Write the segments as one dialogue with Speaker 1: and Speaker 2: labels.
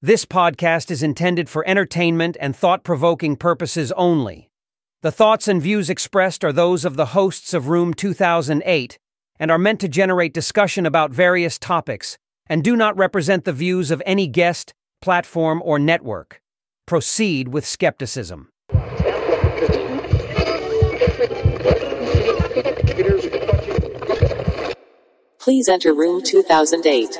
Speaker 1: This podcast is intended for entertainment and thought provoking purposes only. The thoughts and views expressed are those of the hosts of Room 2008 and are meant to generate discussion about various topics and do not represent the views of any guest, platform, or network. Proceed with skepticism.
Speaker 2: Please enter room 2008.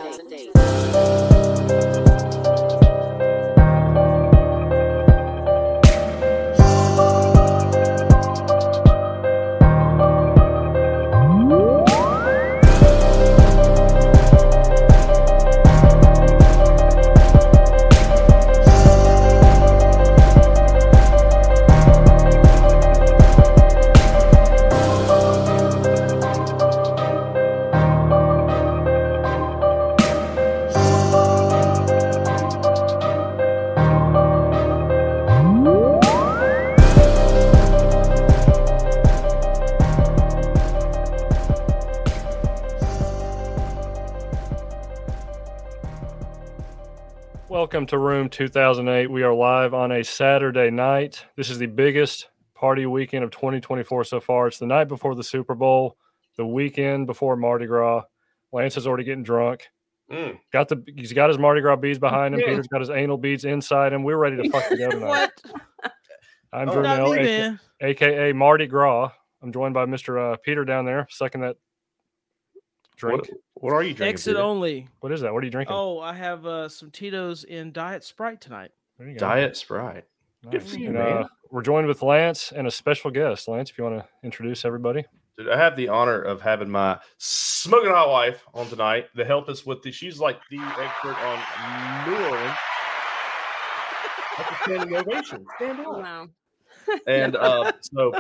Speaker 3: Welcome to Room 2008. We are live on a Saturday night. This is the biggest party weekend of 2024 so far. It's the night before the Super Bowl, the weekend before Mardi Gras. Lance is already getting drunk.
Speaker 4: Mm.
Speaker 3: Got the he's got his Mardi Gras beads behind him.
Speaker 4: Yeah.
Speaker 3: Peter's got his anal beads inside him. We're ready to fuck it up tonight.
Speaker 5: What?
Speaker 3: I'm
Speaker 4: Oh,
Speaker 3: Drew
Speaker 5: Not
Speaker 3: Nell,
Speaker 5: me,
Speaker 3: aka,
Speaker 5: man.
Speaker 3: aka Mardi Gras. I'm joined by Mr. Uh, Peter down there sucking that drink.
Speaker 4: What, what are you drinking?
Speaker 5: Exit
Speaker 4: Peter?
Speaker 5: only.
Speaker 3: what is that? What are you drinking?
Speaker 5: Oh, I have uh, some Tito's in Diet Sprite tonight.
Speaker 3: There you go.
Speaker 4: Diet Sprite. Good for
Speaker 3: Nice.
Speaker 4: you,
Speaker 3: And,
Speaker 4: man.
Speaker 3: uh, we're joined with Lance and a special guest. Lance, if you want to introduce everybody.
Speaker 4: Dude, I have the honor of having my smoking hot wife on tonight to help us with the. She's like the expert on New Orleans. That's a standing ovation. Stand up.
Speaker 6: Wow.
Speaker 4: And uh, so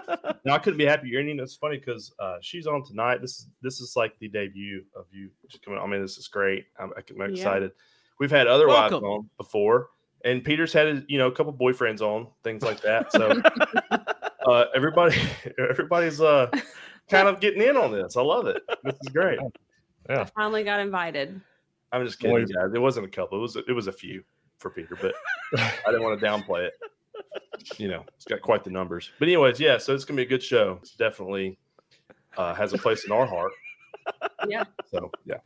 Speaker 4: now I couldn't be happier. And you know, it's funny because uh, she's on tonight. This is this is like the debut of you just coming. on. I mean, this is great. I'm, I'm excited. We've had other wives
Speaker 5: Welcome.
Speaker 4: on before, and Peter's had you know a couple boyfriends on things like that. So uh, everybody, everybody's uh, kind of getting in on this. I love it. This is great.
Speaker 6: I finally got invited.
Speaker 4: I'm just kidding,
Speaker 3: Boys.
Speaker 4: guys. It wasn't a couple. It was it was a few for Peter, but I didn't want to downplay it. You know, it's got quite the numbers. But anyways, yeah. So it's gonna be a good show. It's definitely uh, has a place in our heart.
Speaker 6: Yeah.
Speaker 4: So yeah.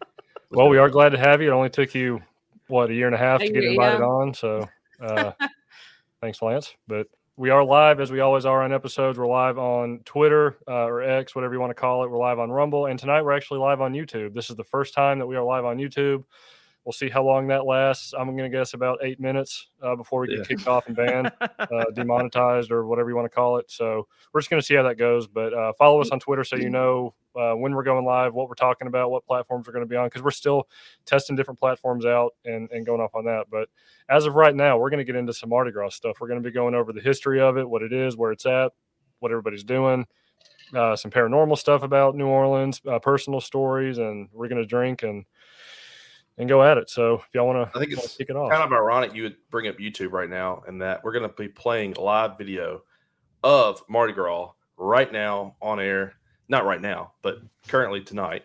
Speaker 3: Well, we are glad to have you. It only took you what a year and a half
Speaker 6: A
Speaker 3: to get
Speaker 6: year,
Speaker 3: invited
Speaker 6: yeah.
Speaker 3: on. So uh, thanks, Lance. But we are live as we always are on episodes. We're live on Twitter uh, or X, whatever you want to call it. We're live on Rumble, and tonight we're actually live on YouTube. This is the first time that we are live on YouTube. We'll see how long that lasts. I'm going to guess about eight minutes uh, before we get
Speaker 4: Yeah.
Speaker 3: kicked off and banned. uh, demonetized or whatever you want to call it. So we're just going to see how that goes. But uh, follow us on Twitter so you know uh, when we're going live, what we're talking about, what platforms we're going to be on, because we're still testing different platforms out and, and going off on that. But as of right now, we're going to get into some Mardi Gras stuff. We're going to be going over the history of it, what it is, where it's at, what everybody's doing. Uh, some paranormal stuff about New Orleans, uh, personal stories, and we're gonna drink and and go at it. So if y'all want
Speaker 4: I think
Speaker 3: to
Speaker 4: it's
Speaker 3: kick it off,
Speaker 4: kind of ironic you would bring up YouTube right now, and that we're gonna be playing live video of Mardi Gras right now on air. Not right now, but currently tonight.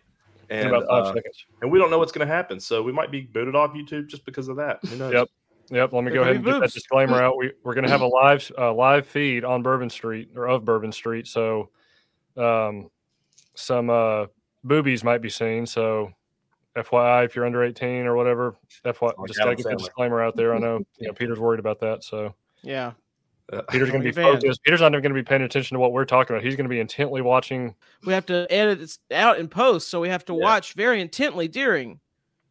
Speaker 3: in
Speaker 4: And
Speaker 3: about five
Speaker 4: uh,
Speaker 3: seconds.
Speaker 4: and we don't know what's going to happen. So we might be booted off YouTube just because of that. Who knows?
Speaker 3: Yep. Yep. Let me
Speaker 5: There
Speaker 3: go
Speaker 5: could
Speaker 3: ahead
Speaker 5: be
Speaker 3: and get that
Speaker 5: boobs.
Speaker 3: disclaimer out. We, we're going to have a live uh, live feed on Bourbon Street or of Bourbon Street. So um, some uh, boobies might be seen. So FYI, if you're under 18 or whatever, FYI,
Speaker 4: Like
Speaker 3: just got to
Speaker 4: Adam
Speaker 3: get the
Speaker 4: Sandler.
Speaker 3: disclaimer out there. I know, you know Peter's worried about that. So
Speaker 5: Yeah.
Speaker 4: Uh,
Speaker 3: Peter's going to be
Speaker 5: Only fans.
Speaker 3: focused. Peter's not even going to be paying attention to what we're talking about. He's going to be intently watching.
Speaker 5: We have to edit this out in post, so we have to
Speaker 4: Yeah.
Speaker 5: watch very intently during,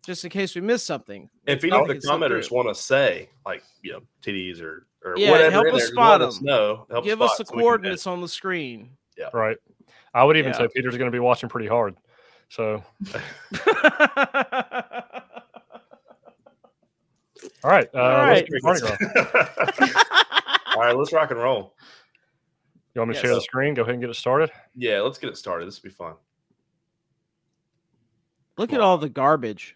Speaker 5: just in case we miss something.
Speaker 4: if any
Speaker 5: how
Speaker 4: of
Speaker 5: we
Speaker 4: the
Speaker 5: can slip through.
Speaker 4: commenters want to say, like, you know, titties or, or
Speaker 5: Yeah,
Speaker 4: whatever,
Speaker 5: help
Speaker 4: in there,
Speaker 5: us
Speaker 4: just
Speaker 5: spot
Speaker 4: let us
Speaker 5: 'em.
Speaker 4: know. Help
Speaker 5: Give
Speaker 4: spot
Speaker 5: us the
Speaker 4: so we can
Speaker 5: coordinates on the screen.
Speaker 3: Right. I would even
Speaker 5: Yeah.
Speaker 3: say Peter's going to be watching pretty hard. So, all right. Uh,
Speaker 5: All
Speaker 3: let's
Speaker 5: right.
Speaker 3: do Mardi Gras.
Speaker 4: edit it. All right, let's rock and roll.
Speaker 3: You want me to
Speaker 5: Yes.
Speaker 3: share the screen? Go ahead and get it started.
Speaker 4: Yeah, let's get it started. This will be fun.
Speaker 5: Look at all the garbage.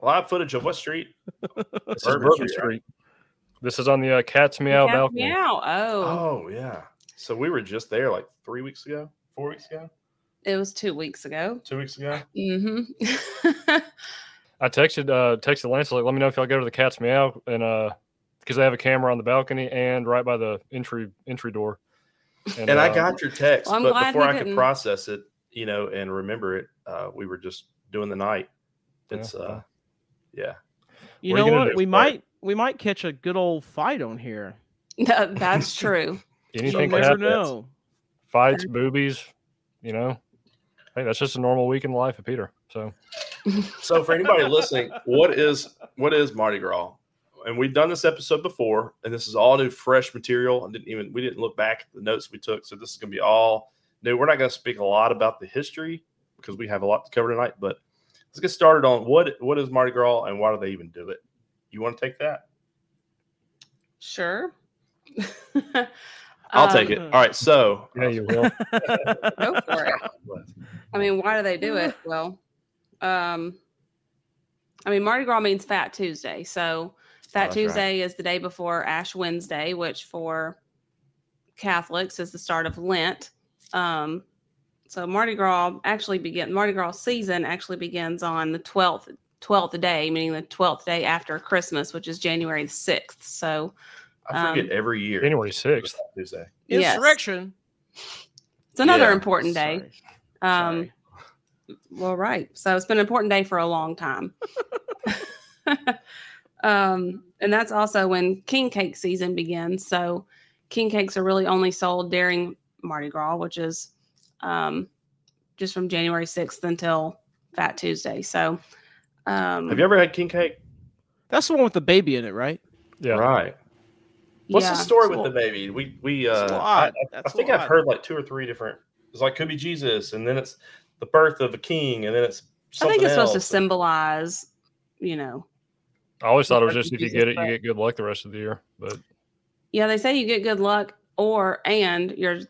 Speaker 4: Live footage of what street?
Speaker 3: This is Bourbon Street. This is on the uh, Cat's Meow
Speaker 6: Meow,
Speaker 3: balcony.
Speaker 6: meow. Oh,
Speaker 4: Oh, yeah. So we were just there like three weeks ago, four weeks ago,
Speaker 6: it was two weeks ago.
Speaker 4: two weeks ago.
Speaker 6: Mm-hmm.
Speaker 3: I texted uh texted Lance like, let me know if y'all go to the cat's meow and uh because they have a camera on the balcony and right by the entry entry door.
Speaker 4: And I
Speaker 3: uh,
Speaker 4: got your text,
Speaker 6: Well, I'm
Speaker 4: but
Speaker 6: glad
Speaker 4: before
Speaker 6: we
Speaker 4: I could
Speaker 6: didn't.
Speaker 4: process it, you know, and remember it, uh, we were just doing the night.
Speaker 3: Yeah.
Speaker 4: It's uh, yeah.
Speaker 5: You
Speaker 3: What are
Speaker 5: know
Speaker 3: you gonna
Speaker 5: what?
Speaker 3: do?
Speaker 5: We
Speaker 4: What?
Speaker 5: might we might catch a good old fight on here.
Speaker 6: No, that's true.
Speaker 5: You
Speaker 3: anything can
Speaker 5: never
Speaker 3: happen.
Speaker 5: know.
Speaker 3: Fights, boobies, you know. Hey, that's just a normal week in the life of Peter. So
Speaker 4: So for anybody listening, what is what is Mardi Gras? And we've done this episode before, and this is all new, fresh material. I didn't even we didn't look back at the notes we took, so this is going to be all new. We're not going to speak a lot about the history because we have a lot to cover tonight. But let's get started on what what is Mardi Gras and why do they even do it? You want to take that?
Speaker 6: Sure. Um,
Speaker 4: I'll take it. All right. So
Speaker 3: yeah, you will.
Speaker 6: Go for it. I mean, why do they do it? Well, um, I mean, Mardi Gras means Fat Tuesday. So Fat
Speaker 4: Oh, that's right.
Speaker 6: Tuesday is the day before Ash Wednesday, which for Catholics is the start of Lent. Um, so Mardi Gras actually begin Mardi Gras season actually begins on the twelfth twelfth day, meaning the twelfth day after Christmas, which is January the sixth. So
Speaker 4: I forget
Speaker 6: Um,
Speaker 4: every year.
Speaker 3: January sixth.
Speaker 4: Tuesday.
Speaker 6: Yes.
Speaker 5: Insurrection.
Speaker 6: it's another
Speaker 4: Yeah.
Speaker 6: important day.
Speaker 5: Sorry.
Speaker 6: Um,
Speaker 5: Sorry.
Speaker 6: Well, right. So it's been an important day for a long time. um, and that's also when king cake season begins. So king cakes are really only sold during Mardi Gras, which is um, just from January 6th until Fat Tuesday. So um,
Speaker 4: Have you ever had king cake?
Speaker 5: That's the one with the baby in it, right?
Speaker 3: Yeah.
Speaker 4: Right. What's
Speaker 6: yeah.
Speaker 4: the story
Speaker 5: It's a
Speaker 4: with the baby? We we uh,
Speaker 5: It's a
Speaker 4: I,
Speaker 5: lot.
Speaker 4: I- I
Speaker 5: That's a
Speaker 4: think
Speaker 5: lot.
Speaker 4: I've heard like two or three different. It's like could be Jesus, and then it's the birth of a king, and then it's.
Speaker 6: I
Speaker 4: Something
Speaker 6: think it's supposed to
Speaker 4: else.
Speaker 6: symbolize, you know.
Speaker 3: I always thought it was
Speaker 6: Thank
Speaker 3: just
Speaker 6: you,
Speaker 3: if you
Speaker 6: Jesus
Speaker 3: get it, you
Speaker 6: Christ.
Speaker 3: get good luck the rest of the year. But
Speaker 6: Yeah, they say you get good luck, or and you're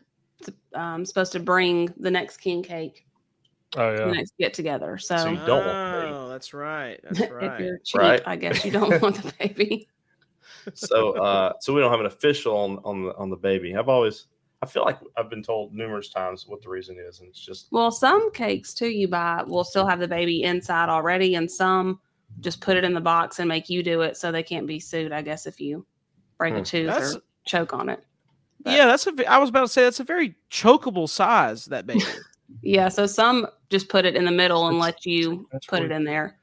Speaker 6: um, supposed to bring the next king cake,
Speaker 3: oh
Speaker 6: the
Speaker 3: yeah.
Speaker 6: next get together.
Speaker 4: So you don't want the baby.
Speaker 5: Oh, that's right. That's
Speaker 6: if
Speaker 5: right.
Speaker 6: you're cheap,
Speaker 4: Right.
Speaker 6: I guess you don't want the baby.
Speaker 4: So uh, so we don't have an official on on the on the baby. I've always I feel like I've been told numerous times what the reason is, and it's just
Speaker 6: Well, some cakes too you buy will still have the baby inside already, and some just put it in the box and make you do it so they can't be sued. I guess if you break
Speaker 4: Hmm.
Speaker 6: a tooth
Speaker 5: That's-
Speaker 6: or choke on it.
Speaker 5: yeah, that's a. ve- I was about to say that's a very chokeable size. That baby.
Speaker 6: Yeah, so some just put it in the middle and
Speaker 3: That's-
Speaker 6: let you
Speaker 3: that's
Speaker 6: put
Speaker 3: weird.
Speaker 6: it in there.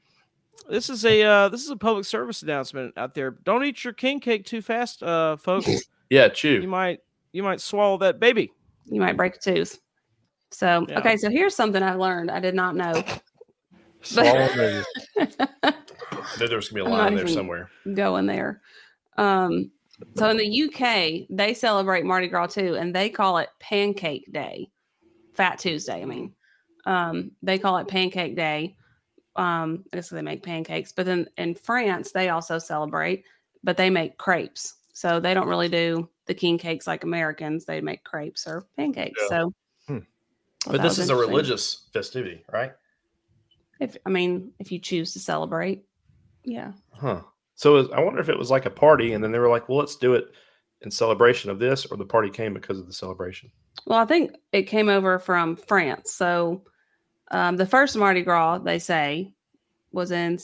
Speaker 5: this is a. Uh, this is a public service announcement out there. Don't eat your king cake too fast, uh, folks.
Speaker 4: yeah,
Speaker 5: you
Speaker 4: chew.
Speaker 5: might. You might swallow that baby.
Speaker 6: You might break a tooth. So
Speaker 5: Yeah.
Speaker 6: okay, so here's something I learned I did not know.
Speaker 3: Swallow baby.
Speaker 4: I knew there was gonna be a
Speaker 6: I'm
Speaker 4: line
Speaker 6: not
Speaker 4: there
Speaker 6: even-
Speaker 4: somewhere.
Speaker 6: going there. Um, so in the UK, they celebrate Mardi Gras too, and they call it Pancake Day, Fat Tuesday. I mean, um, they call it Pancake Day. Um, I guess they make pancakes, but then in France, they also celebrate, but they make crepes. So they don't really do the king cakes like Americans. They make crepes or pancakes.
Speaker 3: Yeah.
Speaker 6: So,
Speaker 3: Hmm.
Speaker 6: I
Speaker 4: But
Speaker 6: thought
Speaker 4: this
Speaker 6: it was
Speaker 4: is a
Speaker 6: interesting.
Speaker 4: religious festivity, right?
Speaker 6: If I mean, if you choose to celebrate, yeah.
Speaker 4: Huh. So it was- I wonder if it was like a party, and then they were like, "Well, let's do it in celebration of this," or the party came because of the celebration.
Speaker 6: Well, I think it came over from France. So um, the first Mardi Gras, they say, was in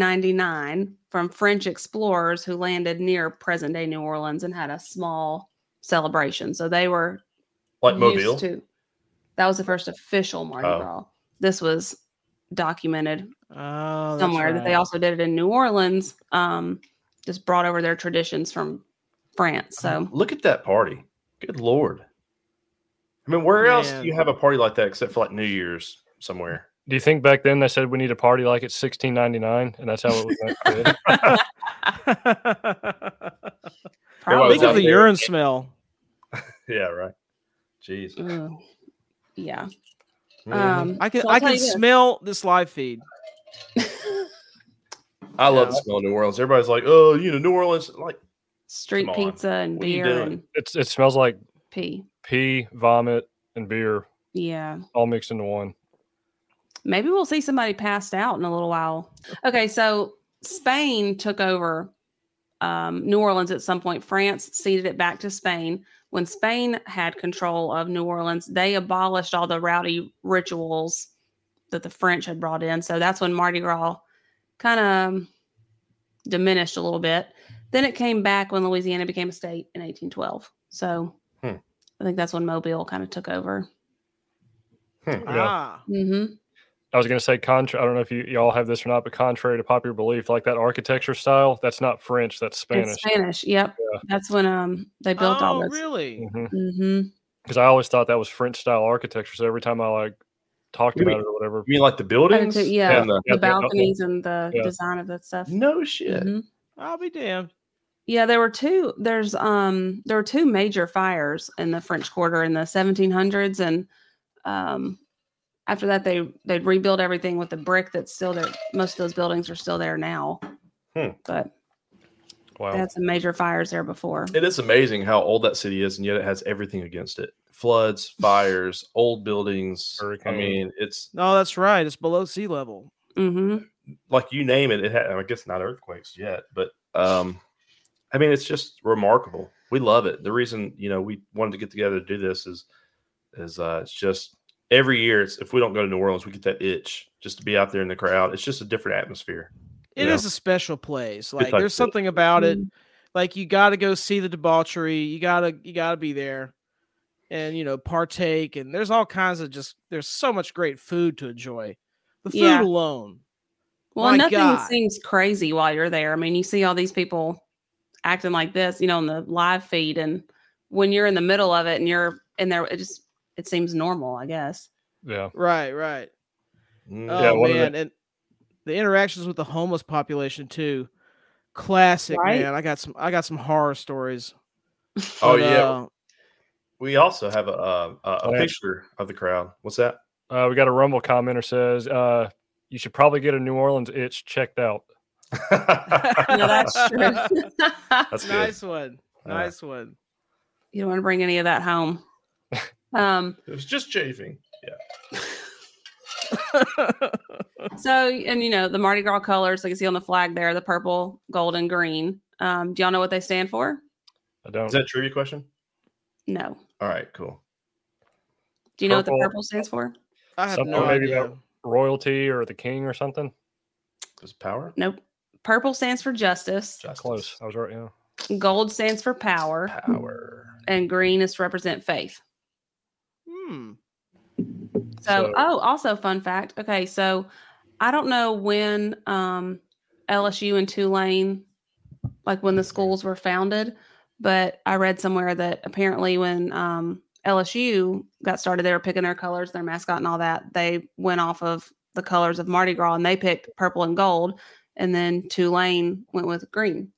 Speaker 6: 1699 from French explorers who landed near present day New Orleans and had a small celebration. So they were
Speaker 4: Like
Speaker 6: used
Speaker 4: Mobile,
Speaker 6: to. That was the first official Mardi
Speaker 4: Oh.
Speaker 6: Gras. This was documented
Speaker 5: Oh, that's
Speaker 6: somewhere that they
Speaker 5: right.
Speaker 6: also did it in New Orleans. Um, just brought over their traditions from France. So
Speaker 4: Look at that party. Good lord. I mean, where else do
Speaker 5: Man.
Speaker 4: you have a party like that except for like New Year's somewhere?
Speaker 3: Do you think back then they said we need a party like it's 1699 and that's how it was meant to be?
Speaker 4: I was
Speaker 5: Think of
Speaker 4: out
Speaker 5: the
Speaker 4: there.
Speaker 5: urine smell.
Speaker 4: Yeah, right. Jeez.
Speaker 6: Ugh. yeah.
Speaker 4: Mhm.
Speaker 6: Um,
Speaker 5: I can.
Speaker 6: so I'll
Speaker 5: I
Speaker 6: tell
Speaker 5: can
Speaker 6: you this.
Speaker 5: smell this live feed.
Speaker 4: I love
Speaker 5: yeah.
Speaker 4: the smell of New Orleans. Everybody's like, oh, you know, New Orleans. Like,
Speaker 6: street
Speaker 4: Come on.
Speaker 6: pizza and
Speaker 4: What are you
Speaker 6: beer
Speaker 4: doing?
Speaker 6: and
Speaker 3: It's it smells like
Speaker 6: pee.
Speaker 3: pee, vomit, and beer
Speaker 6: Yeah,
Speaker 3: all mixed into one.
Speaker 6: maybe we'll see somebody passed out in a little while. Okay, so Spain took over um, New Orleans at some point. France ceded it back to Spain. When Spain had control of New Orleans, they abolished all the rowdy rituals that the French had brought in. So that's when Mardi Gras kind of diminished a little bit. Then it came back when Louisiana became a state in 1812. So
Speaker 4: Hmm.
Speaker 6: I think that's when Mobile kind of took over.
Speaker 3: Yeah.
Speaker 5: Ah,
Speaker 6: Mm-hmm.
Speaker 3: I was going to say, contra- I don't know if you, y'all have this or not, but contrary to popular belief, like that architecture style, that's not French, that's Spanish.
Speaker 6: It's Spanish. Yep.
Speaker 3: Yeah.
Speaker 6: That's when um they built all
Speaker 5: oh,
Speaker 6: this.
Speaker 5: really?
Speaker 3: Because
Speaker 6: hmm
Speaker 3: Mm-hmm. I always thought that was French style architecture. So every time I like talked
Speaker 4: You
Speaker 3: about
Speaker 4: mean-
Speaker 3: it or whatever,
Speaker 4: You mean like the buildings?
Speaker 6: too, yeah.
Speaker 4: And the-
Speaker 3: Yeah,
Speaker 6: The
Speaker 3: the-
Speaker 6: balconies and the
Speaker 3: Yeah.
Speaker 6: design of that stuff.
Speaker 4: no shit.
Speaker 6: Mhm.
Speaker 5: I'll be damned.
Speaker 6: Yeah, there were two. There's um there were two major fires in the French Quarter in the 1700s, and um after that they they'd rebuild everything with the brick that's still there. Most of those buildings are still there now,
Speaker 4: Hmm.
Speaker 6: but they
Speaker 3: wow.
Speaker 6: had some major fires there before.
Speaker 4: It is amazing how old that city is, and yet it has everything against it: floods, fires, old buildings. I
Speaker 3: Hurricane.
Speaker 4: mean, it's
Speaker 5: No, that's right. It's below sea level.
Speaker 6: hmm
Speaker 4: like you name it. It had, I guess, not earthquakes yet, but um, I mean, it's just remarkable. We love it. The reason you know we wanted to get together to do this is, is uh, it's just every year. It's if we don't go to New Orleans, we get that itch just to be out there in the crowd. It's just a different atmosphere.
Speaker 5: It is
Speaker 4: Yeah.
Speaker 5: a special place. Like
Speaker 4: like
Speaker 5: there's
Speaker 4: the-
Speaker 5: something about it.
Speaker 6: Mhm.
Speaker 5: Like you got to go see the debauchery. You gotta you gotta be there, and you know partake. And there's all kinds of just there's so much great food to enjoy. The food
Speaker 6: Yeah.
Speaker 5: alone.
Speaker 6: Well,
Speaker 5: My
Speaker 6: nothing
Speaker 5: God.
Speaker 6: seems crazy while you're there. I mean, you see all these people acting like this, you know, on the live feed, and when you're in the middle of it and you're in there, it just it seems normal, I guess.
Speaker 3: Yeah.
Speaker 5: Right, right.
Speaker 4: Mm.
Speaker 5: Oh
Speaker 3: Yeah, one of the-
Speaker 5: man, and the interactions with the homeless population too. Classic,
Speaker 6: Right?
Speaker 5: man. I got some I got some horror stories.
Speaker 4: Oh
Speaker 5: but,
Speaker 4: yeah,
Speaker 5: uh,
Speaker 4: we also have a uh, a, a- a
Speaker 3: Yeah.
Speaker 4: picture of the crowd. What's that?
Speaker 3: Uh, we got a Rumble commenter says, uh, you should probably get a New Orleans itch checked out.
Speaker 6: No, that's true.
Speaker 4: That's good.
Speaker 5: nice one.
Speaker 4: Yeah.
Speaker 5: Nice one.
Speaker 6: You don't want to bring any of that home. um,
Speaker 4: It was just chafing.
Speaker 6: so and you know the Mardi Gras colors, like you see on the flag there, the purple, gold, and green. Um, do y'all know what they stand for?
Speaker 3: I don't.
Speaker 4: Is that a trivia question?
Speaker 6: No.
Speaker 4: All right, cool.
Speaker 6: Do you know what
Speaker 3: Purple.
Speaker 6: the purple stands for?
Speaker 5: I have
Speaker 3: Something
Speaker 5: no
Speaker 3: maybe
Speaker 5: idea.
Speaker 3: about- royalty or the king or something?
Speaker 4: Is power?
Speaker 6: Nope. Purple stands for justice.
Speaker 4: Justice.
Speaker 3: Close. I was right. Yeah.
Speaker 6: Gold stands for power,
Speaker 4: Power.
Speaker 6: and green is to represent faith.
Speaker 5: Hmm.
Speaker 6: So,
Speaker 3: So-
Speaker 6: oh, also fun fact. Okay, so I don't know when um, LSU and Tulane, like when the schools were founded, but I read somewhere that apparently when um, LSU got started, they were picking their colors, their mascot, and all that. They went off of the colors of Mardi Gras, and they picked purple and gold, and then Tulane went with green.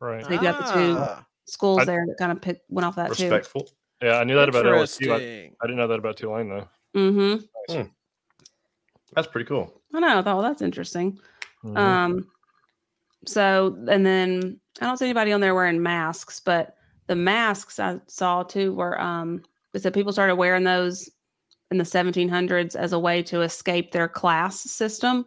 Speaker 3: Right.
Speaker 6: So you got the two
Speaker 5: Ah,
Speaker 6: Schools
Speaker 3: I-
Speaker 6: there that kind of picked went off that
Speaker 4: Respectful.
Speaker 3: Yeah. I knew that about LSU. I,
Speaker 5: interesting.
Speaker 3: I didn't know that about Tulane though.
Speaker 6: too. Mm-hmm.
Speaker 4: That's pretty cool.
Speaker 6: I know. I thought, well, that's interesting.
Speaker 3: Mhm.
Speaker 6: Um, so and then I don't see anybody on there wearing masks, but the masks I saw too were um, it said people started wearing those in the 1700s as a way to escape their class system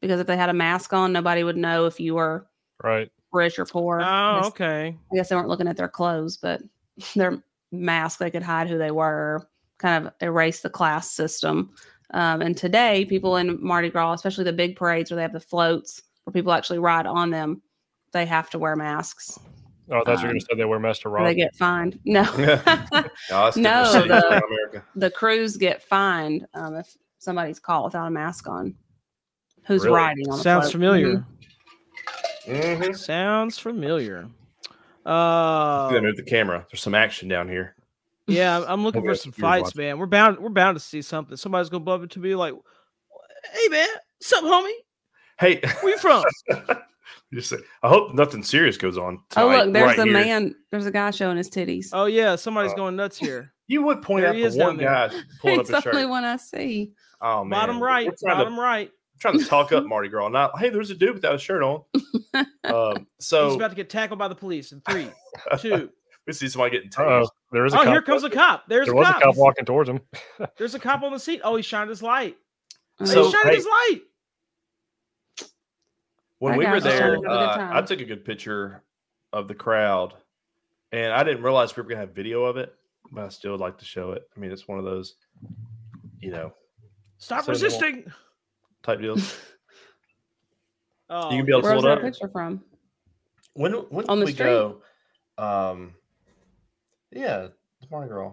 Speaker 6: because if they had a mask on, nobody would know if you were
Speaker 3: right.
Speaker 6: rich or poor. I
Speaker 5: Oh,
Speaker 6: guess-
Speaker 5: okay.
Speaker 6: I guess they weren't looking at their clothes, but their mask, they could hide who they were, kind of erase the class system. Um, and today, people in Mardi Gras, especially the big parades where they have the floats, where people actually ride on them, they have to wear masks.
Speaker 3: Oh, I thought you were
Speaker 6: um,
Speaker 3: going to say they wear Master
Speaker 6: or They
Speaker 3: Rob.
Speaker 6: get fined. No,
Speaker 4: No, that's different
Speaker 6: No,
Speaker 4: cities
Speaker 6: the-
Speaker 4: around America.
Speaker 6: the crews get fined um, if somebody's caught without a mask on. Who's
Speaker 4: Really? Mm-hmm.
Speaker 6: riding on? a
Speaker 5: Sounds
Speaker 6: float. Mhm.
Speaker 5: familiar.
Speaker 4: Mhm.
Speaker 5: Sounds familiar.
Speaker 4: They
Speaker 5: Uh,
Speaker 4: moved the camera. There's some action down here.
Speaker 5: yeah, I'm- I'm looking
Speaker 4: Okay,
Speaker 5: for some
Speaker 4: you're
Speaker 5: fights,
Speaker 4: watching.
Speaker 5: man. We're bound. We're bound to see something. Somebody's gonna bump into me like, "Hey, man, sup, homie?
Speaker 4: Hey,
Speaker 5: Where you from?"
Speaker 4: you say, I hope nothing serious goes on.
Speaker 6: Oh
Speaker 4: tonight,
Speaker 6: look, there's
Speaker 4: right
Speaker 6: a
Speaker 4: here.
Speaker 6: man. There's a guy showing his titties.
Speaker 5: oh yeah, somebody's
Speaker 4: Uh,
Speaker 5: going nuts here.
Speaker 4: You would point
Speaker 5: There
Speaker 4: out
Speaker 5: he
Speaker 4: the
Speaker 5: is
Speaker 4: one
Speaker 5: down there.
Speaker 4: guy pulling up
Speaker 6: He's
Speaker 4: his
Speaker 6: the only
Speaker 4: shirt.
Speaker 6: one I see.
Speaker 4: Oh man,
Speaker 5: bottom right,
Speaker 4: We're trying to
Speaker 5: bottom right.
Speaker 4: trying to talk up Mardi Gras. Not hey, there's a dude without a shirt on. um,
Speaker 5: He's
Speaker 4: so
Speaker 5: about to get tackled by the police in three, two.
Speaker 4: we see somebody getting tased.
Speaker 3: Oh, there is a
Speaker 5: Oh,
Speaker 3: cop.
Speaker 5: here comes a cop. There's
Speaker 3: there
Speaker 5: a
Speaker 3: was
Speaker 5: cop.
Speaker 3: a cop
Speaker 5: He's-
Speaker 3: walking towards him.
Speaker 5: There's a cop on the seat. Oh, he shined his light.
Speaker 6: Um,
Speaker 4: So-
Speaker 5: he shined
Speaker 4: hey.
Speaker 5: his light.
Speaker 4: When
Speaker 6: That
Speaker 4: we
Speaker 6: guy
Speaker 4: were
Speaker 5: was trying to
Speaker 4: there,
Speaker 5: have a good
Speaker 4: uh, I
Speaker 6: time.
Speaker 4: took a good picture of the crowd, and I didn't realize we were gonna have video of it, but I still would like to show it. I mean, it's one of those, you know,
Speaker 5: Stop
Speaker 4: So they won't-
Speaker 5: resisting.
Speaker 4: type deals.
Speaker 5: Oh,
Speaker 4: You can be able to
Speaker 6: Where's
Speaker 4: pull it
Speaker 6: that
Speaker 4: up.
Speaker 6: picture from?
Speaker 4: When when
Speaker 6: On
Speaker 4: did
Speaker 6: the
Speaker 4: we
Speaker 6: street?
Speaker 4: go? Um, yeah, the Mardi Gras.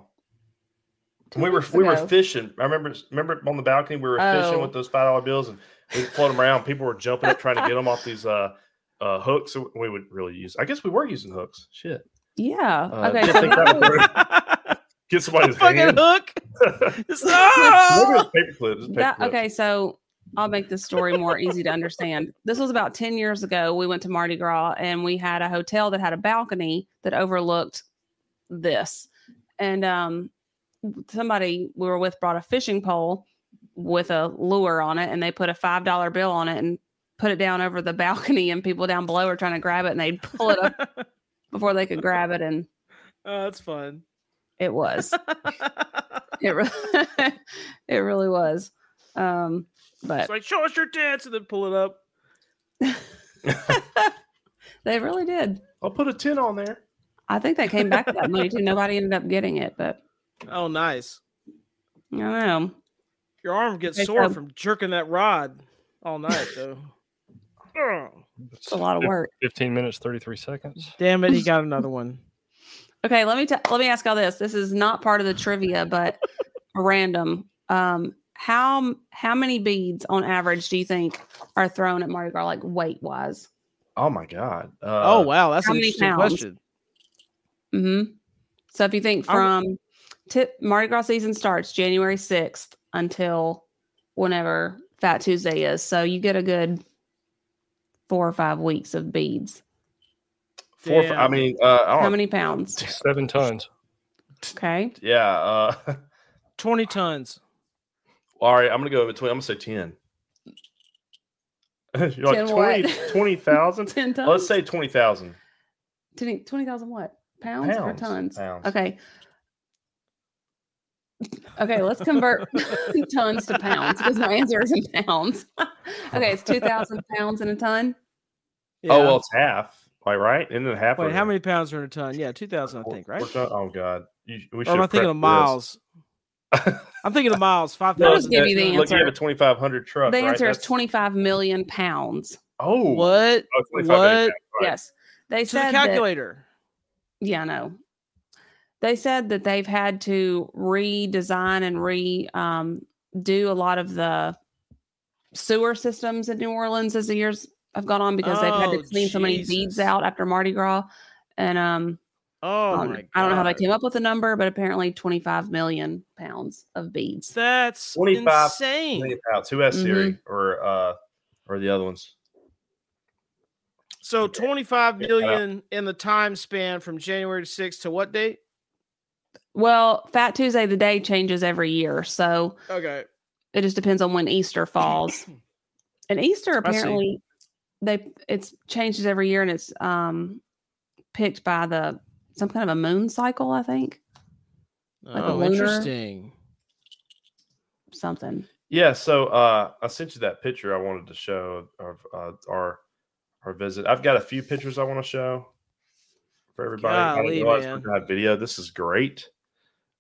Speaker 6: Two
Speaker 4: We were
Speaker 6: weeks
Speaker 4: we were
Speaker 6: ago.
Speaker 4: fishing. I remember remember on the balcony we were
Speaker 6: Oh.
Speaker 4: fishing with those five dollar bills and we float them around. People were jumping up trying to get them off these uh, uh hooks. So we would really use. I guess we were using hooks. Shit.
Speaker 6: Yeah.
Speaker 4: Uh,
Speaker 6: okay.
Speaker 4: didn't
Speaker 6: So
Speaker 4: think that would work. Get somebody's
Speaker 5: fucking
Speaker 4: hand.
Speaker 5: hook. It's-
Speaker 4: Maybe
Speaker 5: Ah!
Speaker 4: it's paperclip. It's
Speaker 6: That,
Speaker 4: paperclip.
Speaker 6: okay, so I'll make this story more easy to understand. This was about 10 years ago. We went to Mardi Gras and we had a hotel that had a balcony that overlooked this. And um, somebody we were with brought a fishing pole with a lure on it and they put a $5 bill on it and put it down over the balcony and people down below were trying to grab it and they'd pull it up before they could grab it and
Speaker 5: Oh, that's fun.
Speaker 6: it was it, re- it really was um but
Speaker 5: it's like show us your dance and then pull it up.
Speaker 6: They really did.
Speaker 4: I'll put a tin on there.
Speaker 6: I think they came back to that money too. Nobody ended up getting it, but
Speaker 5: Oh, nice.
Speaker 6: I don't know.
Speaker 5: Your arm gets
Speaker 6: Okay,
Speaker 5: sore
Speaker 6: so-
Speaker 5: from jerking that rod all night, though. Ugh.
Speaker 6: It's a lot of
Speaker 3: Fif-
Speaker 6: work.
Speaker 3: 15 minutes, 33 seconds.
Speaker 5: Damn it, he got another one.
Speaker 6: Okay, let me t- let me ask y'all this. This is not part of the trivia, but random. Um, how m- how many beads on average do you think are thrown at Mardi Gras, like weight wise?
Speaker 4: Oh my god. Uh,
Speaker 5: oh wow, that's
Speaker 6: how
Speaker 5: an
Speaker 6: many
Speaker 5: interesting
Speaker 6: pounds?
Speaker 5: question.
Speaker 6: hmm So if you think
Speaker 5: I'm-
Speaker 6: from tip Mardi Gras season starts January sixth until whenever Fat Tuesday is, so you get a good four or five weeks of beads.
Speaker 4: four. or fi- I
Speaker 5: Damn.
Speaker 4: mean, uh, I
Speaker 6: How
Speaker 4: don't.
Speaker 6: many pounds?
Speaker 3: Seven tons.
Speaker 6: Okay.
Speaker 4: Yeah. Uh,
Speaker 5: Twenty tons.
Speaker 4: all right. I'm gonna go in between. I'm gonna say ten. You're like
Speaker 6: 10 what?
Speaker 4: 20 20,000?
Speaker 6: 10 tons?
Speaker 4: Let's say 20,000.
Speaker 6: 20 20,000 what? Pounds, or
Speaker 4: Pounds,
Speaker 6: tons?
Speaker 4: pounds.
Speaker 6: Okay. Okay, let's convert tons to pounds because my answer is in pounds. okay, it's 2,000 pounds in a ton.
Speaker 5: Yeah.
Speaker 4: Oh, well, it's half. Like, right? And then half.
Speaker 5: Wait,
Speaker 4: of
Speaker 5: how
Speaker 4: it.
Speaker 5: many pounds are in a ton? Yeah, two thousand, I
Speaker 4: We're-
Speaker 5: think, right?
Speaker 4: we're trying- oh, God. You, we
Speaker 5: Or am I
Speaker 4: should've
Speaker 5: thinking of
Speaker 4: prepped
Speaker 5: miles? I'm thinking of miles. Five
Speaker 4: this. No,
Speaker 6: I'll just
Speaker 5: thousand.
Speaker 6: give you the
Speaker 4: Looking at
Speaker 6: answer.
Speaker 4: a 2,500 truck.
Speaker 6: The
Speaker 4: right?
Speaker 6: answer is
Speaker 4: That's-
Speaker 6: 25 million pounds.
Speaker 4: Oh,
Speaker 5: What?
Speaker 4: Oh, 25 million
Speaker 5: What?
Speaker 4: Right.
Speaker 6: Yes. They
Speaker 5: To the
Speaker 6: said that-
Speaker 5: calculator.
Speaker 6: Yeah, I know. They said that they've had to redesign and re um, do a lot of the sewer systems in New Orleans as the years have gone on because they've had to
Speaker 5: Oh,
Speaker 6: clean so many beads
Speaker 5: Jesus.
Speaker 6: out after Mardi Gras. And um,
Speaker 5: Oh
Speaker 6: I,
Speaker 5: my
Speaker 6: don't,
Speaker 5: god.
Speaker 6: I don't know how they came up with the number, but apparently 25 million pounds of beads.
Speaker 5: That's
Speaker 4: 25
Speaker 5: insane.
Speaker 4: million pounds. Who
Speaker 5: Mm-hmm.
Speaker 4: has Siri or uh or the other ones?
Speaker 5: So
Speaker 4: Okay.
Speaker 5: 25
Speaker 4: Yeah, shut up.
Speaker 5: million in the time span from January 6th to what date?
Speaker 6: Well, Fat Tuesday, the day changes every year. So
Speaker 5: Okay.
Speaker 6: it just depends on when Easter falls. and Easter
Speaker 5: I see.
Speaker 6: apparently they it's changes every year and it's um picked by the some kind of a moon cycle, I think. a
Speaker 5: oh,
Speaker 6: lunar-
Speaker 5: interesting.
Speaker 6: Something.
Speaker 4: Yeah, so uh I sent you that picture I wanted to show of uh, our our visit. I've got a few pictures I want to show for everybody. I didn't
Speaker 5: Golly,
Speaker 4: realize
Speaker 5: man.
Speaker 4: we're gonna have video. This is great.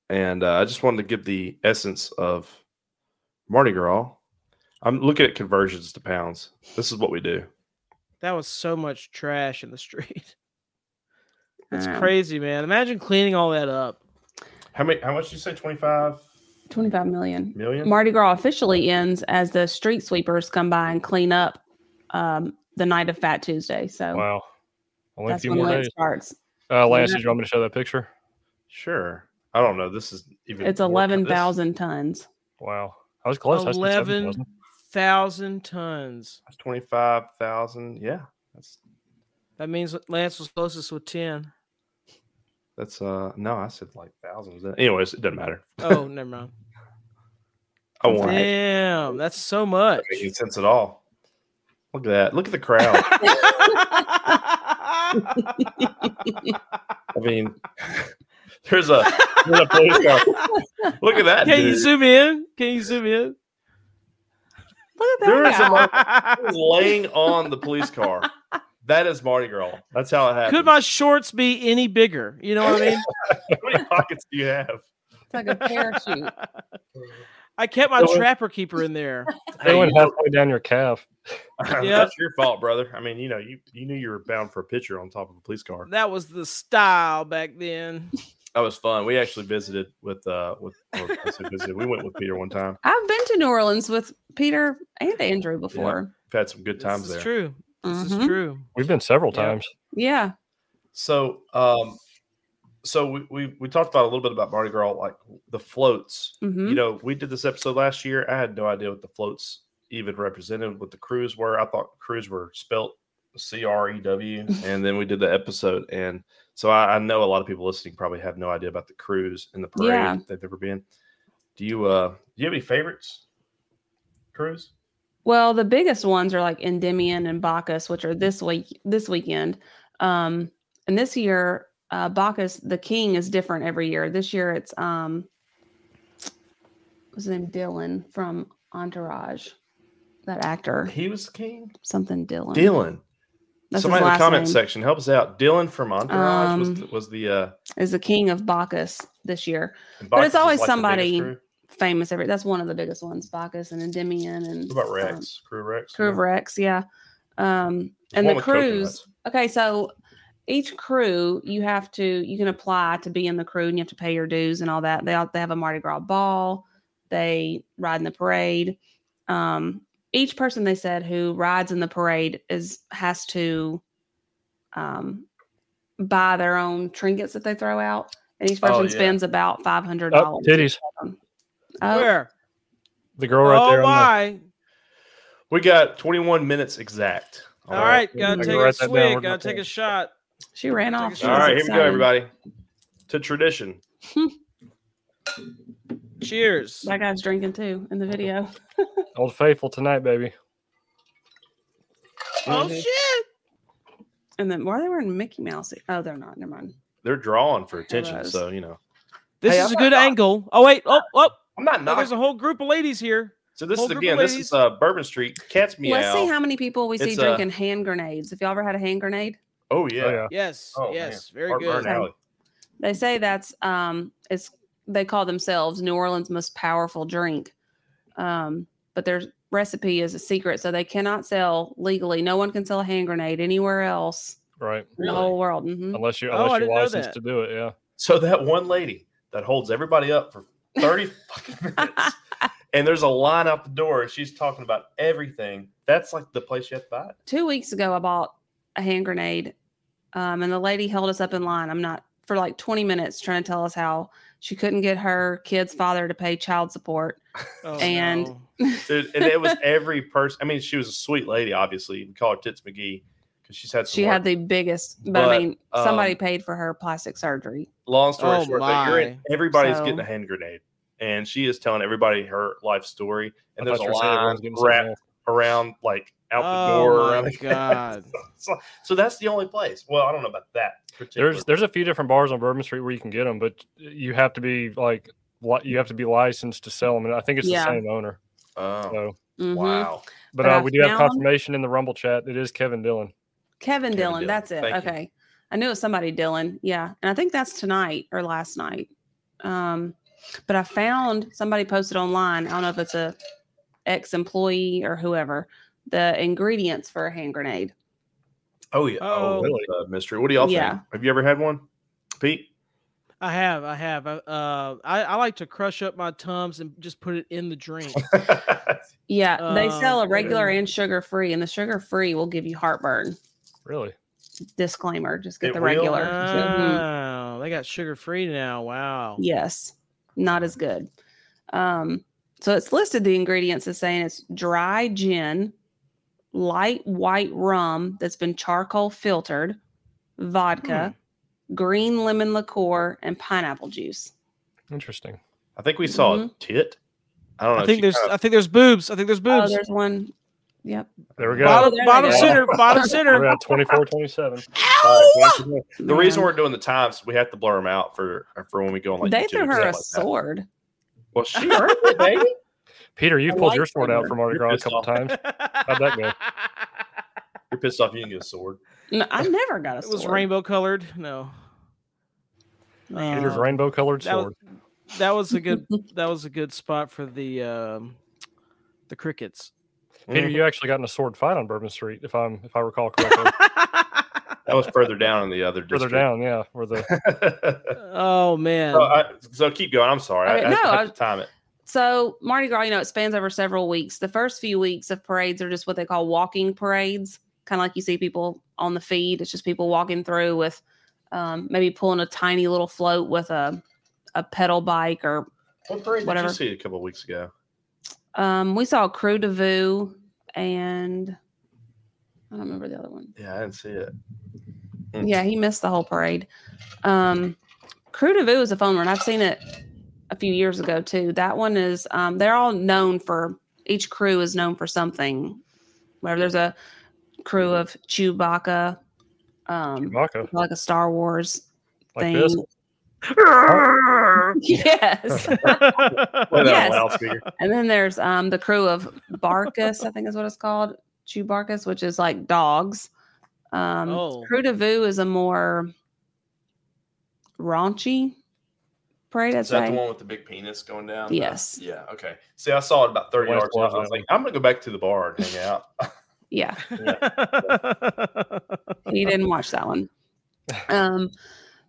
Speaker 4: And uh, I just wanted to give the essence of Mardi Gras. I'm looking at conversions to pounds. This is what we do.
Speaker 5: That was so much trash in the street. That's
Speaker 6: Um,
Speaker 5: crazy, man. Imagine cleaning all that up.
Speaker 4: How many how much did you say? 25
Speaker 6: 25 million.
Speaker 4: million?
Speaker 6: Mardi Gras officially ends as the street sweepers come by and clean up um the night of Fat Tuesday. So
Speaker 3: Wow. Only a
Speaker 6: that's
Speaker 3: few
Speaker 6: when
Speaker 3: more
Speaker 6: Lent
Speaker 3: days.
Speaker 6: starts.
Speaker 3: Uh, Lance,
Speaker 6: Yeah.
Speaker 3: did you want me to show that picture?
Speaker 4: sure. I don't know. This is even
Speaker 6: It's
Speaker 4: more- this-
Speaker 6: 11,000 tons.
Speaker 3: Wow. I was close. I said 7,000.
Speaker 5: 11,000 tons.
Speaker 4: That's 25,000. Yeah. That's
Speaker 5: That means that Lance was closest with 10.
Speaker 4: that's uh no, I said like thousands. Anyways, it doesn't matter.
Speaker 5: Oh, never mind.
Speaker 4: I won't make
Speaker 5: Damn, that's so much.
Speaker 4: any sense at all. Look at that. Look at the crowd. I mean, there's a, there's a police car. Look at that.
Speaker 5: Can you
Speaker 4: Dude.
Speaker 5: zoom in? Can you zoom in?
Speaker 6: Look at
Speaker 4: There
Speaker 6: that.
Speaker 4: is a
Speaker 6: guy.
Speaker 4: mo- He's laying on the police car. That is Mardi Gras. That's how it happens.
Speaker 5: Could my shorts be any bigger? You know what I mean?
Speaker 4: How many pockets do you have?
Speaker 6: It's like a parachute.
Speaker 5: I I kept my
Speaker 3: Dylan-
Speaker 5: trapper keeper in there.
Speaker 3: They
Speaker 4: Hey,
Speaker 3: went
Speaker 4: you know-
Speaker 3: halfway down your calf.
Speaker 5: Yep.
Speaker 4: That's your fault, brother. I mean, you know, you, you knew you were bound for a picture on top of a police car.
Speaker 5: That was the style back then.
Speaker 4: That was fun. We actually visited with uh with or I said visited. we went with Peter one time.
Speaker 6: I've been to New Orleans with Peter and Andrew before.
Speaker 4: We've had some good times
Speaker 5: this
Speaker 4: there.
Speaker 5: is true. This
Speaker 6: Mhm.
Speaker 4: Mm-hmm.
Speaker 5: is true.
Speaker 3: We've been several
Speaker 5: Yeah.
Speaker 3: times.
Speaker 6: Yeah.
Speaker 4: So um so we, we we talked about a little bit about Mardi Gras, like the floats.
Speaker 6: hmm
Speaker 5: Mm-hmm.
Speaker 4: You know, we did this episode last year. I had no idea what the floats even represented, what the crews were. I thought crews were spelt C R E W. And then we did the episode. And so I, I know a lot of people listening probably have no idea about the crews and the parade
Speaker 6: Yeah.
Speaker 4: that they've ever been. Do you uh do you have any favorites? Crews?
Speaker 6: Well, the biggest ones are like Endymion and Bacchus, which are this week this weekend. Um, and this year, uh, Bacchus the king is different every year. This year, it's um, what's his name, Dylan from Entourage, that actor,
Speaker 4: He was the king.
Speaker 6: something Dylan.
Speaker 4: Dylan.
Speaker 6: That's his
Speaker 4: Somebody in the
Speaker 6: last
Speaker 4: comment
Speaker 6: name.
Speaker 4: section help us out. Dylan from Entourage was
Speaker 6: Um,
Speaker 4: the, was the uh
Speaker 6: is the king of Bacchus this year.
Speaker 4: and
Speaker 6: But
Speaker 4: Bacchus
Speaker 6: it's
Speaker 4: is
Speaker 6: always
Speaker 4: like the biggest
Speaker 6: somebody-
Speaker 4: crew.
Speaker 6: Famous every that's one of the biggest ones. Bacchus and Endymion and
Speaker 4: What about
Speaker 6: um,
Speaker 4: Rex? crew Rex.
Speaker 6: crew of
Speaker 4: Yeah.
Speaker 6: Rex, yeah. Um, and
Speaker 4: one
Speaker 6: the
Speaker 4: with
Speaker 6: crews.
Speaker 4: coconuts.
Speaker 6: Okay, so each crew you have to you can apply to be in the crew and you have to pay your dues and all that. They all, they have a Mardi Gras ball. They ride in the parade. Um, each person they said who rides in the parade is has to um, buy their own trinkets that they throw out, and each
Speaker 4: Oh,
Speaker 6: person
Speaker 4: yeah.
Speaker 6: spends about five hundred
Speaker 3: Oh,
Speaker 6: dollars. Oh,
Speaker 3: titties.
Speaker 4: Oh.
Speaker 5: Where?
Speaker 3: The girl right
Speaker 5: oh
Speaker 3: there. On
Speaker 5: my!
Speaker 4: We got 21 minutes exact.
Speaker 5: All right,
Speaker 3: right,
Speaker 5: gotta
Speaker 3: I can
Speaker 5: take a
Speaker 3: write that down. We're
Speaker 5: swig.
Speaker 3: gonna
Speaker 5: Gotta take
Speaker 3: take-
Speaker 5: a shot.
Speaker 6: she ran off. She
Speaker 4: All
Speaker 6: was
Speaker 4: right, here we go,
Speaker 6: excited.
Speaker 4: everybody. To tradition.
Speaker 5: Cheers.
Speaker 6: That guy's drinking too in the video.
Speaker 3: the, Old Faithful tonight, baby.
Speaker 5: Oh shit!
Speaker 6: And then why are they wearing Mickey Mouse? e- Oh, they're not. Never mind.
Speaker 4: They're drawing for attention,
Speaker 6: Rose.
Speaker 4: so you know.
Speaker 5: This
Speaker 4: Hey,
Speaker 5: is
Speaker 4: I'm
Speaker 5: a
Speaker 4: not
Speaker 5: good
Speaker 4: knocking-
Speaker 5: angle. Oh wait! Oh oh!
Speaker 4: I'm not
Speaker 5: oh, there's
Speaker 4: knocking.
Speaker 5: a whole group of ladies here.
Speaker 4: So this
Speaker 5: whole
Speaker 4: is
Speaker 5: group of
Speaker 4: again, this
Speaker 5: ladies.
Speaker 4: is uh, Bourbon Street. Cats meow.
Speaker 6: Let's see how many people we see
Speaker 4: It's, uh,
Speaker 6: drinking hand grenades. Have y'all ever had a hand grenade?
Speaker 4: oh yeah,
Speaker 3: Oh, yeah.
Speaker 5: Yes.
Speaker 4: Oh, man.
Speaker 5: yes. Very
Speaker 4: Art
Speaker 5: good.
Speaker 4: Burn Alley.
Speaker 6: They say that's um it's they call themselves New Orleans most powerful drink. Um, but their recipe is a secret, so they cannot sell legally. No one can sell a hand grenade anywhere else
Speaker 3: Right.
Speaker 6: in the whole world. Mhm.
Speaker 3: Unless you
Speaker 5: Oh, I
Speaker 3: unless
Speaker 5: didn't
Speaker 3: you're
Speaker 5: know
Speaker 3: licensed
Speaker 5: that.
Speaker 3: to do it, yeah.
Speaker 4: So that one lady that holds everybody up for 30 fucking minutes, and there's a line out the door, and she's talking about everything. That's like the place you have to buy it.
Speaker 6: Two weeks ago, I bought a hand grenade, um, and the lady held us up in line. I'm not for like 20 minutes trying to tell us how she couldn't get her kid's father to pay child support.
Speaker 5: Oh,
Speaker 6: And-
Speaker 5: no.
Speaker 4: Dude, and it was every person. I mean, she was a sweet lady, obviously. We call her Tits McGee because she's had some
Speaker 6: She had
Speaker 4: work.
Speaker 6: the biggest, but, I
Speaker 4: But,
Speaker 6: mean, somebody
Speaker 4: um,
Speaker 6: paid for her plastic surgery.
Speaker 4: long story
Speaker 5: Oh,
Speaker 4: short, but you're in, everybody's
Speaker 6: So-
Speaker 4: getting a hand grenade, and she is telling everybody her life story, and
Speaker 3: I
Speaker 4: there's
Speaker 3: thought
Speaker 4: a
Speaker 3: you were saying
Speaker 4: line
Speaker 3: everyone's getting something
Speaker 4: wrapped around like out the
Speaker 5: Oh,
Speaker 4: door.
Speaker 5: my
Speaker 4: around the-
Speaker 5: God.
Speaker 4: so, so that's the only place. Well, I don't know about that. particular-
Speaker 3: There's there's a few different bars on Bourbon Street where you can get them, but you have to be like li- you have to be licensed to sell them, and I think it's
Speaker 6: Yeah.
Speaker 3: the same owner.
Speaker 4: oh,
Speaker 3: So,
Speaker 6: Mhm.
Speaker 4: wow.
Speaker 3: but
Speaker 6: But
Speaker 3: uh,
Speaker 6: I've
Speaker 3: we do have
Speaker 6: found-
Speaker 3: confirmation in the Rumble chat. It is Kevin Dillon.
Speaker 6: Kevin,
Speaker 4: Kevin
Speaker 6: Dillon,
Speaker 4: Dillon.
Speaker 6: that's it.
Speaker 4: Thank you.
Speaker 6: okay. I knew it was somebody Dillon. Yeah. And I think that's tonight or last night. Um, but I found somebody posted online. I don't know if it's a ex employee or whoever, the ingredients for a hand grenade.
Speaker 4: Oh yeah. Oh,
Speaker 5: Oh.
Speaker 4: that's a mystery. What do y'all
Speaker 6: Yeah.
Speaker 4: think? Have you ever had one, Pete?
Speaker 5: I have, I have. I- Uh, I, I like to crush up my tums and just put it in the drink.
Speaker 6: Yeah. they sell a
Speaker 5: Oh,
Speaker 6: regular
Speaker 5: okay.
Speaker 6: and sugar free, and the sugar free will give you heartburn.
Speaker 3: Really?
Speaker 6: Disclaimer just get
Speaker 4: It
Speaker 6: the
Speaker 4: will? Oh.
Speaker 6: regular. Mhm.
Speaker 5: Wow, they got sugar free now. Wow.
Speaker 6: Yes, not as good. Um, so it's listed the ingredients as saying it's dry gin, light white rum that's been charcoal filtered, vodka,
Speaker 4: Hmm.
Speaker 6: green lemon liqueur, and pineapple juice.
Speaker 3: Interesting.
Speaker 4: I think we saw
Speaker 6: Mm-hmm.
Speaker 4: a tit. I don't know.
Speaker 5: I think
Speaker 4: she
Speaker 5: there's,
Speaker 4: kinda-
Speaker 5: I think there's boobs. I think there's
Speaker 6: Oh,
Speaker 5: boobs.
Speaker 6: there's one. Yep.
Speaker 3: There we go.
Speaker 5: bottom,
Speaker 6: there they
Speaker 5: bottom
Speaker 6: go.
Speaker 5: center, bottom
Speaker 3: We're
Speaker 5: center.
Speaker 3: at 24 27.
Speaker 6: Oh!
Speaker 4: the reason
Speaker 6: Man.
Speaker 4: we're doing the times we have to blur them out for for when we go on like
Speaker 6: they
Speaker 4: YouTube
Speaker 6: threw
Speaker 4: and stuff
Speaker 6: her a
Speaker 4: like that.
Speaker 6: sword.
Speaker 4: Well, she earned it, baby.
Speaker 3: Peter, you've
Speaker 6: I
Speaker 3: pulled
Speaker 6: like
Speaker 3: your sword out
Speaker 6: that.
Speaker 3: from Mardi
Speaker 4: You're
Speaker 3: Gras a
Speaker 4: pissed
Speaker 3: couple
Speaker 4: off.
Speaker 3: times. How'd that go?
Speaker 4: You're pissed off. You didn't get a sword.
Speaker 6: No, I never got a
Speaker 5: It
Speaker 6: sword.
Speaker 5: was rainbow colored. No.
Speaker 6: Man. Uh,
Speaker 3: Peter's rainbow colored
Speaker 5: that was-
Speaker 3: sword.
Speaker 5: that was a good that was a good spot for the um the crickets.
Speaker 4: Mm-hmm.
Speaker 3: Peter, you actually got in a sword fight on Bourbon Street, if I'm if I recall correctly.
Speaker 4: That was further down in the other
Speaker 3: Further
Speaker 4: district.
Speaker 3: down, yeah, where the
Speaker 5: oh man.
Speaker 4: so, I, so keep going. I'm sorry. I,
Speaker 6: Okay,
Speaker 4: I,
Speaker 6: no,
Speaker 4: I
Speaker 6: I-
Speaker 4: have to time it.
Speaker 6: So Mardi Gras, you know, it spans over several weeks. The first few weeks of parades are just what they call walking parades, kind of like you see people on the feed. It's just people walking through with um, maybe pulling a tiny little float with a a pedal bike or
Speaker 4: What parade
Speaker 6: Whatever.
Speaker 4: did you see a couple of weeks ago?
Speaker 6: um, we saw Crew de Vue and I don't remember the other one.
Speaker 4: Yeah, I didn't see it. Mm.
Speaker 6: Yeah, he missed the whole parade. Um, Crew de Vue is a fun one. I've seen it a few years ago too. That one is um, they're all known for each crew is known for something. Where there's a crew of Chewbacca, um,
Speaker 3: Maka,
Speaker 6: like a Star Wars
Speaker 3: like
Speaker 6: thing.
Speaker 3: this.
Speaker 6: yes,
Speaker 4: Play that on
Speaker 6: Yes.
Speaker 4: loudspeaker.
Speaker 6: and then there's um, the crew of Barkus, I think is what it's called, Chewbarkus, which is like dogs. Um,
Speaker 5: Oh.
Speaker 6: Crew de Vue is a more raunchy parade. I'd
Speaker 4: Is that
Speaker 6: say.
Speaker 4: the one with the big penis going down?
Speaker 6: Yes.
Speaker 4: Yeah. Okay. See, I saw it about 30
Speaker 3: West
Speaker 4: yards. Away. I
Speaker 3: Plaza.
Speaker 4: was like, I'm gonna go back to the bar and hang out.
Speaker 6: Yeah, he didn't watch that one. Um,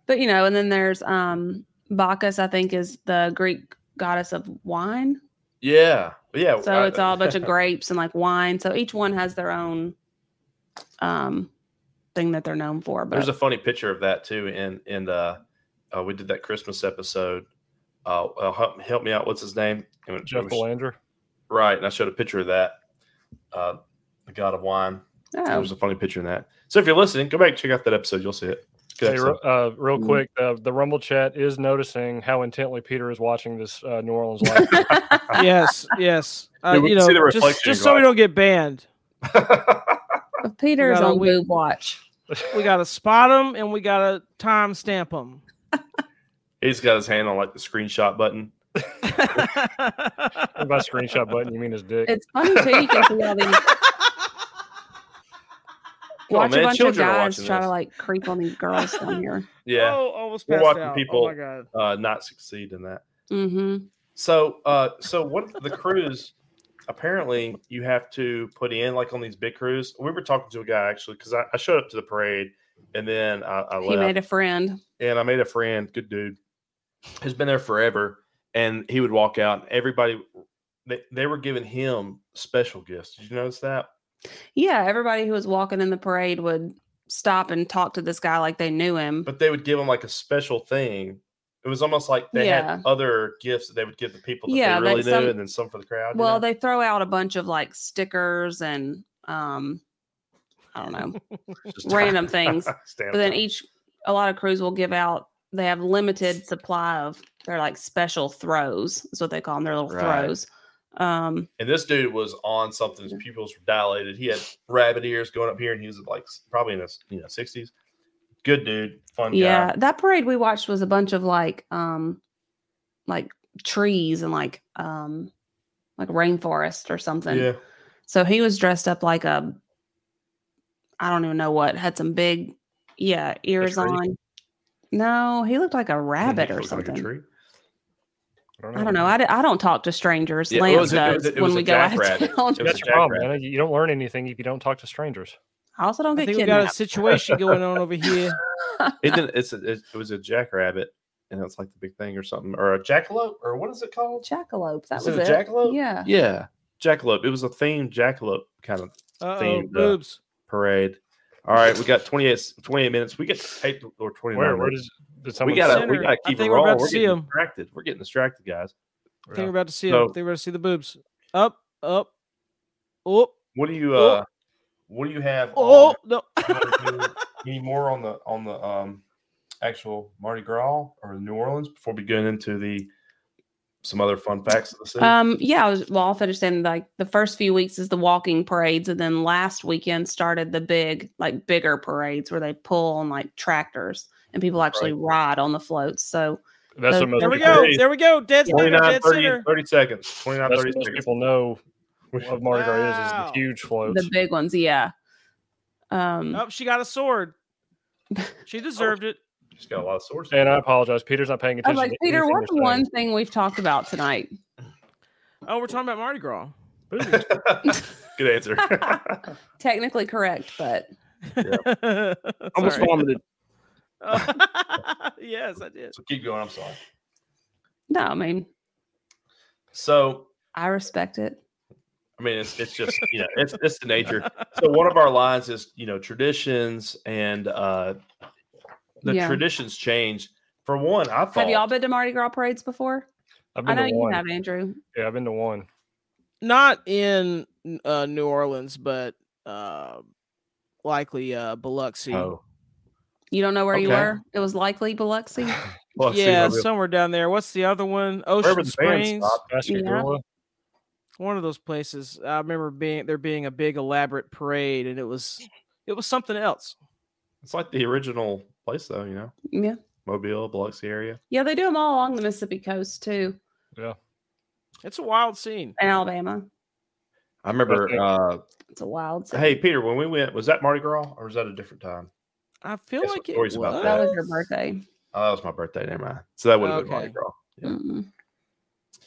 Speaker 6: but you know, and then there's um, Bacchus, I think, is the Greek goddess of wine.
Speaker 4: yeah. Yeah.
Speaker 6: So
Speaker 4: I-
Speaker 6: it's all a bunch of grapes and like wine. So each one has their own um thing that they're known for. But
Speaker 4: There's a funny picture of that too, and and uh, uh, we did that Christmas episode. Uh, uh help, help me out. What's his name? And it
Speaker 3: Jeff
Speaker 4: was-
Speaker 3: Belanger.
Speaker 4: right, and I showed a picture of that. Uh, the God of Wine. There
Speaker 6: oh,
Speaker 4: was a funny picture in that. So if you're listening, go back and check out that episode. You'll see it. Good
Speaker 3: Hey,
Speaker 4: episode.
Speaker 3: re- uh, real
Speaker 6: Mm-hmm.
Speaker 4: Mhm.
Speaker 3: quick, uh, the Rumble chat is noticing how intently Peter is watching this uh, New Orleans live.
Speaker 5: yes, yes. Uh,
Speaker 4: Dude, we
Speaker 5: you
Speaker 4: can see the
Speaker 5: know,
Speaker 4: reflection
Speaker 5: just,
Speaker 4: in
Speaker 5: just so we
Speaker 4: your
Speaker 5: don't get banned.
Speaker 6: Peter's
Speaker 5: Got a
Speaker 6: on
Speaker 5: week-
Speaker 6: boob watch.
Speaker 5: We gotta spot them and we gotta time stamp them.
Speaker 4: He's got his hand on like the screenshot button.
Speaker 3: And by screenshot button, you mean his dick?
Speaker 6: It's funny too. You can see all these
Speaker 4: Come on,
Speaker 6: watch a
Speaker 4: man.
Speaker 6: bunch of
Speaker 4: Children are
Speaker 6: guys
Speaker 4: watching
Speaker 6: try to
Speaker 4: this.
Speaker 6: like creep on these girls down here.
Speaker 4: Yeah,
Speaker 5: Oh, almost
Speaker 4: We're
Speaker 5: passed
Speaker 4: watching
Speaker 5: out.
Speaker 4: people-
Speaker 5: Oh my god.
Speaker 4: uh, not succeed in that.
Speaker 6: hmm
Speaker 4: So, uh, so what the cruise? Apparently, you have to put in like on these big cruise. We were talking to a guy actually because I, I showed up to the parade and then I, I
Speaker 6: He
Speaker 4: left
Speaker 6: made a friend.
Speaker 4: and I made a friend, good dude, who's been there forever. And he would walk out, and everybody they, they were giving him special gifts. Did you notice that?
Speaker 6: Yeah, everybody who was walking in the parade would stop and talk to this guy like they knew him.
Speaker 4: But they would give him like a special thing. It was almost like they
Speaker 6: Yeah.
Speaker 4: had other gifts that they would give the people that
Speaker 6: Yeah,
Speaker 4: they really
Speaker 6: like
Speaker 4: knew,
Speaker 6: some-
Speaker 4: and then some for the crowd. you
Speaker 6: Well,
Speaker 4: know?
Speaker 6: they throw out a bunch of like stickers and um I don't know,
Speaker 4: Just-
Speaker 6: random things.
Speaker 4: Stand
Speaker 6: But then
Speaker 4: up.
Speaker 6: each a lot of crews will give out they have limited supply of their like special throws, is what they call them, their little
Speaker 4: Right.
Speaker 6: throws. Um
Speaker 4: And this dude was on something. His pupils were dilated. He had rabbit ears going up here, and he was like s- probably in his you know sixties. Good dude, fun
Speaker 6: yeah,
Speaker 4: guy.
Speaker 6: that parade we watched was a bunch of like um like trees and like um like rainforest or something.
Speaker 4: yeah.
Speaker 6: So he was dressed up like a, I don't even know what, had some big, yeah, ears
Speaker 4: tree?
Speaker 6: on. No, he looked like a
Speaker 4: He
Speaker 6: rabbit or
Speaker 4: looked like a
Speaker 6: something.
Speaker 4: tree.
Speaker 6: I don't know. I, d- I don't talk to strangers.
Speaker 4: Yeah, it
Speaker 6: Lance
Speaker 4: was a- it
Speaker 6: does
Speaker 4: was a- it was
Speaker 6: when
Speaker 4: a
Speaker 6: we go out
Speaker 4: jackrabbit.
Speaker 6: of town.
Speaker 4: It was
Speaker 3: That's
Speaker 4: a
Speaker 3: your problem,
Speaker 4: jackrabbit.
Speaker 3: man. You don't learn anything if you don't talk to strangers.
Speaker 6: I also don't
Speaker 5: I
Speaker 6: get
Speaker 5: think we got a
Speaker 6: kidnapped.
Speaker 5: situation going on over here.
Speaker 4: It didn't, it's a, it, it was a jackrabbit, and it's like the big thing or something, or a jackalope, or what is it called?
Speaker 6: Jackalope. That
Speaker 4: Is
Speaker 6: was
Speaker 4: it
Speaker 6: it.
Speaker 4: a jackalope?
Speaker 6: Yeah.
Speaker 4: Yeah, jackalope. It was a themed jackalope kind of
Speaker 5: Uh-oh,
Speaker 4: Themed, uh,
Speaker 5: boobs.
Speaker 4: parade. All right, we got 28, 28 minutes. We get eight or twenty.
Speaker 3: Where? Where does? Did
Speaker 4: we
Speaker 3: someone?
Speaker 4: gotta
Speaker 5: Center.
Speaker 4: we gotta
Speaker 5: I
Speaker 4: keep it
Speaker 5: think we're about
Speaker 4: raw.
Speaker 5: to
Speaker 4: We're
Speaker 5: see
Speaker 4: getting
Speaker 5: 'em.
Speaker 4: distracted. We're getting distracted, guys.
Speaker 5: I think we're about to see
Speaker 4: So-
Speaker 5: them. I think we're about to see the boobs. Up, up, up.
Speaker 4: What do you
Speaker 5: Oh.
Speaker 4: uh? What do you have? on-
Speaker 5: Oh no!
Speaker 4: You wanna do any more on the on the um actual Mardi Gras or New Orleans before we get into the some other fun facts of the city?
Speaker 6: Um, yeah, I was, well, I'll finish saying like the first few weeks is the walking parades, and then last weekend started the big, like bigger parades where they pull on like tractors and people actually ride on the floats. So
Speaker 3: That's what most
Speaker 5: there we
Speaker 3: people-
Speaker 5: go.
Speaker 4: Hey,
Speaker 5: There we go. Dead center.
Speaker 4: 29,
Speaker 5: Dead
Speaker 4: 30,
Speaker 5: center.
Speaker 4: 30 seconds. 29,
Speaker 3: That's
Speaker 4: 30
Speaker 3: what most
Speaker 4: seconds.
Speaker 3: people know of Mardi Gras is, is the
Speaker 5: Wow.
Speaker 3: huge floats.
Speaker 6: the big ones, yeah. Um,
Speaker 4: Oh,
Speaker 5: Oh, she got a sword. She deserved it.
Speaker 4: Just got a lot of sources.
Speaker 3: And I apologize. Peter's not paying
Speaker 6: I
Speaker 3: attention.
Speaker 6: was like,
Speaker 3: to
Speaker 6: Peter,
Speaker 3: anything
Speaker 6: what's
Speaker 3: you're
Speaker 6: one thing we've talked about tonight?
Speaker 5: Oh, we're talking about Mardi Gras.
Speaker 3: saying. Booze.
Speaker 4: Good answer.
Speaker 6: Technically correct, but
Speaker 3: Almost
Speaker 5: Sorry. Oh.
Speaker 3: vomited.
Speaker 5: yes, I did.
Speaker 4: so keep going. I'm sorry.
Speaker 6: no, I mean,
Speaker 4: So
Speaker 6: I respect it.
Speaker 4: I mean, it's it's just you know, it's it's the nature. So one of our lines is you know traditions and uh the
Speaker 6: Yeah.
Speaker 4: traditions change. For one, I thought
Speaker 6: Have y'all been to Mardi Gras parades before?
Speaker 3: I've
Speaker 6: I
Speaker 3: been
Speaker 6: know
Speaker 3: to
Speaker 6: you
Speaker 3: one.
Speaker 6: have, Andrew.
Speaker 3: Yeah, I've been to one.
Speaker 5: Not in uh, New Orleans, but uh, likely uh, Biloxi.
Speaker 4: oh,
Speaker 6: You don't know where you
Speaker 4: Okay.
Speaker 6: were? It was likely Biloxi.
Speaker 4: well, see,
Speaker 5: yeah,
Speaker 4: wherever-
Speaker 5: somewhere down there. What's the other one?
Speaker 4: wherever
Speaker 5: Ocean
Speaker 4: the band
Speaker 5: Springs.
Speaker 4: stopped,
Speaker 3: Baskin
Speaker 6: Yeah.
Speaker 3: Gorilla.
Speaker 5: One of those places. I remember being there being a big elaborate parade, and it was it was something else.
Speaker 4: it's like the original place though. You know,
Speaker 6: yeah.
Speaker 4: Mobile, Biloxi area.
Speaker 6: Yeah, they do them all along the Mississippi coast too,
Speaker 5: It's a wild scene.
Speaker 6: in Alabama.
Speaker 4: I remember.
Speaker 3: Okay.
Speaker 4: uh
Speaker 6: It's a wild city.
Speaker 4: Hey, Peter, when we went, was that Mardi Gras or was that a different time?
Speaker 5: I feel
Speaker 4: Guess what
Speaker 5: like it
Speaker 4: stories
Speaker 5: was.
Speaker 4: about
Speaker 6: that was your birthday.
Speaker 4: Oh, that was my birthday. Never mind. So that would have been Mardi
Speaker 5: Okay.
Speaker 4: Gras. Yeah.
Speaker 6: Mm.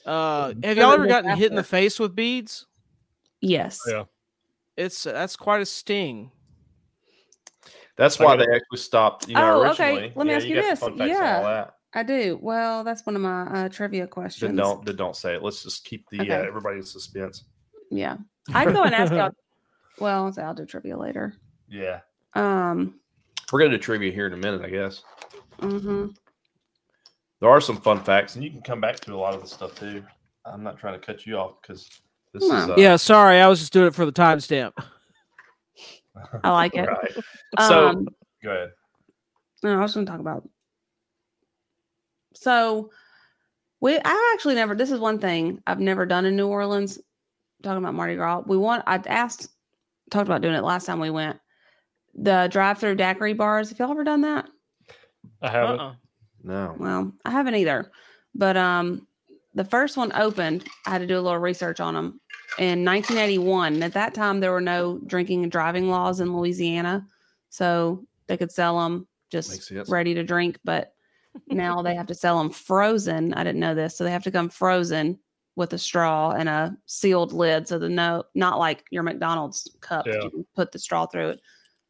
Speaker 5: Uh, have
Speaker 6: Or
Speaker 5: y'all
Speaker 6: the
Speaker 5: ever
Speaker 6: week
Speaker 5: gotten hit in
Speaker 6: after.
Speaker 5: the face with beads?
Speaker 6: Yes.
Speaker 3: Yeah.
Speaker 5: It's that's quite a sting.
Speaker 4: That's
Speaker 3: I
Speaker 4: why they
Speaker 3: gotta-
Speaker 4: actually stopped. You know,
Speaker 6: Oh, okay.
Speaker 4: originally.
Speaker 6: Let me ask you
Speaker 4: got the
Speaker 6: this.
Speaker 4: fun facts and
Speaker 6: Yeah.
Speaker 4: all that.
Speaker 6: I do. Well, that's one of my uh, trivia
Speaker 4: Then
Speaker 6: questions.
Speaker 4: don't, then don't say it. Let's just keep the
Speaker 6: Okay.
Speaker 4: uh, everybody in suspense.
Speaker 6: Yeah. I'd go and ask y'all. Well, I'll say I'll do trivia later.
Speaker 4: Yeah.
Speaker 6: Um,
Speaker 4: We're going to do trivia here in a minute, I guess.
Speaker 6: mhm.
Speaker 4: There are some fun facts, and you can come back to a lot of the stuff too. I'm not trying to cut you off because this is.
Speaker 6: No.
Speaker 4: Uh,
Speaker 5: yeah, sorry, I was just doing it for the timestamp.
Speaker 6: I like it.
Speaker 4: Right. So,
Speaker 6: um,
Speaker 4: go ahead.
Speaker 6: No, I was going to talk about. So, we I actually never. This is one thing I've never done in New Orleans. Talking about Mardi Gras, we want. I asked, talked about doing it last time we went. The drive-through daiquiri bars. Have y'all ever done that?
Speaker 3: I haven't.
Speaker 6: Uh-huh.
Speaker 5: Uh-uh.
Speaker 4: No.
Speaker 6: Well, I haven't either. But um, the first one opened. I had to do a little research on them in 1981. At that time, there were no drinking and driving laws in Louisiana, so they could sell them
Speaker 4: Makes
Speaker 6: just
Speaker 4: sense.
Speaker 6: ready to drink. But now they have to sell them frozen. I didn't know this, so they have to come frozen with a straw and a sealed lid, so the no, not like your McDonald's cup. that
Speaker 3: Yeah.
Speaker 6: You can put the straw through it.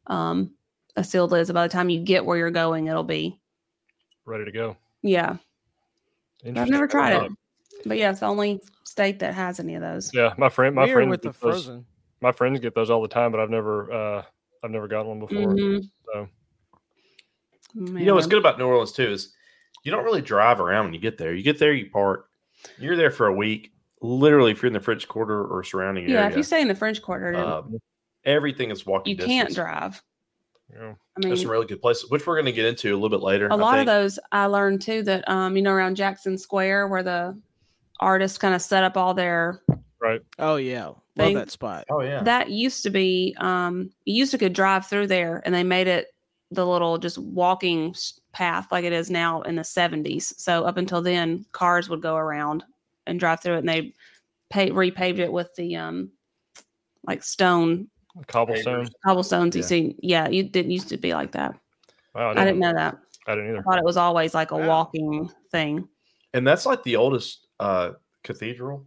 Speaker 6: Um, a sealed lid. So by the time you get where you're going, it'll be
Speaker 3: Ready to go.
Speaker 6: yeah. I've
Speaker 3: Interesting.
Speaker 6: never tried
Speaker 3: Uh,
Speaker 6: it, but yeah, it's the only state that has any of those.
Speaker 3: Yeah, my friend, my
Speaker 5: Weird
Speaker 3: friends
Speaker 5: with the
Speaker 3: get those-
Speaker 5: frozen.
Speaker 3: my friends get those all the time, but I've never, uh, I've never gotten one before.
Speaker 6: Mhm.
Speaker 3: So
Speaker 4: You know what's
Speaker 6: Man.
Speaker 4: good about New Orleans too is you don't really drive around when you get there. You get there, you park. You're there for a week. Literally, if you're in the French Quarter or surrounding
Speaker 6: Yeah, if you
Speaker 4: area,
Speaker 6: stay in the French Quarter, you're-
Speaker 4: um, everything is walking.
Speaker 6: you
Speaker 4: distance.
Speaker 6: can't drive.
Speaker 3: yeah.
Speaker 6: I mean,
Speaker 4: There's some really good places, which we're going to get into a little bit later.
Speaker 6: a lot of
Speaker 4: those.
Speaker 6: those I learned too that um, you know around Jackson Square where the artists kind of set up all their
Speaker 5: Oh yeah, love
Speaker 6: Thing.
Speaker 5: that spot.
Speaker 4: Oh yeah.
Speaker 6: that used to be um, you used to could drive through there, and they made it the little just walking s- path like it is now in the 70s. So up until then, cars would go around and drive through it, and they pay, repaved it with the um, like stone
Speaker 3: cobblestone.
Speaker 6: cobblestones you
Speaker 4: Yeah.
Speaker 6: see yeah you didn't used to be like that
Speaker 3: Wow,
Speaker 6: i didn't know that
Speaker 3: I didn't either.
Speaker 6: i thought it was always like a
Speaker 5: Wow.
Speaker 6: walking thing
Speaker 4: and that's like the oldest uh cathedral,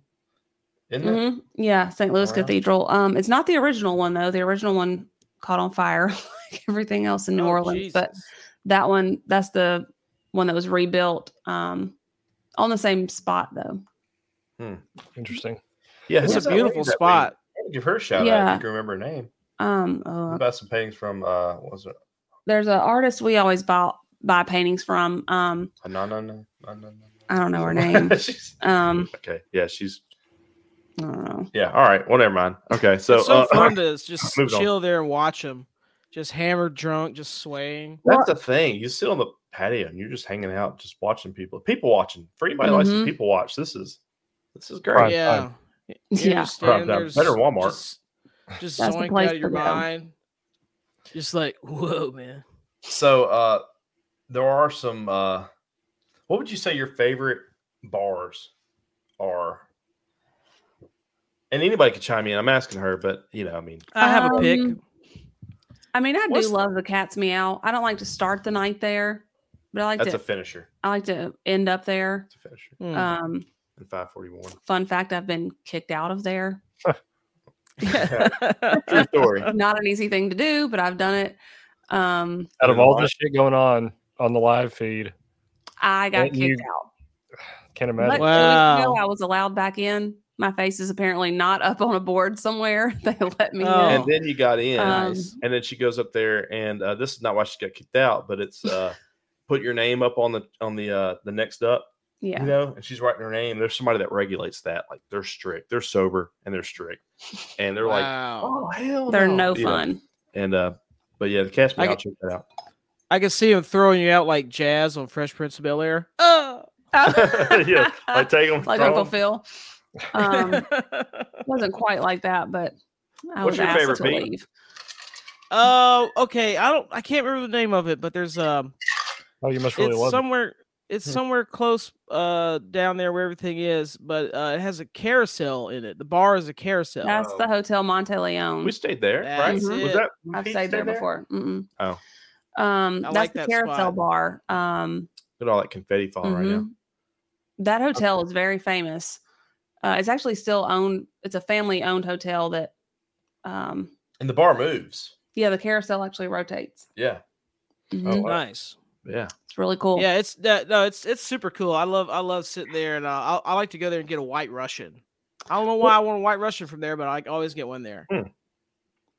Speaker 4: isn't it?
Speaker 6: hmm yeah st louis
Speaker 4: Wow.
Speaker 6: cathedral um it's not the original one though the original one caught on fire like everything else in new
Speaker 5: Oh,
Speaker 6: orleans but
Speaker 5: Jesus.
Speaker 6: that one that's the one that was rebuilt um on the same spot though
Speaker 3: Interesting.
Speaker 4: Yeah,
Speaker 5: it's
Speaker 4: who's that
Speaker 5: a
Speaker 4: lady
Speaker 5: beautiful
Speaker 4: that we-
Speaker 5: spot.
Speaker 4: Give her a shout out
Speaker 6: Yeah.
Speaker 4: if you can remember her name.
Speaker 6: um
Speaker 4: We
Speaker 6: oh,
Speaker 4: bought some paintings from uh what was it?
Speaker 6: there's an artist we always buy buy paintings from um
Speaker 4: Anana.
Speaker 6: i don't know her name um
Speaker 4: okay. Yeah, she's
Speaker 6: i don't know
Speaker 4: yeah, all right. Well, never mind. Okay. So,
Speaker 5: it's so
Speaker 4: uh,
Speaker 5: fun to just
Speaker 4: moving on.
Speaker 5: chill there and watch them, just hammered, drunk, just swaying.
Speaker 4: that's the thing. You sit on the patio and you're just hanging out, just watching people. People watching. For anybody who likes to
Speaker 6: Mhm.
Speaker 4: people watch, this is this is
Speaker 3: Prime
Speaker 4: great.
Speaker 5: Mm-hmm. yeah, Y- you're
Speaker 6: Yeah.
Speaker 5: just
Speaker 4: Prime
Speaker 5: standing
Speaker 4: time.
Speaker 5: there
Speaker 4: Better
Speaker 5: just-
Speaker 4: Walmart.
Speaker 5: Just, just
Speaker 6: That's the
Speaker 5: zoinked
Speaker 6: place
Speaker 5: out of your
Speaker 6: to go.
Speaker 5: mind. Just like whoa, man.
Speaker 4: So uh there are some uh what would you say your favorite bars are? And anybody could chime in. I'm asking her, but you know, I mean
Speaker 5: I have a pick.
Speaker 6: Um, I mean, I do
Speaker 5: What's-
Speaker 6: love the cat's meow. I don't like to start the night there, But I like
Speaker 4: That's
Speaker 6: to
Speaker 4: a finisher.
Speaker 6: I like to end up there.
Speaker 4: It's a finisher.
Speaker 5: Hmm.
Speaker 6: Um,
Speaker 4: And 541.
Speaker 6: fun fact: I've been kicked out of there.
Speaker 4: True story.
Speaker 6: Not an easy thing to do, but I've done it. Um,
Speaker 3: Out of all
Speaker 4: Vermont.
Speaker 3: this shit going on on the live feed,
Speaker 6: I got
Speaker 3: Let
Speaker 6: kicked
Speaker 3: you
Speaker 6: out.
Speaker 3: can't
Speaker 6: But
Speaker 3: imagine.
Speaker 5: What?
Speaker 6: two weeks ago,
Speaker 5: Wow.
Speaker 6: I was allowed back in. My face is apparently not up on a board somewhere. They let me
Speaker 5: Oh.
Speaker 6: in.
Speaker 4: And then you got in.
Speaker 5: Uh,
Speaker 6: Um,
Speaker 4: And then she goes up there, and uh, this is not why she got kicked out, but it's uh, put your name up on the on the uh, the next up,
Speaker 6: Yeah.
Speaker 4: you know. And she's writing her name. There's somebody that regulates that. Like they're strict, they're sober, and they're strict, and they're like,
Speaker 5: Wow.
Speaker 4: oh hell,
Speaker 6: They're no
Speaker 4: Yeah.
Speaker 6: fun.
Speaker 4: And uh, but yeah, the cast me
Speaker 5: I
Speaker 4: out.
Speaker 5: get-
Speaker 4: Check that out.
Speaker 5: I can see him throwing you out like Jazz on Fresh Prince of Bel Air. Oh,
Speaker 4: yeah, like take them.
Speaker 6: like Uncle Phil. Um, wasn't quite like that, but I
Speaker 4: What's
Speaker 6: was
Speaker 4: your
Speaker 6: asked
Speaker 4: favorite
Speaker 6: to
Speaker 4: beat?
Speaker 6: leave.
Speaker 5: oh, okay. I don't. I can't remember the name of it, but there's um,
Speaker 3: Oh, you must really
Speaker 5: it's
Speaker 3: love it.
Speaker 5: somewhere. It's
Speaker 3: Hmm.
Speaker 5: somewhere close uh down there where everything is, but uh, it has a carousel in it. The bar is a carousel.
Speaker 6: That's the Hotel Monteleone.
Speaker 4: We stayed there, right?
Speaker 5: That's
Speaker 4: Was
Speaker 5: it.
Speaker 4: that?
Speaker 6: I've
Speaker 4: Pete
Speaker 6: stayed there before. Mm-mm.
Speaker 4: Oh.
Speaker 6: Um,
Speaker 5: I
Speaker 6: that's
Speaker 5: like
Speaker 6: the
Speaker 5: that
Speaker 6: carousel
Speaker 5: spot.
Speaker 6: bar. Um,
Speaker 4: Look at all that confetti falling right now.
Speaker 6: mhm. That hotel is very famous. Uh, it's actually still owned. It's a family-owned hotel that, um,
Speaker 4: And the bar moves.
Speaker 6: yeah, the carousel actually rotates.
Speaker 4: Yeah.
Speaker 6: Mhm.
Speaker 4: wow.
Speaker 5: nice.
Speaker 4: Yeah.
Speaker 6: It's really cool.
Speaker 5: Oh. Yeah, it's that. No, it's it's super cool. I love I love sitting there, and uh, I I like to go there and get a White Russian. I don't know why I want a White Russian from there, but I always get one there.
Speaker 6: I